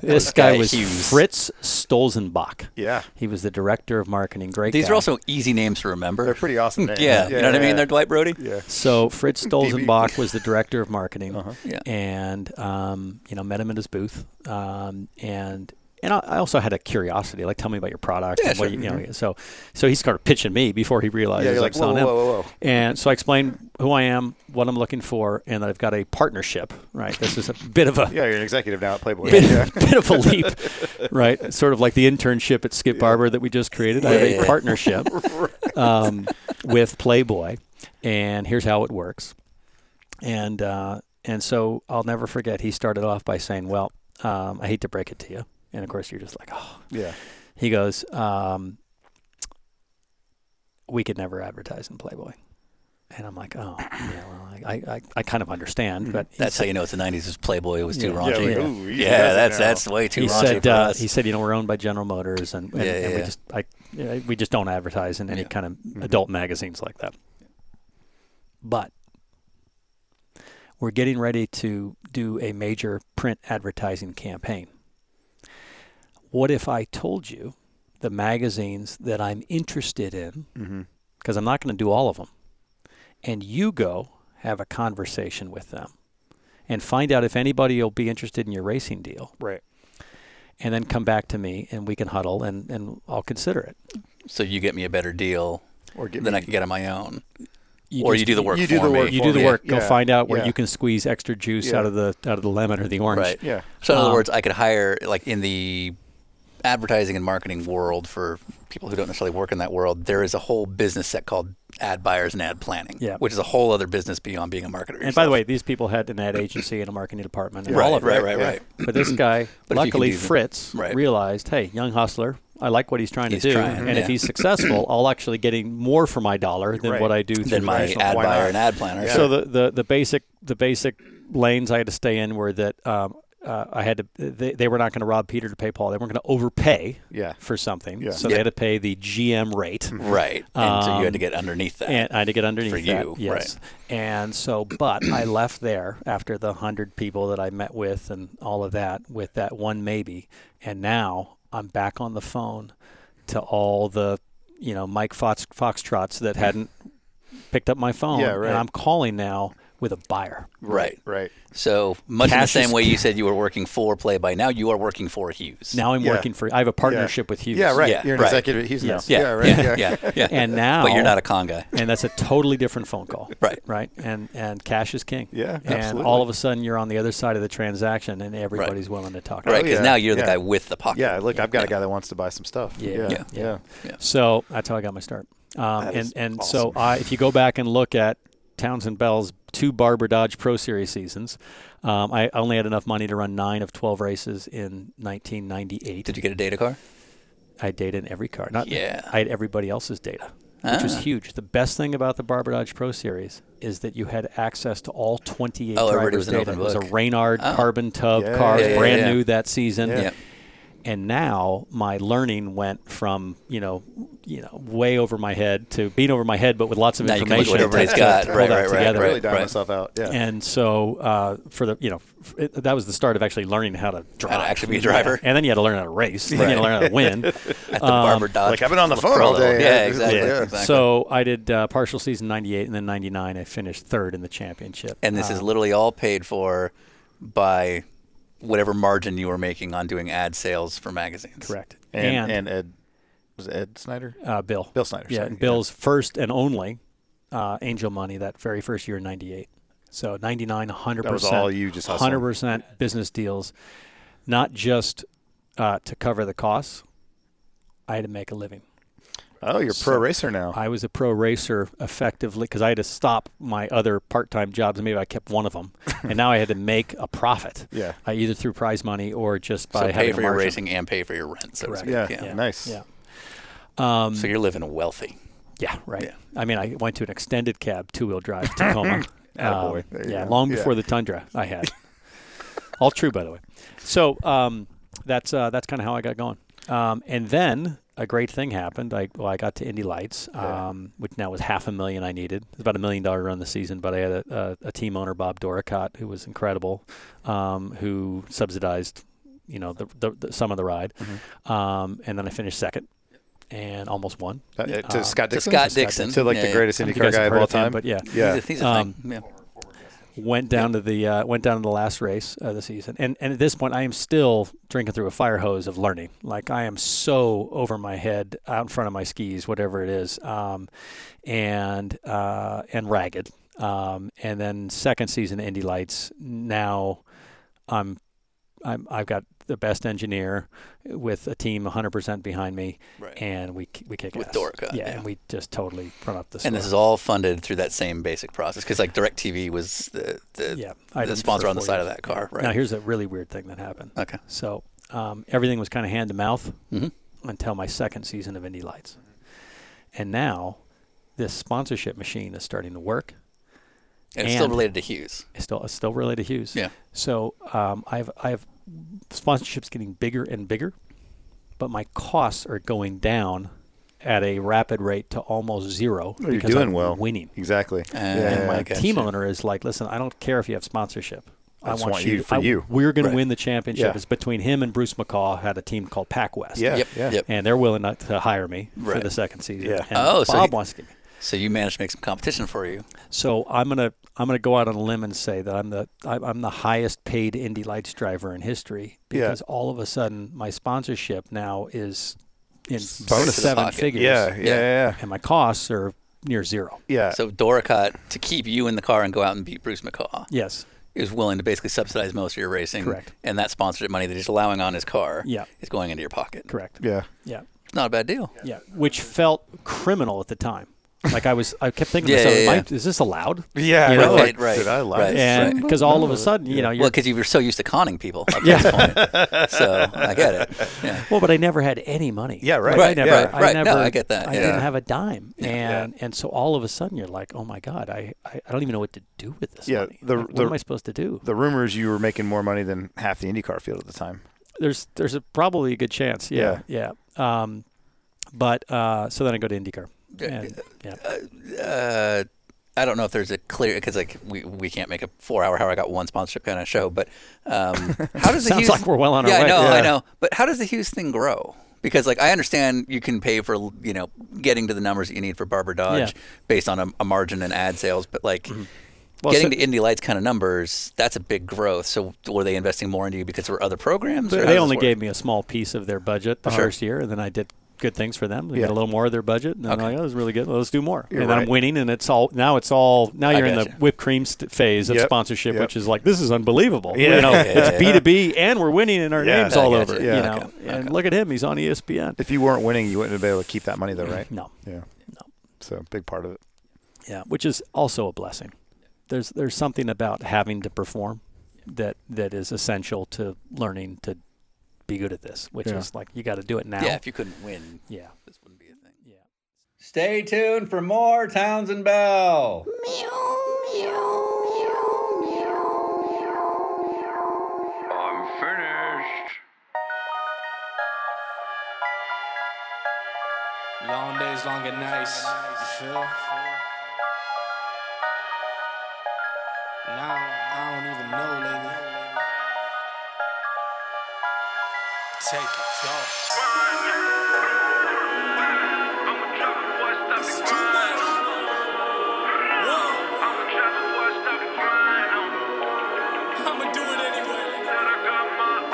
[SPEAKER 3] this guy
[SPEAKER 1] guy
[SPEAKER 3] was
[SPEAKER 1] Hughes.
[SPEAKER 3] Fritz Stolzenbach.
[SPEAKER 2] Yeah.
[SPEAKER 3] He was the director of marketing. Great.
[SPEAKER 1] These
[SPEAKER 3] guy.
[SPEAKER 1] are also easy names to
[SPEAKER 2] They're
[SPEAKER 1] remember.
[SPEAKER 2] pretty awesome names.
[SPEAKER 1] Yeah, you know what I mean?
[SPEAKER 2] yeah.
[SPEAKER 1] They're Dwight Brody.
[SPEAKER 2] Yeah.
[SPEAKER 3] So Fritz Stolzenbach was the director of marketing,
[SPEAKER 1] Uh-huh. Yeah.
[SPEAKER 3] and um, you know met him at his booth, um, and and I- I also had a curiosity, like tell me about your product.
[SPEAKER 1] Yeah,
[SPEAKER 3] and what
[SPEAKER 1] sure. Mm-hmm.
[SPEAKER 3] you, you know, so so he started pitching me before he realized
[SPEAKER 2] Yeah, you're
[SPEAKER 3] I'm
[SPEAKER 2] like, whoa,
[SPEAKER 3] selling
[SPEAKER 2] whoa,
[SPEAKER 3] him.
[SPEAKER 2] whoa, whoa, whoa.
[SPEAKER 3] And so I explained who I am, what I'm looking for, and that I've got a partnership. Right, this is a bit of a
[SPEAKER 2] Yeah, you're an executive now at Playboy.
[SPEAKER 3] bit,
[SPEAKER 2] Yeah.
[SPEAKER 3] bit of a leap, right? Sort of like the internship at Skip Barber that we just created. I have
[SPEAKER 1] Yeah.
[SPEAKER 3] a partnership um, with Playboy, and here's how it works. And uh, and so I'll never forget. He started off by saying, "Well, um, I hate to break it to you," and of course you're just like, "Oh."
[SPEAKER 2] Yeah.
[SPEAKER 3] He goes, um, "We could never advertise in Playboy," and I'm like, "Oh, yeah, well, I I, I kind of understand,
[SPEAKER 2] Mm-hmm.
[SPEAKER 3] but he
[SPEAKER 1] That's how you know it's the 90s. Is Playboy was too
[SPEAKER 3] Yeah.
[SPEAKER 2] Yeah,
[SPEAKER 1] raunchy.
[SPEAKER 2] like,
[SPEAKER 1] Yeah,
[SPEAKER 2] ooh, you guys are
[SPEAKER 1] that's
[SPEAKER 2] now.
[SPEAKER 1] that's way too
[SPEAKER 3] he
[SPEAKER 1] raunchy
[SPEAKER 3] said
[SPEAKER 1] for
[SPEAKER 3] uh,
[SPEAKER 1] us.
[SPEAKER 3] he said you know we're owned by General Motors and, and,
[SPEAKER 1] Yeah,
[SPEAKER 3] and we
[SPEAKER 1] yeah.
[SPEAKER 3] just I yeah, we just don't advertise in any
[SPEAKER 1] Yeah. Mm-hmm.
[SPEAKER 3] kind of adult magazines like that. But we're getting ready to do a major print advertising campaign. What if I told you the magazines that I'm interested in
[SPEAKER 1] Mm-hmm.
[SPEAKER 3] because I'm not going to do all of them and you go have a conversation with them and find out if anybody will be interested in your racing deal
[SPEAKER 2] Right.
[SPEAKER 3] and then come back to me and we can huddle and, and I'll consider it.
[SPEAKER 1] so you get me a better deal
[SPEAKER 2] Or get
[SPEAKER 1] than
[SPEAKER 2] me-
[SPEAKER 1] I can get on my own. or you do the work
[SPEAKER 2] you do
[SPEAKER 1] for
[SPEAKER 2] the
[SPEAKER 1] me.
[SPEAKER 2] work
[SPEAKER 3] You
[SPEAKER 2] for
[SPEAKER 3] do the
[SPEAKER 2] me.
[SPEAKER 3] work. Go
[SPEAKER 2] Yeah.
[SPEAKER 3] find out where
[SPEAKER 2] Yeah.
[SPEAKER 3] you can squeeze extra juice
[SPEAKER 2] Yeah.
[SPEAKER 3] out of the out of the lemon or the orange.
[SPEAKER 1] Right.
[SPEAKER 2] Yeah.
[SPEAKER 1] So in other
[SPEAKER 3] Um,
[SPEAKER 1] words, I could hire like in the advertising and marketing world for people who don't necessarily work in that world, there is a whole business set called ad buyers and ad planning,
[SPEAKER 3] Yeah.
[SPEAKER 1] which is a whole other business beyond being a marketer.
[SPEAKER 3] And by the way, these people had an ad agency and a marketing department and
[SPEAKER 1] right,
[SPEAKER 3] all of
[SPEAKER 1] right,
[SPEAKER 3] it.
[SPEAKER 1] right,
[SPEAKER 2] yeah.
[SPEAKER 1] right.
[SPEAKER 3] But this guy,
[SPEAKER 1] But if you
[SPEAKER 3] luckily
[SPEAKER 1] can do the-
[SPEAKER 3] Fritz,
[SPEAKER 1] right.
[SPEAKER 3] realized, hey, young hustler, I like what he's trying
[SPEAKER 1] He's
[SPEAKER 3] to do,
[SPEAKER 1] trying,
[SPEAKER 3] and
[SPEAKER 1] yeah.
[SPEAKER 3] if he's successful, I'll actually getting more for my dollar than
[SPEAKER 2] Right.
[SPEAKER 3] what I do through
[SPEAKER 1] Then my
[SPEAKER 3] traditional
[SPEAKER 1] ad
[SPEAKER 2] why
[SPEAKER 1] buyer
[SPEAKER 2] not?
[SPEAKER 1] and ad planner.
[SPEAKER 3] So the, the, the basic the basic lanes I had to stay in were that um, uh, I had to they, they were not going to rob Peter to pay Paul. They weren't going to overpay
[SPEAKER 2] Yeah.
[SPEAKER 3] for something.
[SPEAKER 2] Yeah. Mm-hmm.
[SPEAKER 3] So
[SPEAKER 1] Yeah.
[SPEAKER 3] they had to pay the GM rate.
[SPEAKER 1] right. And so you had to
[SPEAKER 3] Um,
[SPEAKER 1] get underneath that.
[SPEAKER 3] And I had to get underneath
[SPEAKER 1] For
[SPEAKER 3] that,
[SPEAKER 1] you,
[SPEAKER 3] yes. And so, but I left there after the hundred people that I met with and all of that, with that one maybe, and now I'm back on the phone to all the, you know, Mike Fox Foxtrots that hadn't picked up my phone,
[SPEAKER 2] Yeah, right.
[SPEAKER 3] and I'm calling now with a buyer.
[SPEAKER 1] right.
[SPEAKER 2] Right.
[SPEAKER 1] So much in the
[SPEAKER 3] Cash
[SPEAKER 1] same
[SPEAKER 3] is-
[SPEAKER 1] way you said you were working for Play by now you are working for Hughes.
[SPEAKER 3] Now I'm
[SPEAKER 2] Yeah.
[SPEAKER 3] working for. I have a
[SPEAKER 2] Yeah.
[SPEAKER 3] partnership with Hughes.
[SPEAKER 2] Yeah, right.
[SPEAKER 1] Yeah,
[SPEAKER 2] you're an
[SPEAKER 1] right.
[SPEAKER 2] executive. He's an
[SPEAKER 3] Yeah.
[SPEAKER 2] ex-
[SPEAKER 1] Yeah.
[SPEAKER 2] yeah, right. Yeah.
[SPEAKER 1] yeah. yeah.
[SPEAKER 3] And now,
[SPEAKER 1] but you're not a con guy.
[SPEAKER 3] and that's a totally different phone call.
[SPEAKER 1] Right.
[SPEAKER 3] Right. And and cash is king.
[SPEAKER 2] Yeah,
[SPEAKER 3] And
[SPEAKER 2] absolutely.
[SPEAKER 3] all of a sudden you're on the other side of the transaction and everybody's willing to talk.
[SPEAKER 1] Right.
[SPEAKER 3] About it.
[SPEAKER 1] Because
[SPEAKER 2] Oh, yeah,
[SPEAKER 1] now you're the
[SPEAKER 2] yeah.
[SPEAKER 1] guy with the pocket.
[SPEAKER 2] Yeah, look, I've got
[SPEAKER 1] Yeah.
[SPEAKER 2] a guy that wants to buy some stuff.
[SPEAKER 3] Yeah,
[SPEAKER 2] Yeah.
[SPEAKER 1] yeah,
[SPEAKER 2] Yeah. Yeah.
[SPEAKER 1] Yeah.
[SPEAKER 3] So that's how I got my start. Um,
[SPEAKER 2] That
[SPEAKER 3] and
[SPEAKER 2] is
[SPEAKER 3] and so
[SPEAKER 2] awesome.
[SPEAKER 3] I, if you go back and look at Townsend Bell's two Barber Dodge Pro Series seasons, um, I only had enough money to run nine of twelve races in 1998.
[SPEAKER 1] Did you get a data car?
[SPEAKER 3] I data in every car. Not
[SPEAKER 1] Yeah. Ah.
[SPEAKER 3] I had everybody else's data. which was huge. The best thing about the Barber Dodge Pro Series is that you had access to all 28
[SPEAKER 1] Oh, everybody
[SPEAKER 3] drivers'
[SPEAKER 1] was an
[SPEAKER 3] data.
[SPEAKER 1] open
[SPEAKER 3] It was a
[SPEAKER 1] book. Oh.
[SPEAKER 3] Reynard carbon tub
[SPEAKER 2] Yeah.
[SPEAKER 3] car,
[SPEAKER 2] Yeah,
[SPEAKER 1] yeah,
[SPEAKER 3] brand
[SPEAKER 1] yeah.
[SPEAKER 3] new that season.
[SPEAKER 1] Yeah.
[SPEAKER 3] And now my learning went from you know, you know, way over my head to being over my head, but with lots of
[SPEAKER 1] Now you can look
[SPEAKER 3] information.
[SPEAKER 1] what everybody's
[SPEAKER 3] to
[SPEAKER 1] got.
[SPEAKER 3] pull
[SPEAKER 1] Right,
[SPEAKER 3] that
[SPEAKER 1] right, right,
[SPEAKER 3] together.
[SPEAKER 1] right.
[SPEAKER 2] really dying myself out. Yeah.
[SPEAKER 3] And so uh, for the you know f- it, that was the start of actually learning how to drive,
[SPEAKER 1] actually be a driver.
[SPEAKER 3] and then you had to learn how to race, and then you had to learn how to win.
[SPEAKER 1] At the Barber Dodge.
[SPEAKER 2] like I've been on the phone all
[SPEAKER 1] Pro Level.
[SPEAKER 2] day.
[SPEAKER 1] Yeah, exactly.
[SPEAKER 2] Yeah.
[SPEAKER 1] exactly.
[SPEAKER 3] Um, So I did uh, partial season '98 and then '99. I finished third in the championship.
[SPEAKER 1] and this
[SPEAKER 3] Uh,
[SPEAKER 1] is literally all paid for by whatever margin you were making on doing ad sales for magazines.
[SPEAKER 3] correct.
[SPEAKER 2] And, and Ed was it Ed Snyder.
[SPEAKER 3] uh, Bill,
[SPEAKER 2] Bill Snyder,
[SPEAKER 3] yeah,
[SPEAKER 2] sorry,
[SPEAKER 3] and
[SPEAKER 2] yeah.
[SPEAKER 3] Bill's first and only uh, Angel Money that very first year in '98. So '99, 100
[SPEAKER 2] That was
[SPEAKER 3] percent,
[SPEAKER 2] all you just hustling.
[SPEAKER 3] 100 percent business deals, not just uh, to cover the costs. I had to make a living.
[SPEAKER 2] Oh, you're a pro racer now.
[SPEAKER 3] I was a pro racer effectively because I had to stop my other part-time jobs. Maybe I kept one of them, and now I had to make a profit.
[SPEAKER 2] Yeah.
[SPEAKER 3] uh, either through prize money or just by
[SPEAKER 1] So
[SPEAKER 3] having
[SPEAKER 1] pay
[SPEAKER 3] a
[SPEAKER 1] for your
[SPEAKER 3] margin.
[SPEAKER 1] racing and pay for your rent. So, to
[SPEAKER 3] Correct.
[SPEAKER 1] speak.
[SPEAKER 2] yeah,
[SPEAKER 1] yeah.
[SPEAKER 2] nice.
[SPEAKER 3] Yeah,
[SPEAKER 1] so you're living wealthy.
[SPEAKER 3] yeah, right. I mean, I went to an extended cab two-wheel drive Tacoma.
[SPEAKER 2] Attaboy.
[SPEAKER 3] Um,
[SPEAKER 2] There you
[SPEAKER 3] yeah,
[SPEAKER 2] go.
[SPEAKER 3] long
[SPEAKER 2] Yeah.
[SPEAKER 3] before the Tundra I had. All true, by the way. So um, that's uh, that's kind of how I got going. Um, and then a great thing happened. I well, I got to Indy Lights, um, which now was half a million I needed. It was about a million dollar run this season, but I had a, a, a team owner, Bob Doricott, who was incredible, um, who subsidized, you know, the, the, the some of the ride.
[SPEAKER 2] Mm-hmm.
[SPEAKER 3] Um, and then I finished second, and almost won.
[SPEAKER 2] Uh, to Scott Dixon.
[SPEAKER 1] Scott Dixon.
[SPEAKER 2] To like
[SPEAKER 1] Yeah,
[SPEAKER 2] the
[SPEAKER 1] yeah.
[SPEAKER 2] greatest
[SPEAKER 3] Some of you
[SPEAKER 2] IndyCar
[SPEAKER 3] guys have
[SPEAKER 2] guy of
[SPEAKER 3] heard
[SPEAKER 2] all
[SPEAKER 3] of him,
[SPEAKER 2] time.
[SPEAKER 3] but yeah.
[SPEAKER 2] Yeah.
[SPEAKER 1] He's a, he's a
[SPEAKER 3] Um,
[SPEAKER 1] thing. Yeah.
[SPEAKER 3] went down to the uh, went down to the last race of the season, and and at this point, I am still drinking through a fire hose of learning. Like I am so over my head, out in front of my skis, whatever it is, um, and uh, and ragged. Um, and then second season Indy Lights. Now I'm I'm I've got the best engineer with a team 100% behind me,
[SPEAKER 1] Right.
[SPEAKER 3] and we we kick
[SPEAKER 1] With
[SPEAKER 3] ass.
[SPEAKER 1] Dorica, yeah.
[SPEAKER 3] yeah, and we just totally run up the.
[SPEAKER 1] And this
[SPEAKER 3] score.
[SPEAKER 1] is all funded through that same basic process because like DirecTV was the, the,
[SPEAKER 3] Yeah, I
[SPEAKER 1] the
[SPEAKER 3] did
[SPEAKER 1] sponsor
[SPEAKER 3] for
[SPEAKER 1] on the
[SPEAKER 3] four
[SPEAKER 1] side of
[SPEAKER 3] years.
[SPEAKER 1] that car, right?
[SPEAKER 3] Now here's a really weird thing that happened.
[SPEAKER 2] Uh,
[SPEAKER 1] okay.
[SPEAKER 3] So um, everything was kind of hand to mouth
[SPEAKER 1] Mhm.
[SPEAKER 3] until my second season of Indy Lights. And now this sponsorship machine is starting to work.
[SPEAKER 1] And it's still
[SPEAKER 3] And-
[SPEAKER 1] related to Hughes.
[SPEAKER 3] It's still, it's still related to Hughes.
[SPEAKER 1] Yeah.
[SPEAKER 3] So um, I have I have sponsorships getting bigger and bigger, but my costs are going down at a rapid rate to almost zero
[SPEAKER 2] Well, Oh, you're
[SPEAKER 3] because
[SPEAKER 2] doing
[SPEAKER 3] I'm
[SPEAKER 2] well.
[SPEAKER 3] winning.
[SPEAKER 2] Exactly.
[SPEAKER 1] Uh,
[SPEAKER 2] Oh
[SPEAKER 1] and my
[SPEAKER 3] my
[SPEAKER 1] gotcha.
[SPEAKER 3] Uh, team owner is like, listen, I don't care if you have sponsorship. I,
[SPEAKER 2] just want you for
[SPEAKER 3] I-
[SPEAKER 2] you."
[SPEAKER 3] We're going
[SPEAKER 1] Right.
[SPEAKER 3] to win the championship.
[SPEAKER 2] Yeah.
[SPEAKER 3] It's between him and Bruce McCaw had a team called Pac West.
[SPEAKER 2] Yeah.
[SPEAKER 1] Yep.
[SPEAKER 2] Yeah.
[SPEAKER 1] Yep.
[SPEAKER 3] And they're willing not to hire me for
[SPEAKER 1] Right.
[SPEAKER 3] the second season.
[SPEAKER 2] Yeah.
[SPEAKER 3] And
[SPEAKER 1] Oh,
[SPEAKER 3] Bob
[SPEAKER 1] so you-
[SPEAKER 3] wants to get me.
[SPEAKER 1] So you managed to make some competition for you.
[SPEAKER 3] So I'm gonna I'm gonna go out on a limb and say that I'm the I- I'm the highest paid Indy Lights driver in history
[SPEAKER 2] Yeah.
[SPEAKER 3] because all of a sudden my sponsorship now is in
[SPEAKER 1] Bonus.
[SPEAKER 3] seven
[SPEAKER 1] Pocket.
[SPEAKER 3] figures.
[SPEAKER 2] Yeah. Yeah.
[SPEAKER 1] Yeah.
[SPEAKER 2] Yeah.
[SPEAKER 3] And my costs are near zero.
[SPEAKER 2] Yeah.
[SPEAKER 1] So Doricott, to keep you in the car and go out and beat Bruce McCaw,
[SPEAKER 3] Yes.
[SPEAKER 1] is willing to basically subsidize most of your racing.
[SPEAKER 3] Correct.
[SPEAKER 1] And that sponsorship money that he's allowing on his car
[SPEAKER 3] Yeah.
[SPEAKER 1] is going into your pocket.
[SPEAKER 3] Correct.
[SPEAKER 2] yeah.
[SPEAKER 3] Yeah.
[SPEAKER 1] It's not a bad deal.
[SPEAKER 3] Yeah, which felt criminal at the time. Like I was, I kept thinking, to
[SPEAKER 1] Yeah,
[SPEAKER 3] myself,
[SPEAKER 1] yeah,
[SPEAKER 3] "Am I-
[SPEAKER 1] yeah.
[SPEAKER 3] is this allowed?
[SPEAKER 2] Yeah.
[SPEAKER 1] You know,
[SPEAKER 2] like,
[SPEAKER 1] right, right,
[SPEAKER 2] Did I lie?
[SPEAKER 1] right. Yeah.
[SPEAKER 3] And because all of a sudden, you know,
[SPEAKER 1] Well,
[SPEAKER 3] you're,
[SPEAKER 1] because you were so used to conning people at this point. So I get it. Yeah.
[SPEAKER 3] well, but I never had any money.
[SPEAKER 2] Yeah, right.
[SPEAKER 1] Right,
[SPEAKER 3] I never,
[SPEAKER 1] yeah,
[SPEAKER 3] I
[SPEAKER 1] right. No,
[SPEAKER 3] never,
[SPEAKER 1] I get that,
[SPEAKER 3] I
[SPEAKER 1] yeah.
[SPEAKER 3] didn't have a dime, and and so all of a sudden, you're like, oh my god, I, I, I don't even know what to do with this
[SPEAKER 2] Yeah,
[SPEAKER 3] money.
[SPEAKER 2] the-
[SPEAKER 3] Like, what
[SPEAKER 2] the-
[SPEAKER 3] am I supposed to do?
[SPEAKER 2] The rumors you were making more money than half the IndyCar field at the time.
[SPEAKER 3] there's there's a, probably a good chance. Yeah, yeah. Um, but uh, so then I go to IndyCar. And, yeah,
[SPEAKER 1] Uh, I don't know if there's a clear because like we, we can't make a four hour how I got one sponsorship kind of show, but um, how does the
[SPEAKER 3] Sounds
[SPEAKER 1] Hughes,
[SPEAKER 3] like we're well on our
[SPEAKER 1] yeah,
[SPEAKER 3] way.
[SPEAKER 1] I know, I
[SPEAKER 2] Yeah.
[SPEAKER 1] know. But how does the Hughes thing grow? Because like I understand you can pay for you know getting to the numbers that you need for Barber Dodge
[SPEAKER 3] Yeah. Mm-hmm.
[SPEAKER 1] based on a, a margin and ad sales, but like
[SPEAKER 3] Well,
[SPEAKER 1] getting
[SPEAKER 3] so-
[SPEAKER 1] to Indy Lights kind of numbers that's a big growth. So were they investing more into you because there were other programs? or how
[SPEAKER 3] They,
[SPEAKER 1] does
[SPEAKER 3] they
[SPEAKER 1] this
[SPEAKER 3] only
[SPEAKER 1] work?
[SPEAKER 3] gave me a small piece of their budget the first year, and then I did good things for them. They
[SPEAKER 2] Yeah.
[SPEAKER 3] got a little more of their budget, and then I'm like, oh, this is really good. Let's do more.
[SPEAKER 2] You're
[SPEAKER 3] and then I'm
[SPEAKER 2] right.
[SPEAKER 3] winning, and it's all now. It's all now. You're in the
[SPEAKER 1] gotcha.
[SPEAKER 3] whipped cream st- phase of
[SPEAKER 2] Yep,
[SPEAKER 3] sponsorship,
[SPEAKER 2] yep.
[SPEAKER 3] which is like this is unbelievable.
[SPEAKER 2] Yeah.
[SPEAKER 3] You know,
[SPEAKER 1] Yeah, yeah,
[SPEAKER 3] it's B
[SPEAKER 1] yeah.
[SPEAKER 3] two B, and we're winning, and our
[SPEAKER 2] Yeah.
[SPEAKER 3] names
[SPEAKER 2] I
[SPEAKER 3] all
[SPEAKER 1] gotcha.
[SPEAKER 3] over.
[SPEAKER 2] Yeah.
[SPEAKER 3] You know,
[SPEAKER 1] Okay,
[SPEAKER 3] and look at him. He's on E ESPN.
[SPEAKER 2] If you weren't winning, you wouldn't have been able to keep that money though, right?
[SPEAKER 3] No,
[SPEAKER 2] Yeah. So big part of it.
[SPEAKER 3] yeah, which is also a blessing. There's there's something about having to perform that that is essential to learning to be good at this, which
[SPEAKER 2] Yeah.
[SPEAKER 3] is like you got to do it now.
[SPEAKER 1] yeah, if you couldn't win,
[SPEAKER 3] yeah.
[SPEAKER 1] this wouldn't be a thing.
[SPEAKER 3] Yeah.
[SPEAKER 1] Stay tuned for more Townsend Bell.
[SPEAKER 6] I'm finished.
[SPEAKER 7] Long days, long and nights. You feel? Now I don't even know, lady. Take it, yo. It's too much. Whoa, I'ma do it anyway.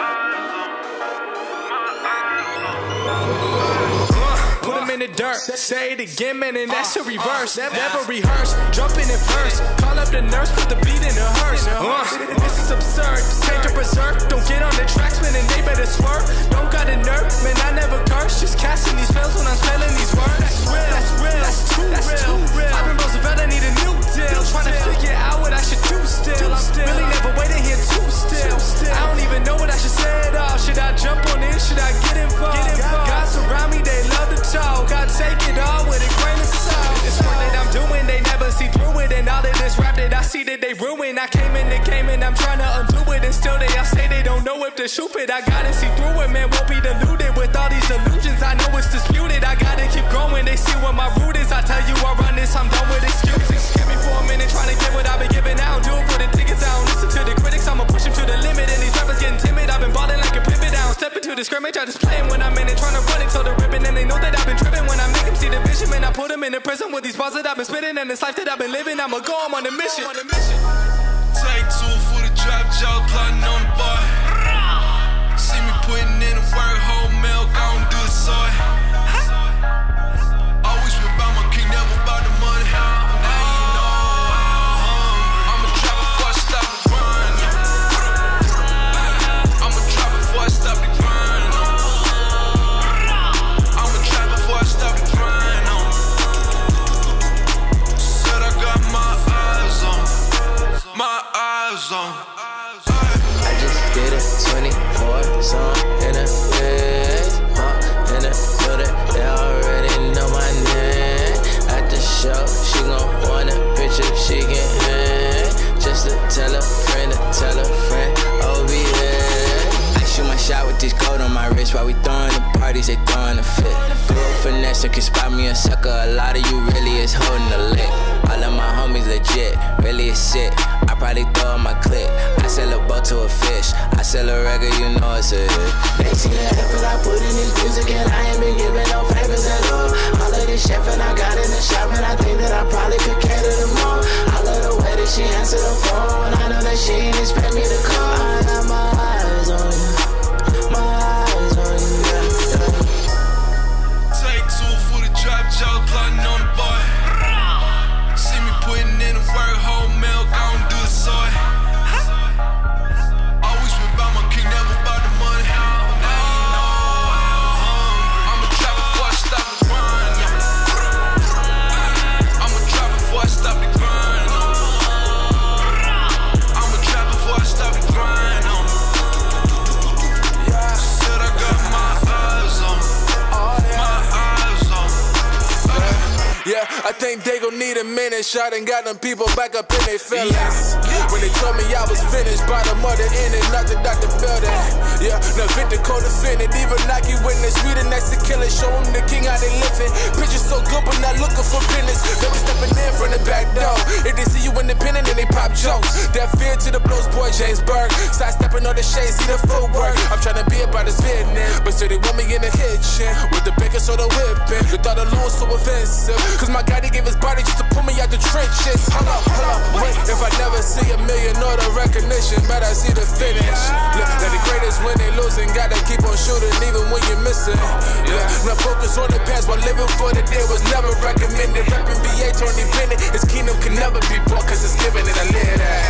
[SPEAKER 7] Put him in the Uh, dirt. Say it again, man, and that's a reverse. Never rehearse. Jumping in first. Call up the nurse, put the bleed in her hearse. Uh, this is absurd. Take a berserk. Don't get on the tracks, man, and they better swerve. Don't got a nerve, man, I never curse. Just casting these spells when I'm spelling these words. That's real, that's real, that's too real. I've been Roosevelt, I need a new deal. Trying to figure out what I should do still. I'm really never waiting here too still. I don't even know what I should say at all. Should I jump on in? Should I get involved? Get involved. Guys around me, they love to talk. I take it all with a grain of salt. This work that I'm doing, they never see through it. And all of this rap that I see that they ruin. I came in the game and I'm trying to undo it. And still they all say they don't know if to shoot it. I gotta see through it, man. Won't be deluded with all these illusions. I know it's disputed. I gotta keep growing. They see what my root is. I tell you I run this, I'm done with excuses. Give me for a minute, trying to get what I've been giving. I don't do it for the tickets. I don't listen to the critics. I'ma push them to the limit. And these rappers getting timid. I've been balling like a pivot. I don't step into the scrimmage. I just play 'em when I'm in it, trying to run it till the ribbon. And they know that I've been tripping when I make them see the vision. Man, I put them in the prison with these bars that I've been spitting. And this life that I've been living, I'ma go, I'm on a mission.
[SPEAKER 8] Take two for the drop, y'all plotting on the boy. See me putting in the work, whole milk, I don't do the soy. Always been about my king, never about the money. Now you know I'm a trapper before I stop the grind. I'm a trapper before I stop the grind. I'm a trapper before I stop the grind. uh. Said I got my eyes on my eyes on.
[SPEAKER 7] I just did a 24 song in a bitch. Walk in the building, they already know my name. At the show, she gon' want a picture if she get hit. Just to tell a friend, to tell a friend, oh, be it. I shoot my shot with this gold on my wrist while we throwing the parties, they throwing a fit. Girl finesse, you can spot me a sucker. A lot of you really is holding a lick. All of my homies legit, really is sick. I probably throw in my clip. I sell a boat to a fish. I sell a record, you know it's a hit. They see the effort I put in this music, and I ain't been giving no favors at all. All of this chef and I got in the shop, and I think that I probably could cater them all. I love the way that she answered the phone. I know that she ain't expect me to call. I got my eyes on you. My eyes on you. yeah, yeah.
[SPEAKER 8] Take two for the drop, y'all plotting on the boy. See me putting in the work, whole milk, I don't do the soy. Always been about my king, never about the money. Now you know I'm a trapper before I stop the grind. I'm a trapper before I stop the grind. I'm a trapper before I stop the grind. Said I got my eyes on. My eyes on.
[SPEAKER 7] Yeah, I think they gon' need a minute. Shot and got them people back up in their feelings. When they told me I was finished, by the mother ending, knocked it out the building. Yeah, now Victor co-defendant, even Nike witness. We the next to kill it, show 'em the king how they living. Pictures so good, but not looking for business. They be stepping in from the back door. If they see you independent, then they pop jokes. That fear to the blows, boy James Burke. Sidestepping on the shade, see the footwork. I'm tryna be about this business, but still they want me in the kitchen with the baking soda whipping. The thought of Louis so offensive. Cause my daddy gave his body just to pull me out the trenches. Hold up, hold up, wait. If I never see a million or the recognition, bet I see the finish. Look, now the greatest when they losing, gotta keep on shooting even when you're missing. Look, now focus on the past while living for the day was never recommended. Reppin' VA, Tony Bennett, his kingdom can never be bought cause it's given and I live that.